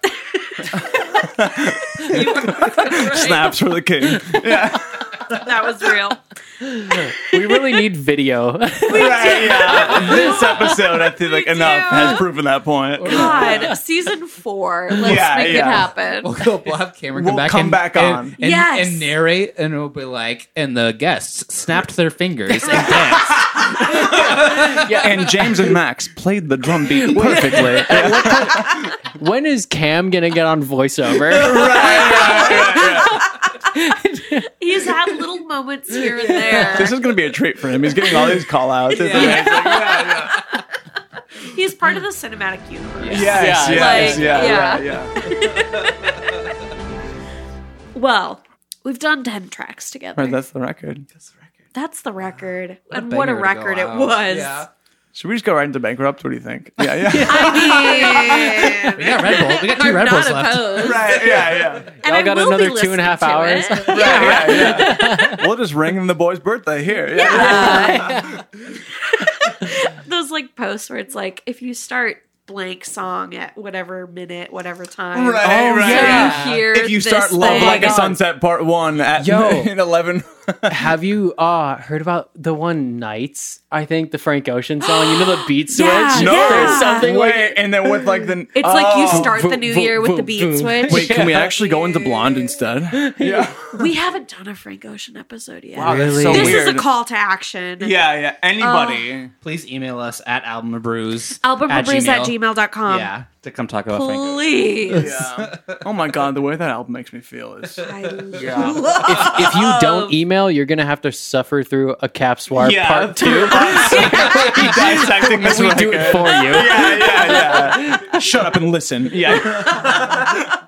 S2: You are so right.
S4: Snaps for the king.
S2: That was
S4: *laughs*
S2: real.
S5: We really need video. *laughs*
S4: right, yeah. This episode, I feel like
S2: We
S4: enough
S2: do.
S4: has proven that point.
S2: God, season four. Let's
S4: Yeah,
S2: make it
S4: yeah.
S2: happen.
S3: We'll, go, we'll have Cameron come
S4: We'll
S3: back
S4: come
S3: and,
S4: back
S3: and-
S4: on.
S3: and,
S2: Yes.
S3: and narrate, and it'll be like, and the guests snapped their
S2: *laughs*
S3: fingers and danced.
S4: And James and Max played the drum *laughs* beat perfectly. Yeah.
S5: when is Cam gonna get
S4: *laughs*
S5: on voiceover?
S2: He's had little moments here and there.
S4: This is going to be a treat for him. He's getting all these call outs.
S2: He's part of the cinematic universe.
S4: Yes,
S5: Yeah,
S4: yes,
S2: like,
S4: yeah,
S2: yeah.
S4: yeah, yeah.
S2: Well, we've done 10 tracks together.
S4: Right, that's the record.
S2: That's the record. and what a record it
S3: Wow.
S2: was.
S3: Yeah.
S4: Should we just go right into bankrupt? What do you think?
S2: *laughs*
S4: Yeah, yeah. *laughs*
S2: I mean,
S3: We got Red Bull. We got two
S2: I'm
S3: Red Bulls
S2: not
S3: left.
S2: opposed.
S4: right, yeah, yeah.
S2: And
S5: Y'all
S2: I
S5: got
S2: will be
S5: another two and a half
S2: listening to
S5: hours?
S2: it.
S4: *laughs* yeah, yeah, yeah. *laughs* We'll just ring the boy's birthday here. Yeah.
S2: Those like posts where it's like, if you start blank song at whatever minute, whatever time. oh,
S4: Right,
S2: so
S4: right.
S2: you
S3: yeah.
S2: hear
S4: If you
S2: this
S4: start Love
S2: thing.
S4: Like a Sunset Part 1 at *laughs*
S5: Yo.
S4: in 11.
S5: have you uh heard about the one Nights? I think the Frank Ocean song. You know the
S2: *gasps*
S5: beat switch.
S2: Yeah,
S4: No,
S2: yeah.
S5: Or something like
S4: Wait, and then with like the.
S2: It's like you
S4: Oh.
S2: start the new year with the beat switch.
S4: Wait, can we actually go into blonde instead? Yeah.
S2: We haven't done a Frank Ocean episode yet.
S5: Really?
S2: this is
S4: Oh, weird.
S2: a call Oh. to action.
S4: Yeah, yeah. Anybody.
S3: Please email us at albumrebrews
S2: Album at
S3: gmail.
S4: Um,
S2: gmail.com.
S3: Yeah, to come talk about Frank. Ocean.
S2: Please.
S4: *laughs* oh my god, the way that album makes me feel is *laughs*
S2: I
S5: if you
S2: *laughs*
S5: don't email, you're gonna have to suffer through a cap swar
S4: Yeah. *laughs*
S5: part two. *laughs*
S4: dissecting this
S5: we
S4: record.
S5: do it for you.
S4: *laughs* Yeah, yeah, yeah. *laughs* Shut up and listen. Yeah.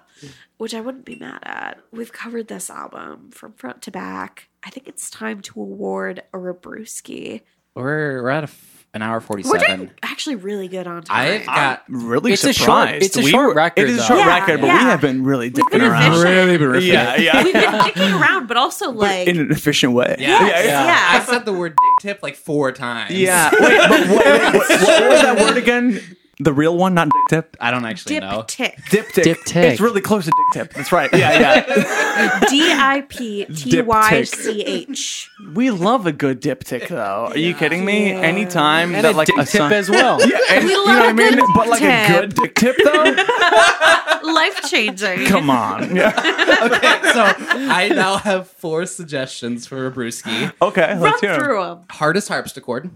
S2: Which I wouldn't be mad at. We've covered this album from front to back. I think it's time to award a Rabruski.
S3: We're we're at a f- an hour forty
S2: We're doing
S3: seven.
S2: actually really good on time.
S3: I've
S4: *laughs*
S3: got
S4: Really
S5: It's a short-
S4: surprised.
S5: it's a short
S4: were-
S5: record,
S4: It is a
S5: though.
S4: short
S2: Yeah,
S4: record, but we
S2: yeah.
S4: have been really
S2: been
S4: dicking around.
S2: efficient.
S4: *laughs* Yeah,
S2: We've *laughs*
S4: yeah.
S2: been dicking around, but also like
S4: In an efficient way.
S3: Yeah.
S4: yeah. yeah.
S3: I
S2: yeah.
S3: said the word dick tip like four times.
S4: Yeah. Wait, but what, what, what was that word again? The real one, not dick tip.
S3: I don't actually know.
S2: Diptych.
S4: Diptych.
S5: Diptych.
S4: It's really close to dick tip. That's right. Yeah, yeah.
S2: D I P T Y C H.
S4: *laughs* we love a good diptych, though. Are you kidding me? Anytime
S5: And
S4: that
S5: a
S4: like
S5: dick
S4: a
S5: tip
S4: son-
S5: as
S4: *laughs*
S5: well.
S4: Yeah, and,
S2: We
S4: you know
S2: love
S4: what
S2: a
S4: I mean.
S2: good
S4: But like
S2: tip.
S4: a good dick tip, though. *laughs*
S2: Life changing.
S4: Come on. Yeah.
S3: Okay, so I now have four suggestions for Brewski.
S4: Okay.
S2: Run
S4: Let's hear. 'em.
S2: through them.
S3: Hardest harpsichord,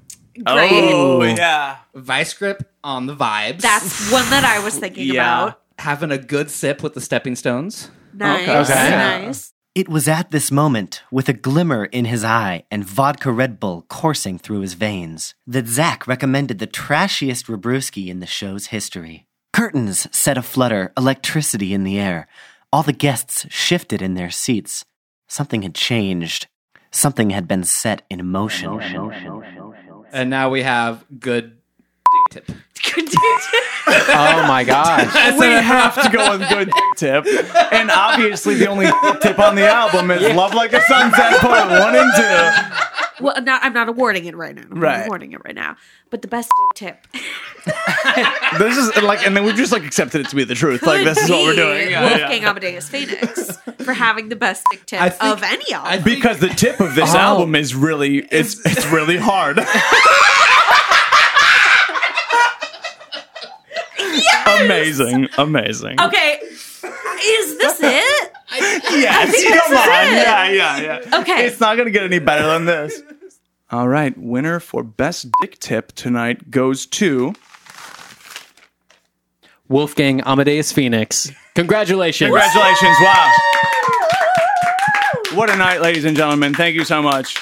S2: Great.
S4: yeah.
S3: vice grip on the vibes.
S2: That's one that I was thinking
S4: Yeah.
S2: about.
S3: having a good sip with the stepping stones.
S2: Nice.
S4: Okay.
S2: Nice.
S8: It was at this moment, with a glimmer in his eye and vodka Red Bull coursing through his veins, that Zach recommended the trashiest Rabruski in the show's history. Curtains set aflutter, electricity in the air. All the guests shifted in their seats. Something had changed. Something had been set in motion.
S3: And now we have good dick tip.
S5: Oh
S3: *laughs*
S5: my gosh.
S4: we have to go with good tip. And obviously, the only tip on the album is "Love Like a Sunset" part one and two.
S2: Well, I'm not, I'm not awarding it right now. I'm not
S4: Right.
S2: awarding it right now. But the best tip.
S4: This is like, and then we just like accepted it to be the truth. Like this is what we're
S2: could be *laughs*
S4: doing. Yeah, yeah.
S2: Wolfgang Amadeus Phoenix for having the best dick tip
S3: I think-
S2: of any album.
S4: Because the tip of this album is really Oh. it's it's really *laughs* hard. Amazing, amazing.
S2: okay, is
S4: *laughs*
S2: this it?
S4: Yes,
S2: think
S4: come
S2: this is
S4: on.
S2: it.
S4: Yeah, yeah, yeah.
S2: Okay.
S4: It's not going to get any better than this. All right, winner for best dick tip tonight goes to
S5: Wolfgang Amadeus Phoenix. Congratulations.
S4: *laughs* Congratulations. Wow. What a night, ladies and gentlemen. Thank you so much.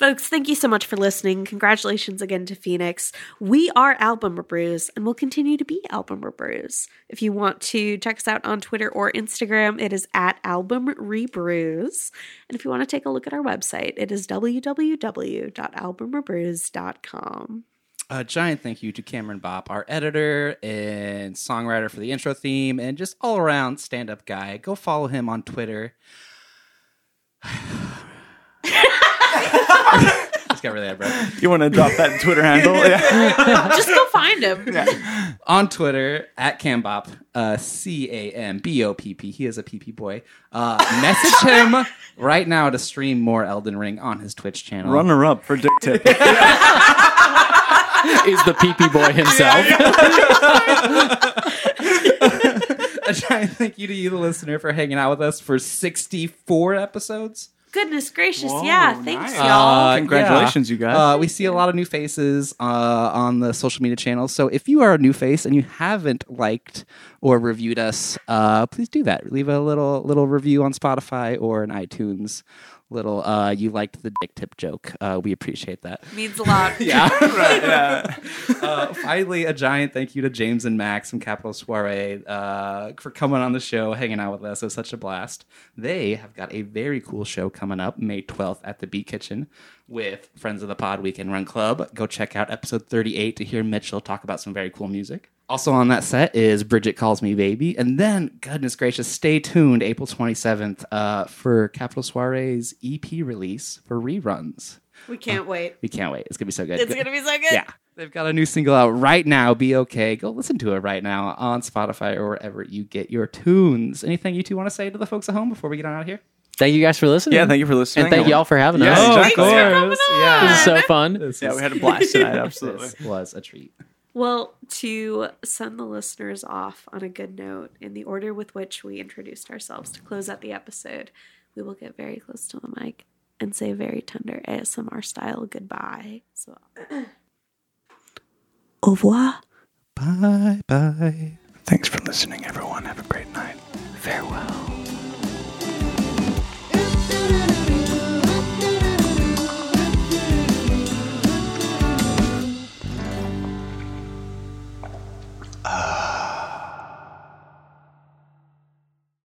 S2: Folks, thank you so much for listening. Congratulations again to Phoenix. We are Album Brews and we'll continue to be Album Brews. If you want to check us out on Twitter or Instagram, it is at Album Rebrews. And if you want to take a look at our website, it is www.albumrebrews.com.
S3: A giant thank you to Cameron Bopp, our editor and songwriter for the intro theme, and just all around stand up guy. Go follow him on Twitter. *sighs* Just got really out of breath.
S4: You want to drop that Twitter handle? Yeah.
S2: Just go find
S5: *laughs*
S2: him.
S3: on Twitter at Cambop, uh, C A M B O P P. He is a PP boy. Uh, message him right now to stream more Elden Ring on his Twitch channel.
S4: Runner up for dick tip.
S5: Is the peepee boy himself.
S3: A giant thank you to you, the listener, for hanging out with us for 64 episodes.
S2: Goodness gracious.
S4: Whoa,
S2: yeah, thanks,
S4: nice.
S2: y'all.
S3: Uh,
S4: Congratulations, you guys.
S3: Uh, we see a lot of new faces uh, on the social media channels. So if you are a new face and you haven't liked or reviewed us, uh, please do that. Leave a little little review on Spotify or an iTunes. Little, uh, you liked the dick tip joke. Uh, we appreciate that.
S2: Means a lot.
S3: Uh, finally, a giant thank you to James and Max from Capital Soiree uh, for coming on the show, hanging out with us. It was such a blast. They have got a very cool show coming up May 12th at the Beat Kitchen with Friends of the Pod Weekend Run Club. Go check out episode 38 to hear Mitchell talk about some very cool music. Also on that set is Bridget Calls Me Baby. And then, goodness gracious, stay tuned April 27th uh, for Capital Soiree's EP release for reruns.
S2: We can't wait.
S3: We can't wait. It's going to be so good.
S2: It's going to be so good.
S3: Yeah. They've got a new single out right now. Be okay. Go listen to it right now on Spotify or wherever you get your tunes. Anything you two want to say to the folks at home before we get on out of here?
S5: Thank you guys for listening.
S4: yeah, thank you for listening.
S5: And thank you all for having
S4: Yeah,
S5: us.
S4: Oh, exactly. thanks for
S3: course. Yeah.
S5: This is so fun.
S3: This
S4: Yeah,
S3: was-
S4: we had a blast tonight. Absolutely.
S3: This was a treat.
S2: Well, to send the listeners off on a good note, in the order with which we introduced ourselves to close out the episode, we will get very close to the mic and say very tender ASMR style goodbye. So, *clears throat* au revoir.
S4: Thanks for listening, everyone. Have a great night.